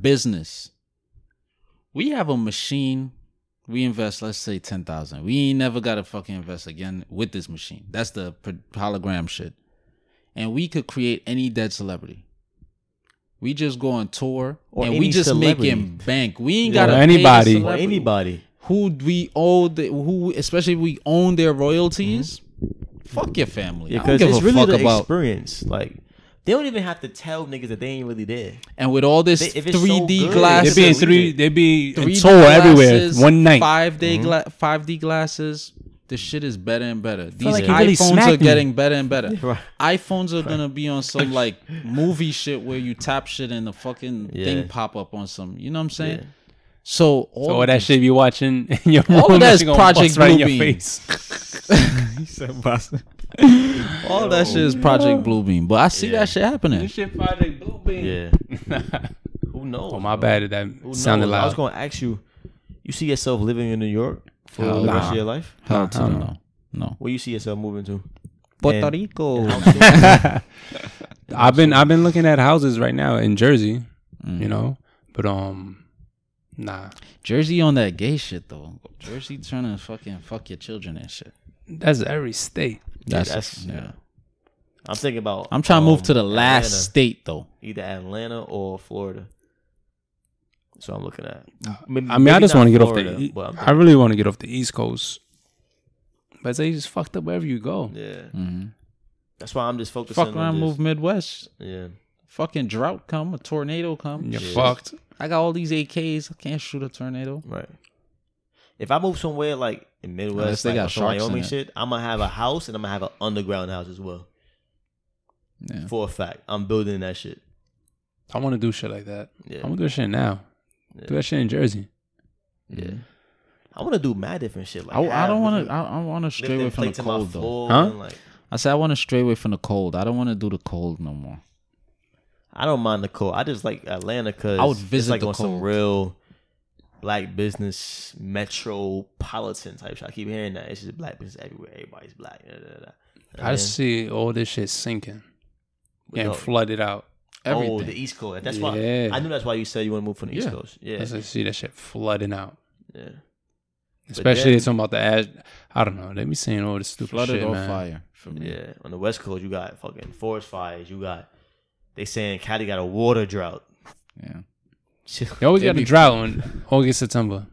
business, we have a machine. We invest, let's say ten thousand. We ain't never gotta fucking invest again with this machine. That's the pro- hologram shit, and we could create any dead celebrity. We just go on tour Or and we any just celebrity. making bank. We ain't Yeah. gotta Or pay the anybody. Or or celebrity anybody. who we owe the, who especially if we own their royalties. Fuck your family. I don't Mm-hmm. Because give it's a really fuck the about. experience. Like they don't even have to tell niggas that they ain't really there. and with all this They- if it's so three D good, they glasses, be in so we three. did. They be in 3D tour everywhere glasses, one night. Five day gla- five D glasses. Mm-hmm. The shit is better and better. These like you really iPhones smacked are me. getting better and better. right. iPhones are gonna be <laughs> on some like movie shit where you tap shit and the fucking Yeah. thing pop up on some. You know what I'm saying? So all So of all that this- shit you watching <laughs> in your All of room, that that's is gonna Project bust right in your Bluebeam. face. all that Oh, shit is Project Bluebeam. But I see Yeah. that shit happening. shit, Project Bluebeam. Yeah. <laughs> Who knows? Oh my bad, that Who sounded knows? I was loud. gonna ask you. You see yourself living in New York for Hell the rest nah. of your life? Hell to I the don't no, no. Where you see yourself moving to? Puerto And- Rico. I've been I've been looking at houses right now in Jersey, you Mm. know, but um, nah, Jersey on that gay shit though. Jersey trying to fucking fuck your children and shit. that's every state. That's, that's- yeah. yeah. I'm thinking about. I'm trying to move um, to the last Atlanta. state though. either Atlanta or Florida. So I'm looking at. I mean, I just want to get off the. Florida, e- but I'm I really want to get off the East Coast, but they just fucked up wherever you go. Yeah, Mm-hmm. that's why I'm just focusing Fuck on around, this. move Midwest. Yeah, Fucking drought come, a tornado come. You're Yeah. fucked. I got all these AKs. I can't shoot a tornado. right. If I move somewhere like in Unless Midwest, they like got up in sharks in Wyoming, it. shit, I'm gonna have a house and I'm gonna have an underground house as well. Yeah. For a fact, I'm building that shit. I want to do shit like that. Yeah. I want to do that shit now. Do that shit in Jersey. Yeah, I want to do mad different shit. Like I, I have don't want different- to. I, I want to stray lifting away from plates the in my cold though. floor Huh? and, like, I said I want to stray away from the cold. I don't want to do the cold no more. I don't mind the cold. I just like Atlanta because I would it's visit like the on some cold. real black business metropolitan type shit. I keep hearing that it's just black business everywhere. Everybody's black. Da, da, da, da. I just see all this shit sinking But and no. flooded out. oh, Everything. the East Coast. That's Yeah. why I knew that's why you said you want to move from the East Yeah. Coast. Yeah, I just see that shit flooding out. yeah. Especially then- they talking about the ash. I don't know. They be saying all this stupid Flooded shit, or man. fire for me. Yeah, on the West Coast, you got fucking forest fires. You got they saying Cali got a water drought. Yeah. They always They got be- a drought in August, September.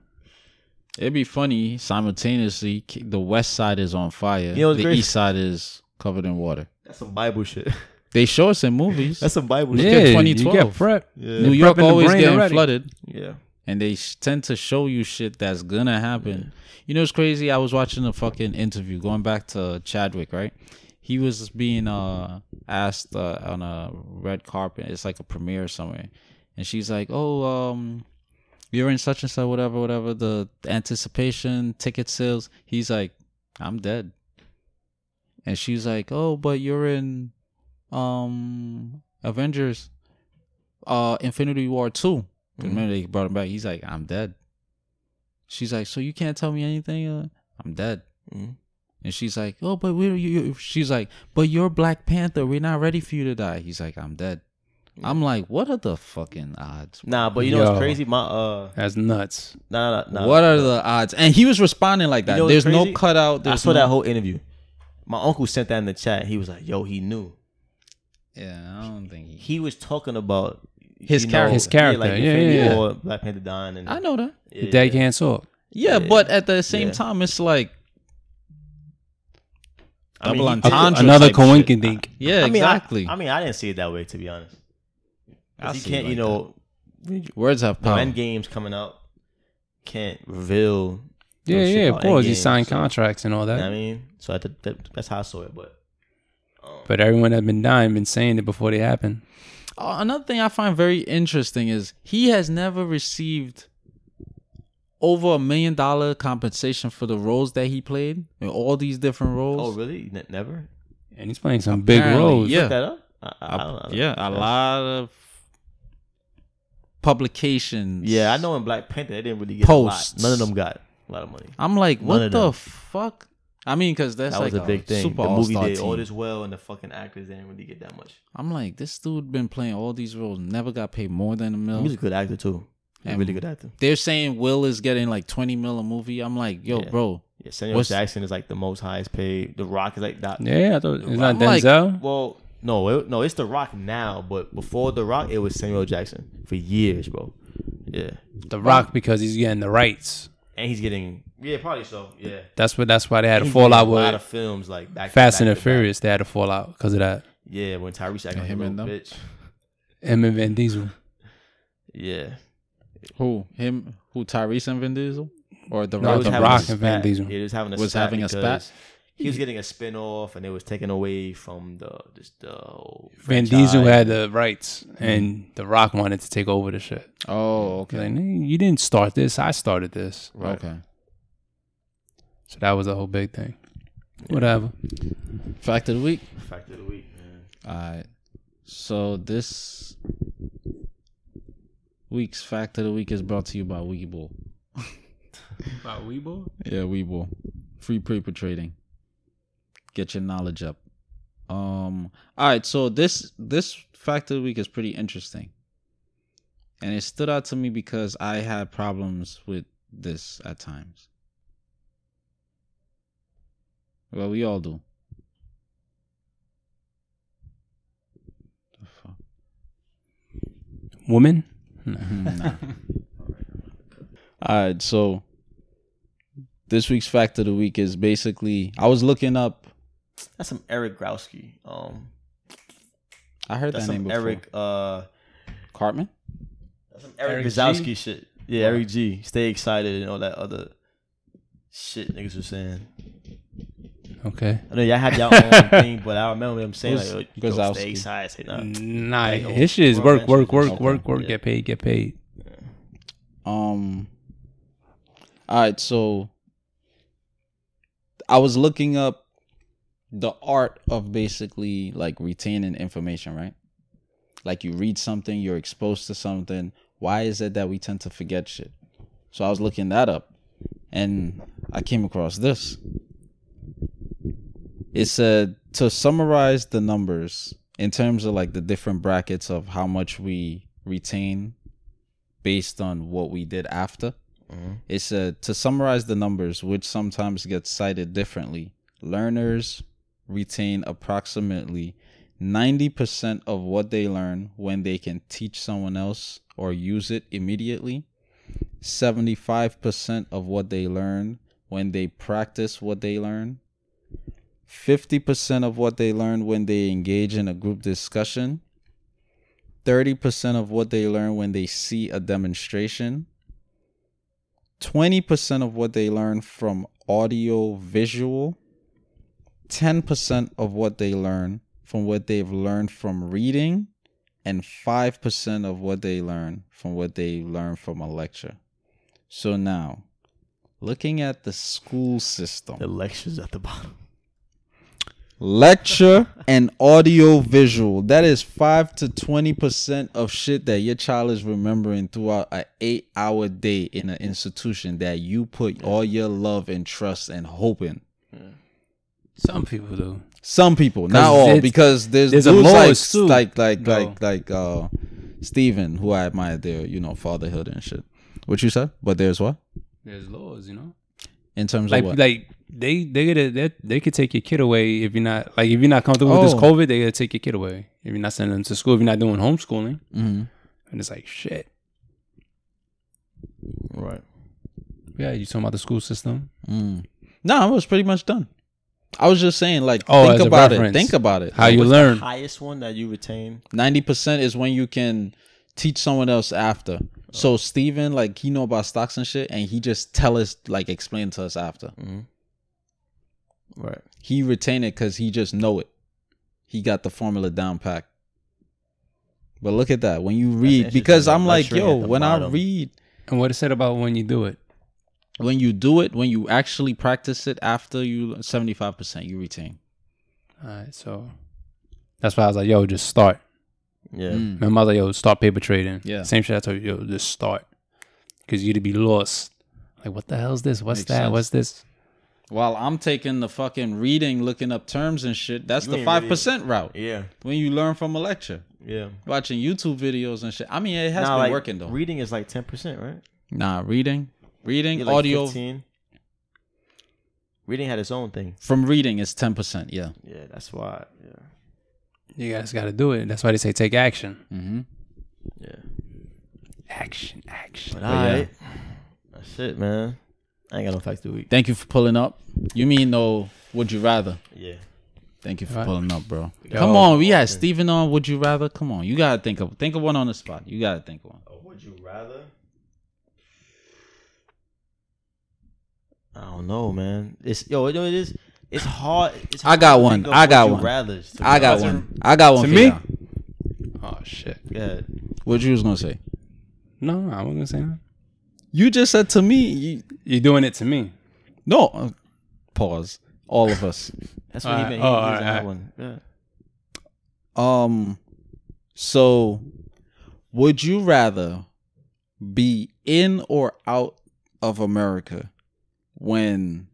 It'd be funny simultaneously. k- The west side is on fire. You know what's the crazy? east side is covered in water. <laughs> That's some Bible shit. <laughs> They show us in movies. That's some Bible Yeah, shit. you 2012. get prep. New Yeah, Yeah. York prepping the always brain getting already. flooded, yeah. and they sh- tend to show you shit that's gonna happen. You know, it's crazy. I was watching a fucking interview going back to Chadwick, right? He was being uh asked uh, on a red carpet. It's like a premiere somewhere, and she's like, "Oh, um, you're in such and such, whatever, whatever. The anticipation, ticket sales." He's like, "I'm dead," and she's like, "Oh, but you're in um Avengers." uh Infinity War 2. Mm-hmm. Remember they brought him back. He's like, I'm dead. She's like, so you can't tell me anything? Uh, I'm dead. Mhm. And she's like, oh, but we're you. you-" She's like, but you're Black Panther. We're not ready for you to die. He's like, I'm dead. I'm like, what are the fucking odds? Nah, but you know Yo. what's crazy? My uh, That's nuts. nah, nah, nah. what are the odds? And he was responding like that. Oh, know what's There's no crazy? cutout. I There's saw no, that whole interview. My uncle sent that in the chat. He was like, "Yo, he knew." Yeah, I don't think he. He was talking about His you know, character. His character, like yeah, Infinity yeah, yeah. War, Black Panther dying, and I know that. yeah, Dad can't talk. Yeah. Yeah, but at the same Yeah. time, it's like I mean, double he did- entendre. Another type shit. coinkydink. Yeah, I mean, I- exactly. I, mean, I didn't see it that way to be honest. 'Cause I you see it can't, you like know, Words have the power. end games coming out can't reveal. Yeah, no shit Oh, yeah, of about course. You Endgame, sign so, contracts and all you know that. what I mean, so I th- that, that's how I saw it. But um, But everyone that been dying been saying it before they happen. Uh, another thing I find very interesting is he has never received over a million dollar compensation for the roles that he played in all these different roles. oh, really? Ne- never? And he's playing some big Apparently, roles. yeah. Look that up? I, I, I I- don't, I don't- yeah, a lot of publications. Yeah, I know in Black Panther they didn't really get Posts. a lot. None of them got a lot of money. I'm like, what of the them. fuck? I mean, because that's That like was a big thing. Super The movie all-star did all team. this well, and the fucking actors didn't really get that much. I'm like, this dude been playing all these roles, never got paid more than a Oh. He was a million. good actor too. He's a And- really good actor. They're saying Will is getting like 20 mil a movie. I'm like, yo, Yeah. bro, Yeah, Samuel What's- Jackson is like the most highest paid. The Rock is like that. Yeah, I thought it's not I'm like- Denzel. Well, no, it, no, it's The Rock now, but before The Rock, it was Samuel Jackson for years, bro. Yeah, the Rock because he's getting the rights. and he's getting yeah, probably so. Yeah, That's what. That's why they had a He did fallout a lot of with films like back to Fast and back to the back. Furious. They had a fallout because of that. Yeah, when Tyrese acted like a him and little them. bitch. Him and Vin Diesel. Yeah, Who him? Who Tyrese and Vin Diesel or the No, They Rock? was The having a Rock and Vin spat. Diesel. Yeah, they was having a Was spat having a spat? because He was getting a spin off, and it was taken away from the just the whole Vin franchise. Diesel had the rights, and The Rock wanted to take over the shit. Oh, He's okay, Like, "Nigga, you didn't start this. I started this. okay. So that was the whole big thing. Whatever. Fact of the week. fact of the week. Man. All right. So this week's fact of the week is brought to you by Weeble. About Weebo? Yeah, Weeble. Free paper trading. Get your knowledge up. Um. All right. So this this fact of the week is pretty interesting, and it stood out to me because I had problems with this at times. Well, we all do. The fuck? Woman? All right, so this week's fact of the week is basically I was looking up. That's some Eric Growski. Um, I heard that's that name some before. Eric. Uh, Cartman. That's some Eric, Eric Grzowski G? shit. Yeah, Eric G. Stay excited and all that other shit niggas were saying. Okay. I know y'all had y'all own thing, but I remember them saying like, Who's oh, you know, Grzowski? stay excited. Say nah. Mm. Nah, know. his shit is work, work, work, Okay. work, work. Yeah. Get paid, get paid. Um. All right, so I was looking up the art of basically like retaining information, right? Like you read something, you're exposed to something. Why is it that we tend to forget shit? So I was looking that up, and I came across this. It said to summarize the numbers in terms of like the different brackets of how much we retain based on what we did after. It said to summarize the numbers, which sometimes get cited differently, learners retain approximately 90% of what they learn when they can teach someone else or use it immediately, 75% of what they learn when they practice what they learn, 50% of what they learn when they engage in a group discussion, 30% of what they learn when they see a demonstration, 20% of what they learn from audio visual, 10% of what they learn from what they've learned from reading, and 5% of what they learn from what they learn from a lecture. So now, looking at the school system The lectures at the bottom. <laughs> lecture and audio visual that is 5 to 20% of shit that your child is remembering throughout an 8 hour day in an institution that you put all your love and trust and hope in Some people do. some people not all it's- because there's, there's a dudes like, laws too. like like No. like like uh Steven who I admire their you know fatherhood and shit what you said but there's what There's laws, you know. in terms Like of what like they they could they, they could take your kid away if you're not like if you're not comfortable with Oh. this COVID, they could take your kid away. If you're not sending them to school, if you're not doing homeschooling, hmm and it's like shit. right Yeah, you talking about the school system? Mm. No, I was pretty much done. I was just saying, like, Oh, as think a about it. reference. Think about it. How you learn? Highest one that you retain. Ninety percent is when you can teach someone else after. Oh. So Steven, like, he know about stocks and shit, and he just tell us, like, explain to us after. Mm-hmm. Right. He retain it because he just know it. He got the formula down packed. But look at that when you read, interesting, because the I'm like, lecturing yo, at the when I bottom. read, And what it said about when you do it? when you do it, when you actually practice it after you, seventy five percent you retain. All right, so that's why I was like, yo, just start. Yeah. Mm. Remember, I was like, yo, start paper trading. Yeah. Same shit I told you, yo, just start. Because you'd be lost. Like, what the hell's this? What's Makes that? sense. What's this? While I'm taking the fucking reading, looking up terms and shit, that's You the ain't five really- percent route. Yeah. When you learn from a lecture, Yeah. watching YouTube videos and shit. I mean, it has Nah, been like, working though. Reading is like ten percent, right? nah, reading, reading, Yeah, like audio 15. Reading had its own thing. from reading is ten percent. Yeah. Yeah, that's why. Yeah. You guys got to do it. That's why they say take action. Mm-hmm. Yeah. Action, action. But all right. That's it, man. I ain't got no facts to week. Thank you for pulling up. You mean no? Would you rather? Yeah. Thank you for Right. pulling up, bro. Yo. Come on, we had Steven on. Would you rather? Come on, you gotta think of think of one on the spot. You gotta think of one. Oh, Would you rather? I don't know, man. It's yo, you know what it is. It's hard. It's I got hard to one. think of I got would you one. rathers, to I be got honest. one. I got one. to for me? y'all. Oh, shit. Yeah. what you was gonna say? No, I wasn't going to say that. You just said to me. You, You're doing it to me. No. uh, Pause. All of us. That's what All he right. meant. He Oh, was all on right, that all one. Yeah. um so would you rather be in or out of America when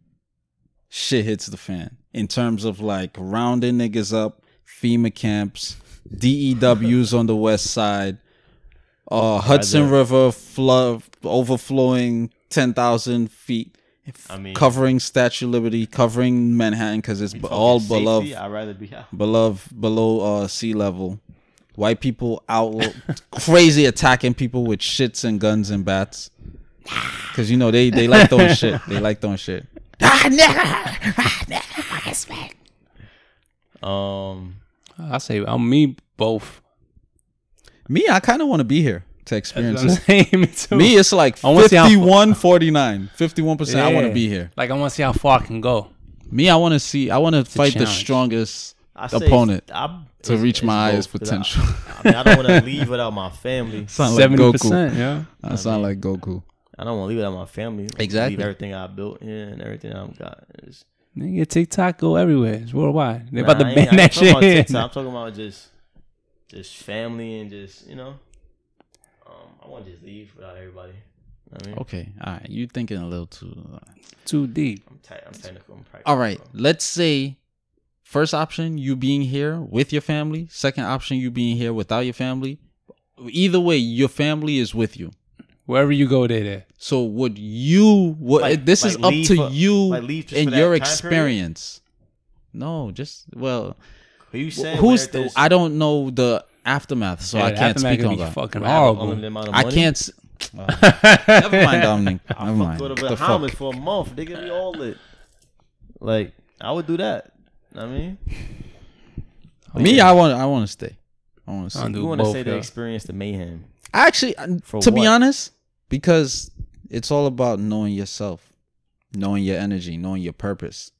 shit hits the fan in terms of like rounding niggas up, FEMA camps, DEWs on the west side, uh Hudson Rather- River flood overflowing 10,000 feet. I mean- covering Statue of Liberty, covering Manhattan, because it's b- all Fucking safety, below I'd rather be out. below below uh, sea level. White people out <laughs> crazy attacking people with shits and guns and bats. Cause you know they they like <laughs> throwing shit. They like throwing shit. Um, I say, I'm me both. <laughs> Me, I kind of want to be here to That's experience what I'm it. saying. Me too. Me, it's like I wanna see how- 51 49. 51% I want to Yeah. be here. Like, I want to see how far I can go. Me, I want to see I want to fight the challenge. strongest I say opponent it's- I'm- to it's- reach it's my highest both, 'cause potential. I, I mean, I don't want to leave without my family. sound like 70%. Goku. Yeah. I sound like Goku. I don't want to leave without my family. Exactly. Leave everything I built, yeah, and everything I've got. It's, Nigga, TikTok go everywhere. It's worldwide. They about Nah, I ain't- to I ban ain't that talking shit. about TikTok. I'm talking about just, just family and just you know. Um, I want to just leave without everybody. You know what I mean, Okay, all right. You thinking a little too. <laughs> uh, Too deep. I'm tight. I'm technical. I'm practical. All right. Let's say first option you being here with your family, second option you being here without your family. Either way, your family is with you. Wherever you go, they there. So would you? Would, Like- this like is up leave to for- you like leave just and for that your time period? experience. No, just well, Who you saying? who's where the, there's I don't know the aftermath, so Yeah, I the can't aftermath speak could on be that. fucking I have an horrible. unlimited amount of I money? can't. s- <laughs> Never mind, Dominic. Never I mind. go to The Bahamas fuck? for a month. They give me all lit. Like I would do that. I mean, Me, I want. I want to stay. I want to I'll stay. do you want to both, say they yeah. experienced the mayhem. Actually, I- to For be what? honest, because it's all about knowing yourself, knowing your energy, knowing your purpose.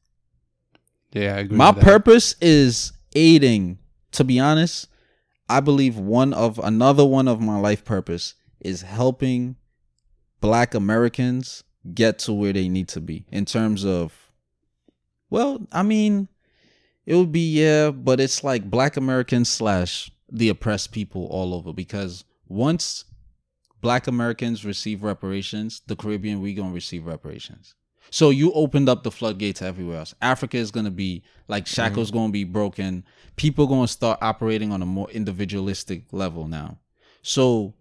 Yeah, I agree. My with that. purpose is aiding. To be honest, I believe one of another one of my life purpose is helping Black Americans get to where they need to be in terms of. Well, I mean, it would be yeah, but it's like Black Americans slash the oppressed people all over because once Black Americans receive reparations, the Caribbean we gonna receive reparations. So you opened up the floodgates everywhere else. Africa is gonna be like shackles gonna be broken. People gonna start operating on a more individualistic level now. So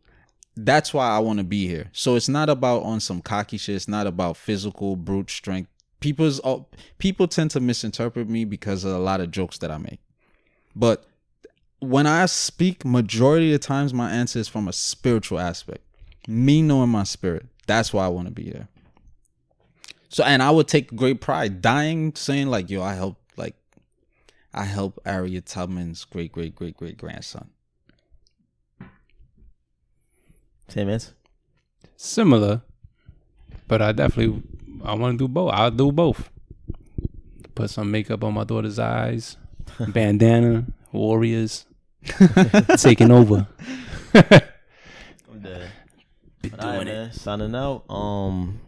that's why I wanna be here. So it's not about on some cocky shit. It's not about physical brute strength. People's oh, people tend to misinterpret me because of a lot of jokes that I make. But when I speak, majority of the times my answer is from a spiritual aspect. Me knowing my spirit. That's why I want to be there. So and I would take great pride dying saying like, yo, I helped like I helped Harriet Tubman's great great great great grandson. Same answer. similar, but I definitely I want to do both. I'll do both. Put some makeup on my <laughs> daughter's eyes, bandana, warriors, taking over. I'm dead. But all right, man. Signing out. Um,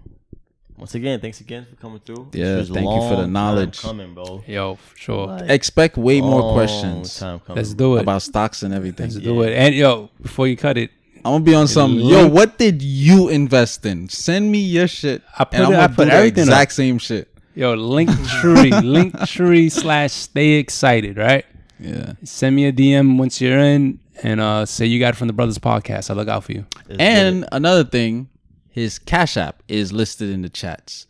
once again, thanks again for coming through. This Yeah, was a thank you for the long time knowledge. Coming, bro. Yo, for sure. Expect way more Long questions Time coming. Let's do it. about stocks and everything. Let's do it. And yo, before you cut it, I'm gonna be on some yo, what did you invest in? Send me your shit. I put and I'm it- I gonna put do the everything up. exact same shit. <laughs> yo, link tree, link tree slash stay excited, right? Yeah. Send me a DM once you're in and uh say you got it from the Brothers Podcast. I look out for you. Let's do it. And another thing, his Cash App is listed in the chats,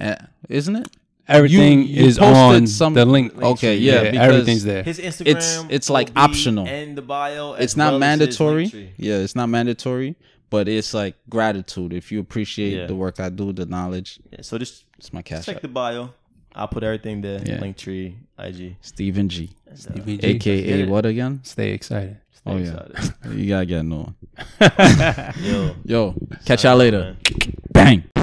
Uh, isn't it? Everything you is posted on some- the link. Okay, tree. yeah, because everything's there. his Instagram. it's- it's like will be optional. in the bio. as It's not well as his mandatory. Linktree. Yeah, it's not mandatory, but it's like gratitude. If you appreciate Yeah. the work I do, the knowledge, Yeah, so just it's my Cash check App. the bio. I'll put everything there. Yeah. Linktree, IG. Stephen G, DBG, get aka it. what again? stay excited. Stay Oh, yeah. <laughs> excited. You gotta get a new one. <laughs> Yo. <laughs> Yo, catch y'all later. man. Bang.